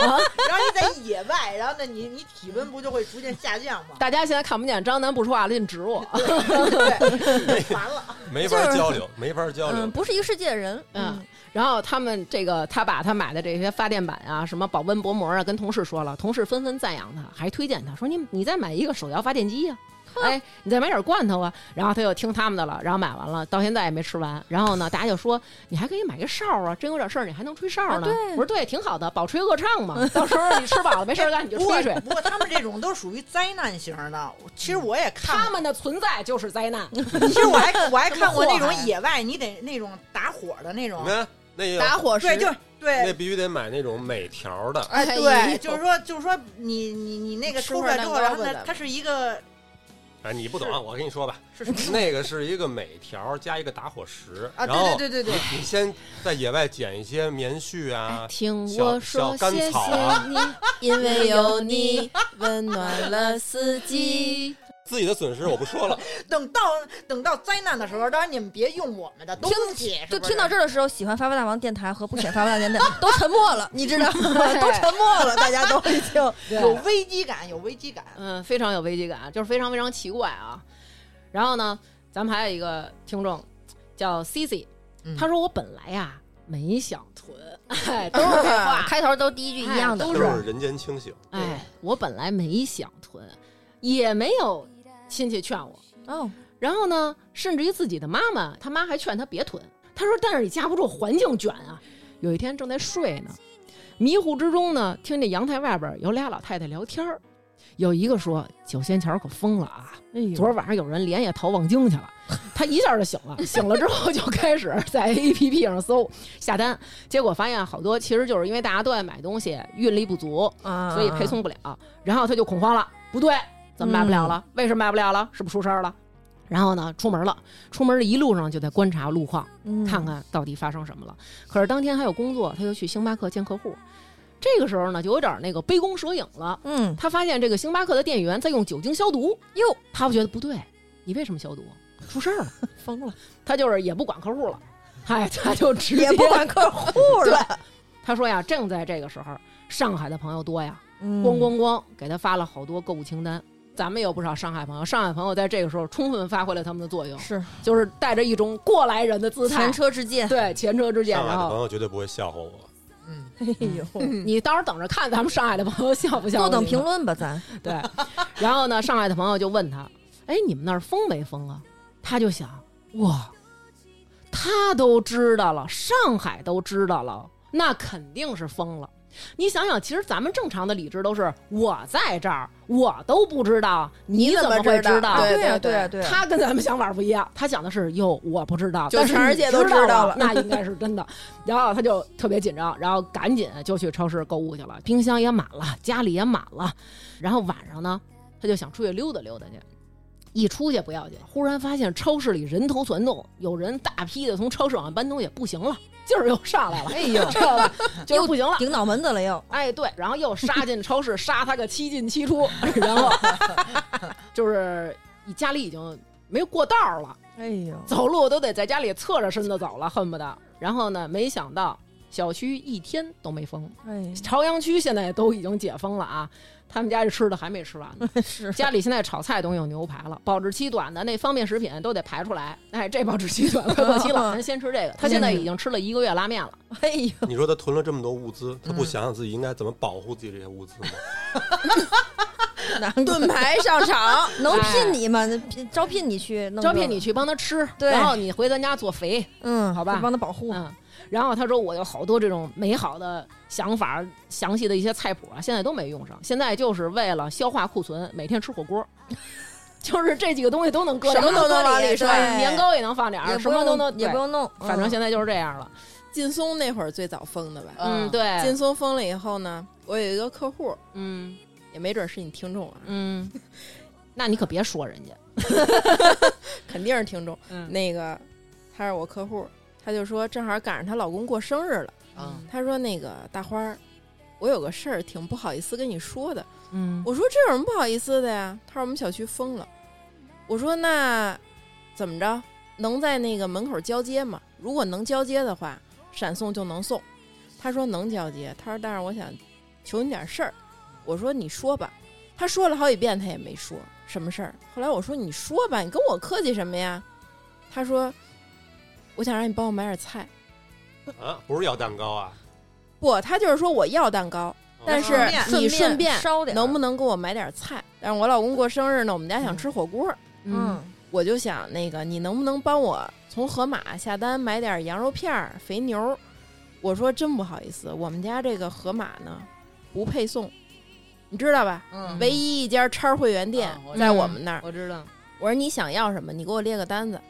D: 然后你在野外，然后那你你体温不就会逐渐下降
C: *laughs*
D: 吗？
C: 大家现在看不见张楠不说话了，你指我。
D: 对，完了，
A: 没法交流，没法交流
B: 嗯，。不是一个世界的人，
C: 嗯，然后他们这个，他把他买的这些发电板啊，什么保温薄膜啊，跟同事说了，同事纷纷赞扬他，还推荐他说你你再买一个手摇发电机呀、哎，你再买点罐头啊。然后他又听他们的了，然后买完了，到现在也没吃完。然后呢，大家就说你还可以买个哨啊，真有点事儿你还能吹哨呢。
B: 啊对
C: 我说对，挺好的，饱吹饿唱嘛。到时候你吃饱了没事儿干你就
D: 不
B: *laughs*
D: 过
C: 吹吹。
D: 不过他们这种都属于灾难型的，其实我也看过
C: 他们的存在就是灾难，
D: 其实我还我还看过那
C: 祸
D: 种
C: 害
D: 野外，你得那种打火的那种
A: 你，看那也有
E: 打火石
D: 对，就是
A: 那
D: 对。
A: 必须得买那种每条的，
E: 哎
D: 对，就是说，就是说你，你你那个
E: 吃
D: 抽出来之后，
E: 会儿蛋糕
D: 然后
E: 吧
D: 呢
E: 咱，们
D: 它是一个
A: 哎，你不懂啊，我跟你说吧，
D: 是什 *laughs* 么
A: 那个是一个镁条加一个打火石，
D: 啊？
A: 然后
D: 对对对对对，
A: 你先在野外捡一些棉絮啊，
C: 哎听
A: 小小甘草啊，
E: 因为有你，
C: 哎
E: 温暖了四季。
A: 自己的损失我
D: *laughs*
A: 不说了，
D: 等到等到灾难的时候，当然你们别用我们的东西，是
B: 就
D: 不
B: 听
D: 是
B: 到这儿的时候，喜欢发发大王电台和不喜欢发发大王电台 *laughs* 都沉默了，你知道吗？
C: *laughs*
B: 都沉默了，大家都已经。
D: 有危机感，有危机感。
C: 嗯，非常有危机感，就是非常非常奇怪啊。然后呢，咱们还有一个听众叫 C C，
D: 嗯
C: 他说我本来呀、没想囤，哎，都是这话，
B: 开头都第一句一样的，
C: 哎
A: 都
C: 都
A: 是
C: 是
A: 人间清醒。
C: 哎，我本来没想囤，也没有亲戚劝我，
B: 哦，
C: 然后呢，甚至于自己的妈妈，他妈还劝他别囤。他说：“但是你架不住环境卷啊。”有一天正在睡呢，迷糊之中呢，听见阳台外边有俩老太太聊天儿，有一个说：“九仙桥可疯了啊！昨儿晚上有人连夜逃望京去了。”他一下就醒了，醒了之后就开始在 APP 上搜下单，结果发现好多其实就是因为大家都爱买东西，运力不足，
B: 啊
C: 所以配送不了。然后他就恐慌了，不对，怎么买不了了？
B: 嗯
C: 为什么买不了了？是不是出事儿了？然后呢，出门了，出门的一路上就在观察路况，
B: 嗯
C: 看看到底发生什么了。可是当天还有工作，他又去星巴克见客户。这个时候呢，就有点那个杯弓蛇影了。
B: 嗯，
C: 他发现这个星巴克的店员在用酒精消毒，
B: 哟，
C: 他觉得不对，你为什么消毒？出事儿
B: *laughs*
C: 了，疯了。他就是也不管客户了，哎，他就直接
B: 也不管客户了，
C: 他说呀，正在这个时候，上海的朋友多呀，咣咣
B: 咣
C: 咣给他发了好多购物清单。咱们有不少上海朋友，上海朋友在这个时候充分发挥了他们的作用，
B: 是
C: 就是带着一种过来人的姿态
B: 前，车之鉴。
C: 对前车之鉴。
A: 上海
C: 然
A: 的朋
C: 后
A: 友绝对不会笑
D: *laughs*
A: 话我，
D: 嗯，
B: 哎呦，
C: 你到时候等着看咱们上海的朋友笑不笑。
B: 坐等评。论吧，咱
C: *laughs* 对，然后呢，上海的朋友就问他：“哎，你们那儿封没封啊？”他就想：“哇，他都知道了，上海都知道了，那肯定是封了。”你想想，其实咱们正常的理智都是我在这儿，我都不知道，你怎
E: 怎么
C: 会
E: 知道
C: 道？
E: 对
B: 呀，对
C: 啊
B: 呀，对呀，
C: 他跟咱们想法不一样，他想的是哟，我不知道，
E: 就
C: 但是
E: 全世界都
C: 你
E: 知道
C: 了
E: 了，
C: 那应该是真的。 *laughs* 然后他就特别紧张，然后赶紧就去超市购物去了，冰箱也满了，家里也满了。然后晚上呢，他就想出去溜达溜达去。一出去不要紧，忽然发现超市里人头攒动，有人大批的从超市往外搬东西，不行了，劲儿又上来了，哎呦， *laughs* 知道吧？就是不行了，
B: 顶脑门子了又。
C: 哎，对，然后又杀进超市，杀他个七进七出， *laughs* 然
B: *laughs*
C: 后就是家里已经没有过道儿了，
B: 哎呦，
C: 走路都得在家里侧着身子走了，恨不得。然后呢，没想到小区一天都没封，
B: 哎，
C: 朝阳区现在都已经解封了啊，他们家这吃的还没吃完呢。
B: 是
C: 家里现在炒菜都有牛排了，保质期短的那方便食品都得排出来。哎，这保质期短了，快过期了，
B: *laughs*
C: 咱先吃这个。他现在已经吃了一个月拉面了。
B: 哎呦，
A: 你说他囤了这么多物
C: 嗯
A: 资，他不想想自己应该怎么保护自己这些物资吗？
C: *laughs*
B: 难
E: *laughs*
B: 怪
E: 盾牌上场，
B: 能聘你吗？聘招聘你去，弄
C: 招
B: 这
C: 聘
B: 个
C: 你，去帮他吃，
B: 对
C: 然后你回咱家做肥，
B: 嗯，
C: 好吧
B: 就帮他保护。
C: 嗯。然后他说我有好多这种美好的想法，详细的一些菜谱啊，现在都没用上，现在就是为了消化库存，每天吃火锅。 *laughs* 就是这几个东西都能搁点儿，
E: 什么都
C: 搁
E: 能往里
C: 是吧
E: 塞
C: 年糕也能放点儿，
B: 也
C: 什
B: 不
C: 么
B: 用
C: 都能，
B: 也
C: 对
B: 不用弄，
C: 反正
B: 嗯
C: 现在就是这样了。
E: 劲松那会儿最早封的吧？
C: 嗯，对，
E: 劲松封了以后呢，我有一个客户，
C: 嗯
E: 也没准是你听众啊，
C: 嗯，那你可别说人家，
E: 肯定是听众。
C: 嗯
E: 那个他是我客户，他就说正好赶上她老公过生日了，
F: 啊，
E: 他说那个大花儿，我有个事儿挺不好意思跟你说的。
C: 嗯，
E: 我说这有什么不好意思的呀？他说我们小区封了。我说那怎么着？能在那个门口交接吗？如果能交接的话，闪送就能送。他说能交接。他说但是我想求你点事儿。我说你说吧。他说了好几遍，他也没说什么事儿。后来我说你说吧，你跟我客气什么呀？他说我想让你帮我买点菜。
A: 啊，不是要蛋糕啊，
E: 不，他就是说我要蛋糕，但是
D: 顺便
E: 你顺
B: 哦顺
E: 便
B: 烧点儿，
E: 能不能给我买点菜？但是我老公过生日呢，我们家想吃火锅，
C: 嗯，
E: 我就想那个你能不能帮我从盒马下单买点羊肉片儿、肥牛儿？我说真不好意思，我们家这个盒马呢不配送，你知道吧？
D: 嗯
E: 唯一一家超会员店
F: 啊我知
E: 在
C: 道
E: 我们那儿。
C: 我知道，
E: 我说你想要什么，你给我列个单子。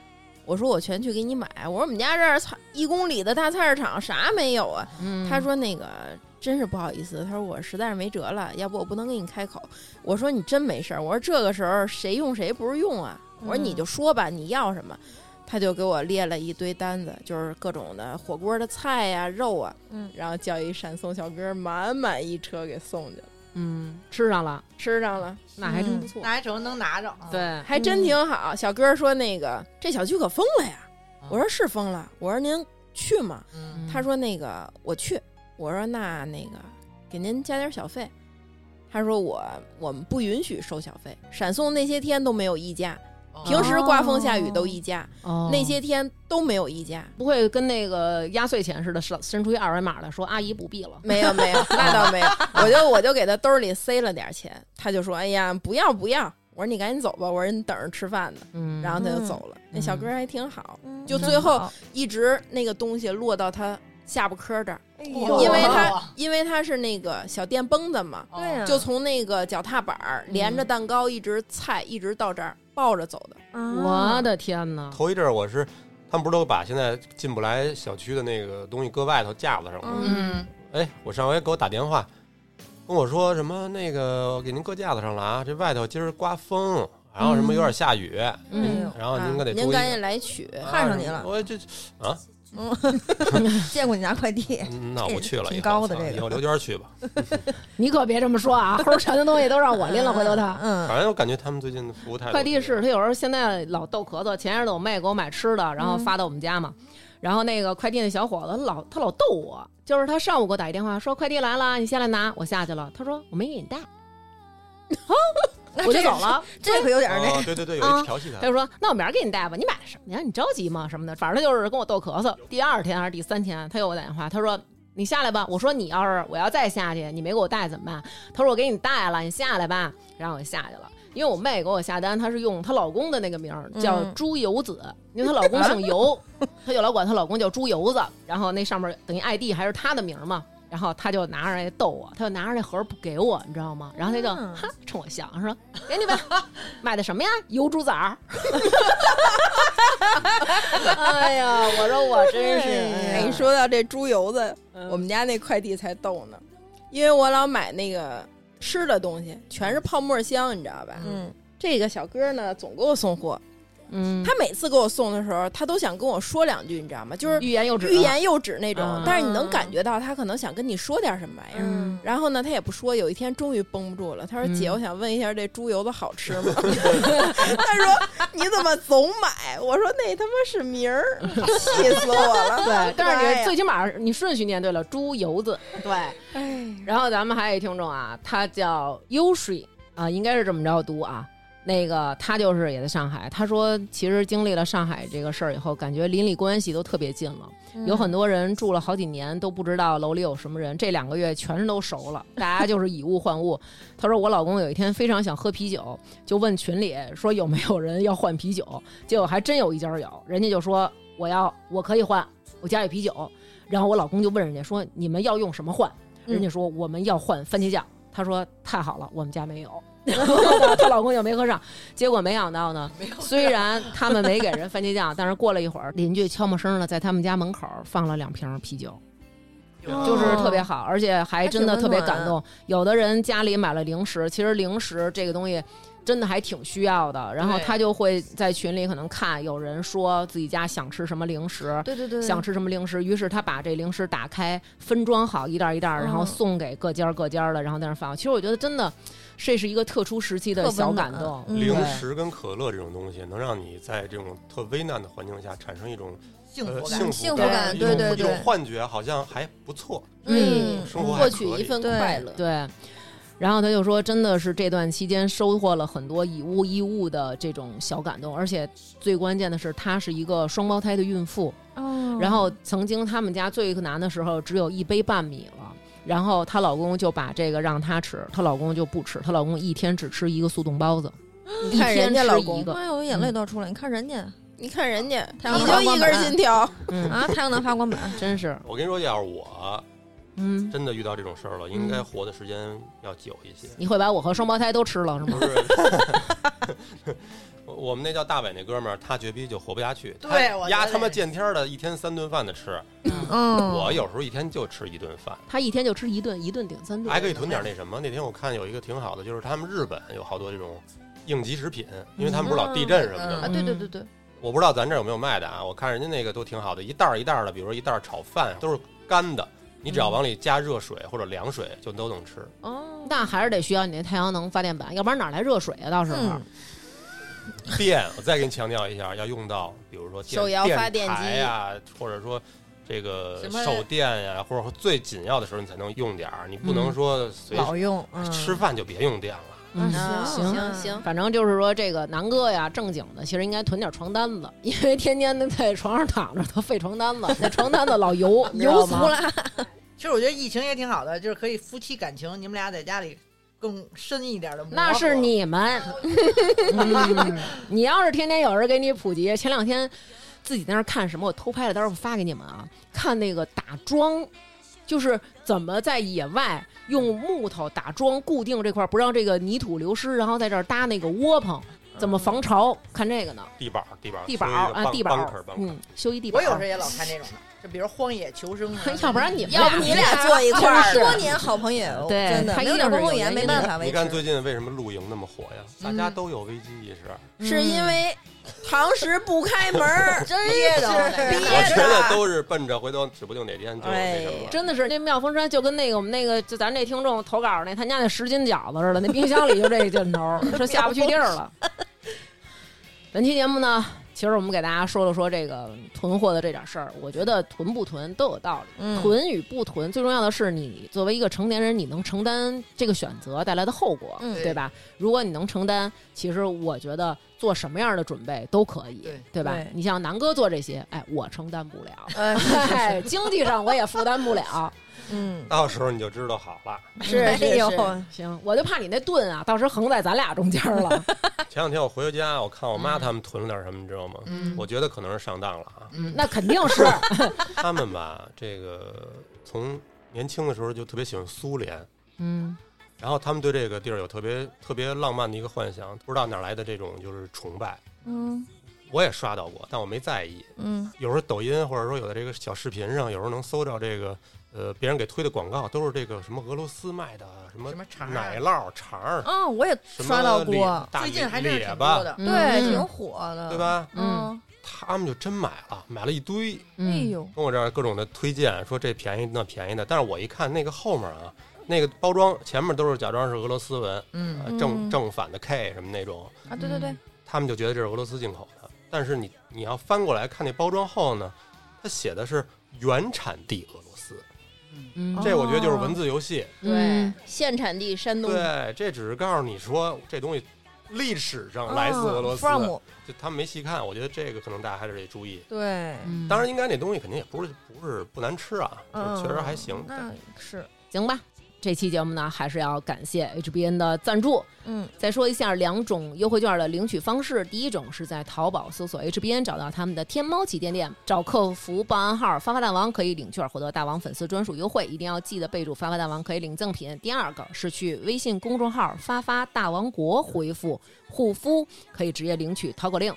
E: 我说我全去给你买。我说我们家这儿操一公里的大菜市场啥没有啊？
C: 嗯
E: 他说那个真是不好意思，他说我实在是没辙了，要不我不能给你开口。我说你真没事儿，我说这个时候谁用谁不是用啊？我说你就说吧，你要什么？他就给我列了一堆单子，就是各种的火锅的菜呀、肉啊，
B: 嗯
E: 然后叫一闪送小哥满满一车给送去了，
C: 嗯，吃上了，
E: 吃上了，
C: 那还真不错，
D: 那还成能拿着啊。
C: 对，
E: 还真挺好。小哥说那个这小区可封了呀，
F: 啊
E: 我说是封了，我说您去吗？
F: 嗯
E: 他说那个我去，我说那那个给您加点小费。他说我我们不允许收小费，闪送那些天都没有溢价，
D: 嗯哦
E: 平时刮风下雨都溢价，
C: 哦
E: 那些天都没有溢价。
C: 不会跟那个压岁钱似的，伸伸出一二维码来说阿姨不必了，
E: 没有没有，那倒
C: *laughs*
E: 没有，我就我就给他兜里塞了点钱，他就说：“哎呀，不要不要！”我说：“你赶紧走吧。”我说：“你等着吃饭呢。”
C: 嗯
E: 然后他就走了。那小哥还挺好，
B: 嗯
E: 就最
C: 真
E: 后
C: 好
E: 一直那个东西落到他下巴颏儿这儿，
C: 哎
D: 哇
E: 因为啊
D: 哇
E: 他因为他是那个小电蹦子嘛，
D: 哦
B: 对
C: 嗯
B: 呀，
E: 就从那个脚踏板儿连着蛋糕，一直菜，一直到这儿抱着走的。
B: 嗯啊
C: 我的天哪，
A: 头一阵儿我是，他们不是都把现在进不来小区的那个东西搁外头架子上吗？
C: 嗯
A: 哎，我上回给我打电话，跟我说什么那个我给您搁架子上了啊，这外头今儿刮风，然后什么有点下雨，
C: 嗯，
A: 然后哦您可得注
E: 啊您
A: 意。
E: 赶紧来取。
C: 哎
A: 啊
B: 看上您了
A: 我这
B: 见过你拿快递，
A: 嗯那我去了，
B: 哎挺
A: 以后
B: 高的
A: 操
B: 这个
A: 以后刘娟去吧。
C: 你可别这么说啊，齁沉的东西都让我拎了，回头他。
B: 嗯，
A: 反正我感觉他们最近的服务态度，
C: *laughs* 快递是，他有时候现在老逗咳嗽。前一阵子我妹给我买吃的，然后发到我们家嘛。然后那个快递那小伙子老他老逗我，就是他上午给我打一电话说快递来了，你下来拿。我下去了，他说我没给你带，我就走了。
B: 这可有点儿那
A: 哦，对对对，有
C: 啊
A: 一调戏他
C: 他，就说那我明儿给你带吧，你买什么呀？你着急吗？什么的，反正他就是跟我逗咳嗽。第二天啊还是第三天，他给我打电话，他说。你下来吧，我说你要是我要再下去，你没给我带怎么办？他说我给你带了，你下来吧。然后我下去了，因为我妹给我下单，她是用她老公的那个名儿叫
B: 嗯
C: 朱油子，因为她老公姓油，她就老管她老公叫猪油子。然后那上面等于 ID 还是她的名儿嘛，然后她就拿着来逗我，她就拿着那盒儿不给我，你知道吗？然后她就、
B: 嗯
C: 哈冲我笑说：“给 *laughs* 你吧，买的什么呀？油猪崽儿。”哎呀，我说我真是，
E: 哎，一说到这猪油子，
C: 嗯
E: 我们家那快递才逗呢，因为我老买那个吃的东西，全是泡沫箱，你知道吧？
B: 嗯，
E: 这个小哥呢，总给我送货，
C: 嗯，
E: 他每次给我送的时候，他都想跟我说两句，你知道吗？就是
C: 嗯欲言又止，
E: 欲言又止那种
C: 嗯，
E: 但是你能感觉到他可能想跟你说点什么玩意儿。
C: 嗯
E: 然后呢，他也不说。有一天终于绷不住了，他说：“
C: 嗯
E: 姐，我想问一下，这猪油子好吃吗？” *laughs* 他说：“你怎么总买？”我说：“那他妈是名儿，气死我了。” *laughs*
C: 对，但是你
E: 最
C: 最起码你顺序念对了，猪油子对。然后咱们还有一听众啊，他叫 Ushi 啊，应该是这么着读啊。那个他就是也在上海，他说其实经历了上海这个事儿以后，感觉邻里关系都特别近了，有很多人住了好几年都不知道楼里有什么人，这两个月全都熟了，大家就是以物换物。他说我老公有一天非常想喝啤酒，就问群里说有没有人要换啤酒，结果还真有一家有，人家就说我要我可以换，我家有啤酒。然后我老公就问人家说你们要用什么换？人家说我们要换番茄酱。他说太好了，我们家没有。 *laughs* 然后呢，她老公就没喝上。结果没想到呢，虽然他们没给人番茄酱，但是过了一会儿，邻居悄没声的在他们家门口放了两瓶啤酒。就是特别好，而且还真的特别感
B: 还挺温
C: 动。有的人家里买了零食，其实零食这个东西真的还挺需要的。然后
D: 对
C: 他就会在群里可能看有人说自己家想吃什么零食，
B: 对对对，
C: 想吃什么零食，于是他把这零食打开，分装好一袋儿一袋儿，然后
B: 嗯
C: 送给各家儿各家儿的，然后在那儿放。其实我觉得真的，这是一个特殊时期的
B: 特温
C: 小
B: 暖
C: 感动。
B: 嗯
A: 零
C: 对
A: 食跟可乐这种东西，能让你在这种特危难的环境下产生一种
D: 幸福
A: 呃
D: 感嗯
A: 幸。
B: 幸
A: 福
B: 福感
A: 一
B: 对
A: 种
B: 对
A: 一种
B: 对
A: 幻觉，好像还不错，
C: 嗯
A: 生活还
E: 获
A: 可
E: 取一
A: 以
E: 份
B: 对
E: 快乐。
C: 对，然后他就说，真的是这段期间收获了很多以物易物的这种小感动，而且最关键的是，她是一个双胞胎的孕妇。
B: 哦
C: 然后曾经他们家最难的时候，只有一杯半米了。然后她老公就把这个让她吃，她老公就不吃，她老公一天只吃一个速冻包子，
E: 你看人家老
C: 一
E: 公
C: 天，吃一个
B: 哎呦，我眼泪都要出来！你看人家
E: 你看人家，
B: 太阳
E: 你
B: 花
E: 就一
B: 光
E: 根
B: 板
E: 金条，
C: 嗯，
B: 啊，太阳能发光板，
C: *laughs* 真是，
A: 我跟你说，要是我
C: 嗯，
A: 真的遇到这种事儿了，应
D: 嗯
A: 该活的时间要久一些。
C: 你会把我和双胞胎都吃了 *laughs* 是吗？
A: 不是， *laughs* 我我们那叫大伟那哥们儿，他绝逼就活不下去。他
D: 对我觉
A: 丫
D: 得
A: 他妈
D: 也
A: 见天儿的，一天三顿饭的吃。
B: 嗯，
A: 我有时候一天就吃一顿饭，
C: 她一天就吃一顿，一顿顶三顿，
A: 还可以囤点那什么。那天我看有一个挺好的，就是他们日本有好多这种应急食品，
D: 嗯
A: 因为他们不是老地震什么的
B: 啊，
A: 嘛。
B: 对对对对，
A: 我不知道咱这儿有没有卖的啊？我看人家那个都挺好的，一袋儿一袋儿的，比如说一袋儿炒饭都是干的，你只要往里加热水或者凉水就都能吃。
B: 哦，
C: 那还是得需要你那太阳能发电板，要不然哪来热水啊？到时候。
B: 嗯
A: 电，我再给你强调一下，要用到，比如说电
E: 手摇发电
A: 电
E: 机
A: 台呀，或者说这个
D: 什么
A: 手电呀，或者说最紧要的时候你才能用点儿，你不能
C: 嗯
A: 说随时、
B: 老用，嗯
A: 吃饭就别用电了。
C: 嗯
B: 啊
C: 行
E: 行行，
C: 反正就是说，这个南哥呀，正经的，其实应该囤点床单子，因为天天都在床上躺着，都废床单子，那床单子老 *laughs* 油，你知道
B: 油
C: 吗
B: 足了，
D: 其实我觉得疫情也挺好的，就是可以夫妻感情，你们俩在家里更深一点的磨合。
C: 那是你们， *laughs* 嗯你要是天天有人给你普及，前两天自己在那儿看什么，我偷拍了，到时候我发给你们啊。看那个打桩，就是怎么在野外用木头打桩固定这块儿，不让这个泥土流失，然后在这儿搭那个窝棚，怎么防潮？看这个呢，
A: 地板儿，地板儿，
C: 地板
A: 所以
C: 儿
A: 棒
C: 啊，地板
A: 棒
C: 儿
A: 壳儿，棒壳儿
C: 嗯，修一地
D: 我
C: 板儿。，
D: 有时候也老看这种的，就比如《荒野求生》啊
C: 要不然你们
E: 要不你俩坐一块儿
C: 真
E: 的，
B: 多年好朋友，
C: 对
B: 真的，
C: 他
B: 没
C: 一
B: 有
C: 定
B: 点
C: 是
B: 公务
C: 有
B: 员
C: 原
B: 没
C: 因
B: 办
C: 的
B: 啊法维
A: 你
B: 持
A: 看，最近为什么露营那么火呀？大家都有危机意识。
E: 是因为堂食不开门儿，真
D: 憋
E: 是
D: 的
B: 嗯
E: 憋
A: 我觉得
E: 着。
A: 都是奔着回头指不定哪天就那什么了。
C: 真的是那妙峰山就跟那个我们那个就咱这听众投稿那他家那十斤饺子似的，那冰箱里就这劲头儿，说下不去地儿了。 *laughs* 本期节目呢，其实我们给大家说了说这个囤货的这点事儿，我觉得囤不囤都有道理，
B: 嗯
C: 囤与不囤，最重要的是你作为一个成年人，你能承担这个选择带来的后果，
B: 嗯
C: 对吧？如果你能承担，其实我觉得做什么样的准备都可以，
D: 对
C: 吧？
B: 对
C: 你像南哥做这些，哎，我承担不了， *laughs*
B: 哎，
C: 哎，经济上我也负担不了。
B: 嗯，
A: 到时候你就知道好了。
E: 是
B: 哎
E: 是
B: 呦
E: 是，
C: 行，我就怕你那盾啊，到时候横在咱俩中间
B: *laughs*
C: 了。
A: 前两天我回家，我看我妈他们囤了点什么，你知道吗？我觉得可能是上当了啊。
C: 嗯，那肯定是，
A: *laughs* 他们吧，这个从年轻的时候就特别喜欢苏联，
C: 嗯
A: 然后他们对这个地儿有特别特别浪漫的一个幻想，不知道哪来的这种就是崇拜。
B: 嗯
A: 我也刷到过，但我没在意。
B: 嗯，
A: 有时候抖音或者说有的这个小视频上，有时候能搜到这个呃别人给推的广告，都是这个什么俄罗斯卖的什么
D: 什么肠儿
A: 奶酪肠儿，
B: 啊，我也
A: 什么
B: 刷到
A: 列
B: 过，
A: 大
D: 最近还真是
A: 列
D: 挺
A: 巴
D: 多，的。
B: *laughs*
C: 嗯
B: 对，挺火的，
A: 对？吧？
B: 嗯，
A: 他们就真买了，买了一堆，
B: 哎
C: 嗯，
B: 呦，
A: 跟我这儿各种的推荐，说这便宜那便宜的。但是我一看那个后面啊，那个包装前面都是假装是俄罗斯文，
D: 嗯，
A: 呃正
B: 嗯
A: 正反的 K 什么那种，
B: 啊，对对对，
A: 他们就觉得这是俄罗斯进口的。但是你你要翻过来看那包装后呢，它写的是原产地俄罗斯，
B: 哦
C: 嗯
A: 这我觉得就是文字游戏。
E: 对，现产地山东，
A: 对，这只是告诉你说这东西历史
B: 哦
A: 上嗯来自俄罗斯，
B: f r o m
A: 就他们没细看。我觉得这个可能大家还是得注意。
B: 对，
C: 嗯
A: 当然，应该那东西肯定也不是不是不难吃啊，
B: 嗯
A: 就确实还行。
B: 那是，
C: 行吧。这期节目呢，还是要感谢 HBN 的赞助。
B: 嗯
C: 再说一下两种优惠券的领取方式，第一种是在淘宝搜索 HBN 找到他们的天猫旗舰店，找客服报暗号“发发大王”可以领券，获得大王粉丝专属优惠，一定要记得备注“发发大王”可以领赠品。第二个是去微信公众号“发发大王国”回复“护肤”，可以直接领取淘口令，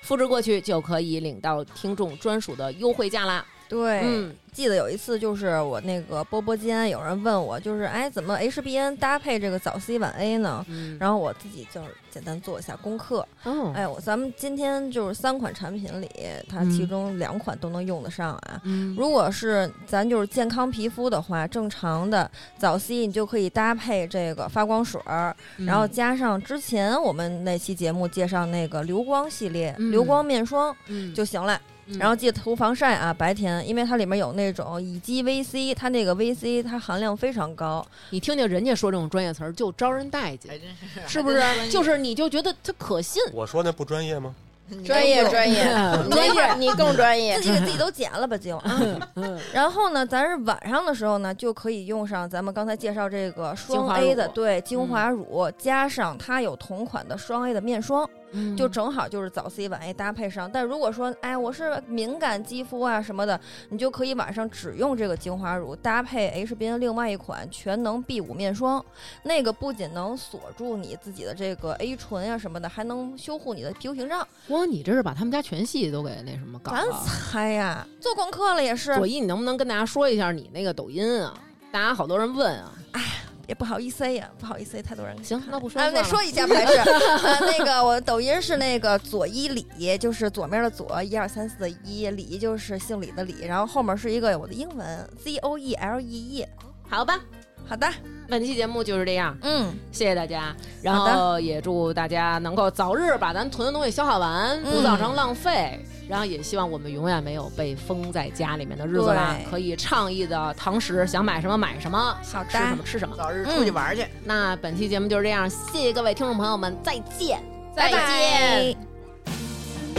C: 复制过去就可以领到听众专属的优惠价啦。
B: 对，
C: 嗯
B: 记得有一次就是我那个波波间有人问我，就是哎怎么 HBN 搭配这个早 C 晚 A 呢？
C: 嗯，
B: 然后我自己就是简单做一下功课，
C: 哦，
B: 哎，我咱们今天就是三款产品里，它
C: 嗯
B: 其中两款都能用得上啊。
C: 嗯
B: 如果是咱就是健康皮肤的话，正常的早 C 你就可以搭配这个发光水儿，
C: 嗯
B: 然后加上之前我们那期节目介绍那个流光系列、
C: 嗯
B: 流光面霜
C: 嗯
B: 就行了。
C: 嗯
B: 然后记得涂防晒啊，白天，因为它里面有那种乙基 VC，它那个 VC 它含量非常高。
C: 你听听人家说这种专业词儿就招人待见，
D: 真是
C: 是不是？
B: 嗯
C: 就是你就觉得他可信，
A: 我说那不专业吗？
E: 专业专业，
C: 嗯
E: 你这会儿你更专业
B: 自。己给自己都剪了吧，
C: *laughs*
B: 就啊。
C: 嗯
B: 然后呢，咱是晚上的时候呢，就可以用上咱们刚才介绍这个
C: 精
B: 双
C: 华
B: A
C: 乳
B: 的，对，精华乳、加上它有同款的双 A 的面霜，
C: 嗯
B: 就正好就是早 C 晚 A 搭配上。但如果说，哎，我是敏感肌肤啊什么的，你就可以晚上只用这个精华乳搭配 HBN 另外一款全能 B 五面霜，那个不仅能锁住你自己的这个 A 醇啊什么的，还能修护你的皮肤屏障。
C: 哇，你这是把他们家全系都给那什么搞
B: 咱
C: 了。
B: 猜呀，做功课了也是，
C: 左一，你能不能跟大家说一下你那个抖音啊？大家好多人问啊。
B: 也不好意思呀，不好意思，太多人看。
C: 行，那不说
B: 啊，
C: 算了。
B: 那说一下吧，还是啊，那个我抖音是那个左一李，就是左面的左，一二三四的一，李就是姓李的李，然后后面是一个我的英文 Z O E L E E。
C: 好吧，
B: 好的，
C: 本期节目就是这样，
B: 嗯，
C: 谢谢大家。然
B: 好的
C: 后也祝大家能够早日把咱囤的东西消化完，不
B: 嗯
C: 造成浪费。然后也希望我们永远没有被封在家里面的日子了
B: 对，
C: 可以畅意的堂食，想买什么买什么，想吃
B: 好的
C: 什么吃什么。
D: 早日出去玩去。
C: 那本期节目就是这样，谢谢各位听众朋友们，再见。
B: 拜拜。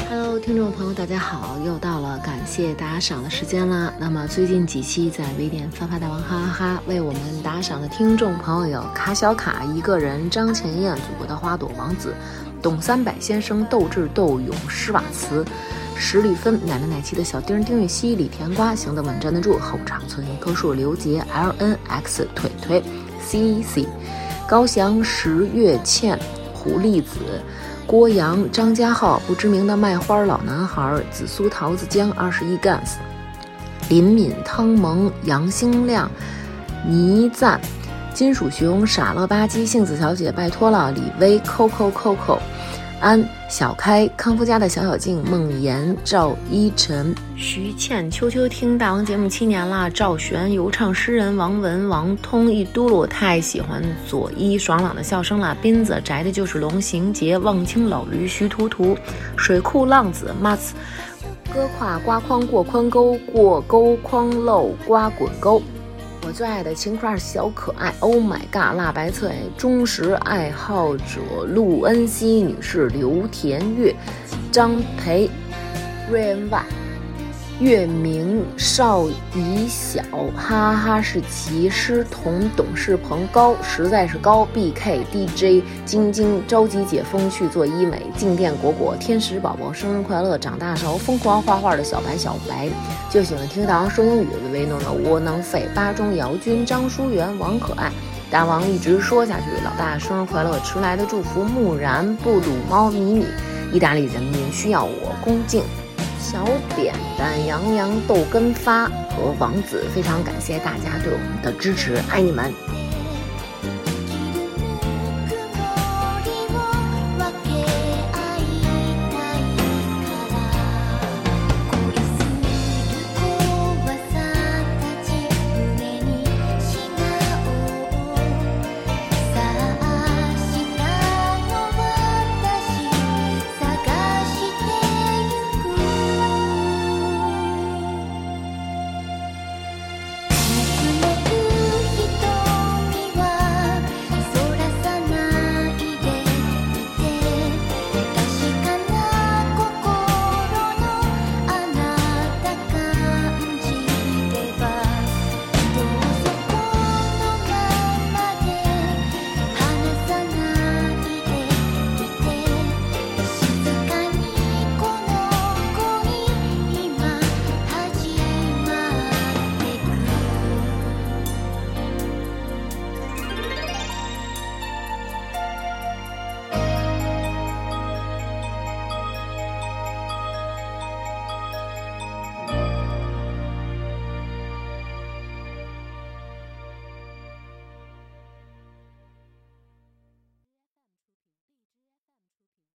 F: Hello，听众朋友，大家好，又到了感谢打赏的时间啦。那么最近几期在微店发发大王哈哈哈为我们打赏的听众朋友有卡小卡、一个人、张前燕、祖国的花朵、王子、董三百先生、斗智斗勇、施瓦茨、石立芬、奶奶奶气的小丁、丁禹兮、李甜瓜、行得稳站得住、后场村一棵树、刘杰、L N X、腿腿、C C、高翔、石月倩、胡栗子。郭阳、张家浩、不知名的卖花老男孩、紫苏桃子江、二十一 Gans、林敏、汤萌、杨兴亮、倪赞、金属熊、傻乐吧唧、杏子小姐，拜托了，李薇、Coco Coco、安、小开、康夫家的小小静、梦妍、赵一晨、徐倩、秋秋听大王节目七年了，赵璇、游唱诗人王文、王通、一嘟噜太喜欢左一爽朗的笑声了，斌子宅的就是龙行杰、望清老驴、徐图图、水库浪子、m a s 割胯刮筐过宽沟，过沟筐漏刮滚沟。我最爱的情块小可爱，Oh my god，辣白脆，忠实爱好者陆恩熙女士、刘田月、张培、瑞恩万、月明、邵雨晓、哈哈士奇、师彤、董事鹏、高，实在是高，BK、DJ、晶晶，着急解封去做医美，静电果果、天使宝宝生日快乐，长大时候疯狂画画的小白小白，就喜欢听大王说英语，唯弄的窝囊废，巴中姚军、张淑媛、王可爱。大王一直说下去，老大生日快乐！迟来的祝福，木然、布鲁猫、米米，意大利人民需要我恭敬。小扁担、羊羊豆根发和王子，非常感谢大家对我们的支持，爱你们！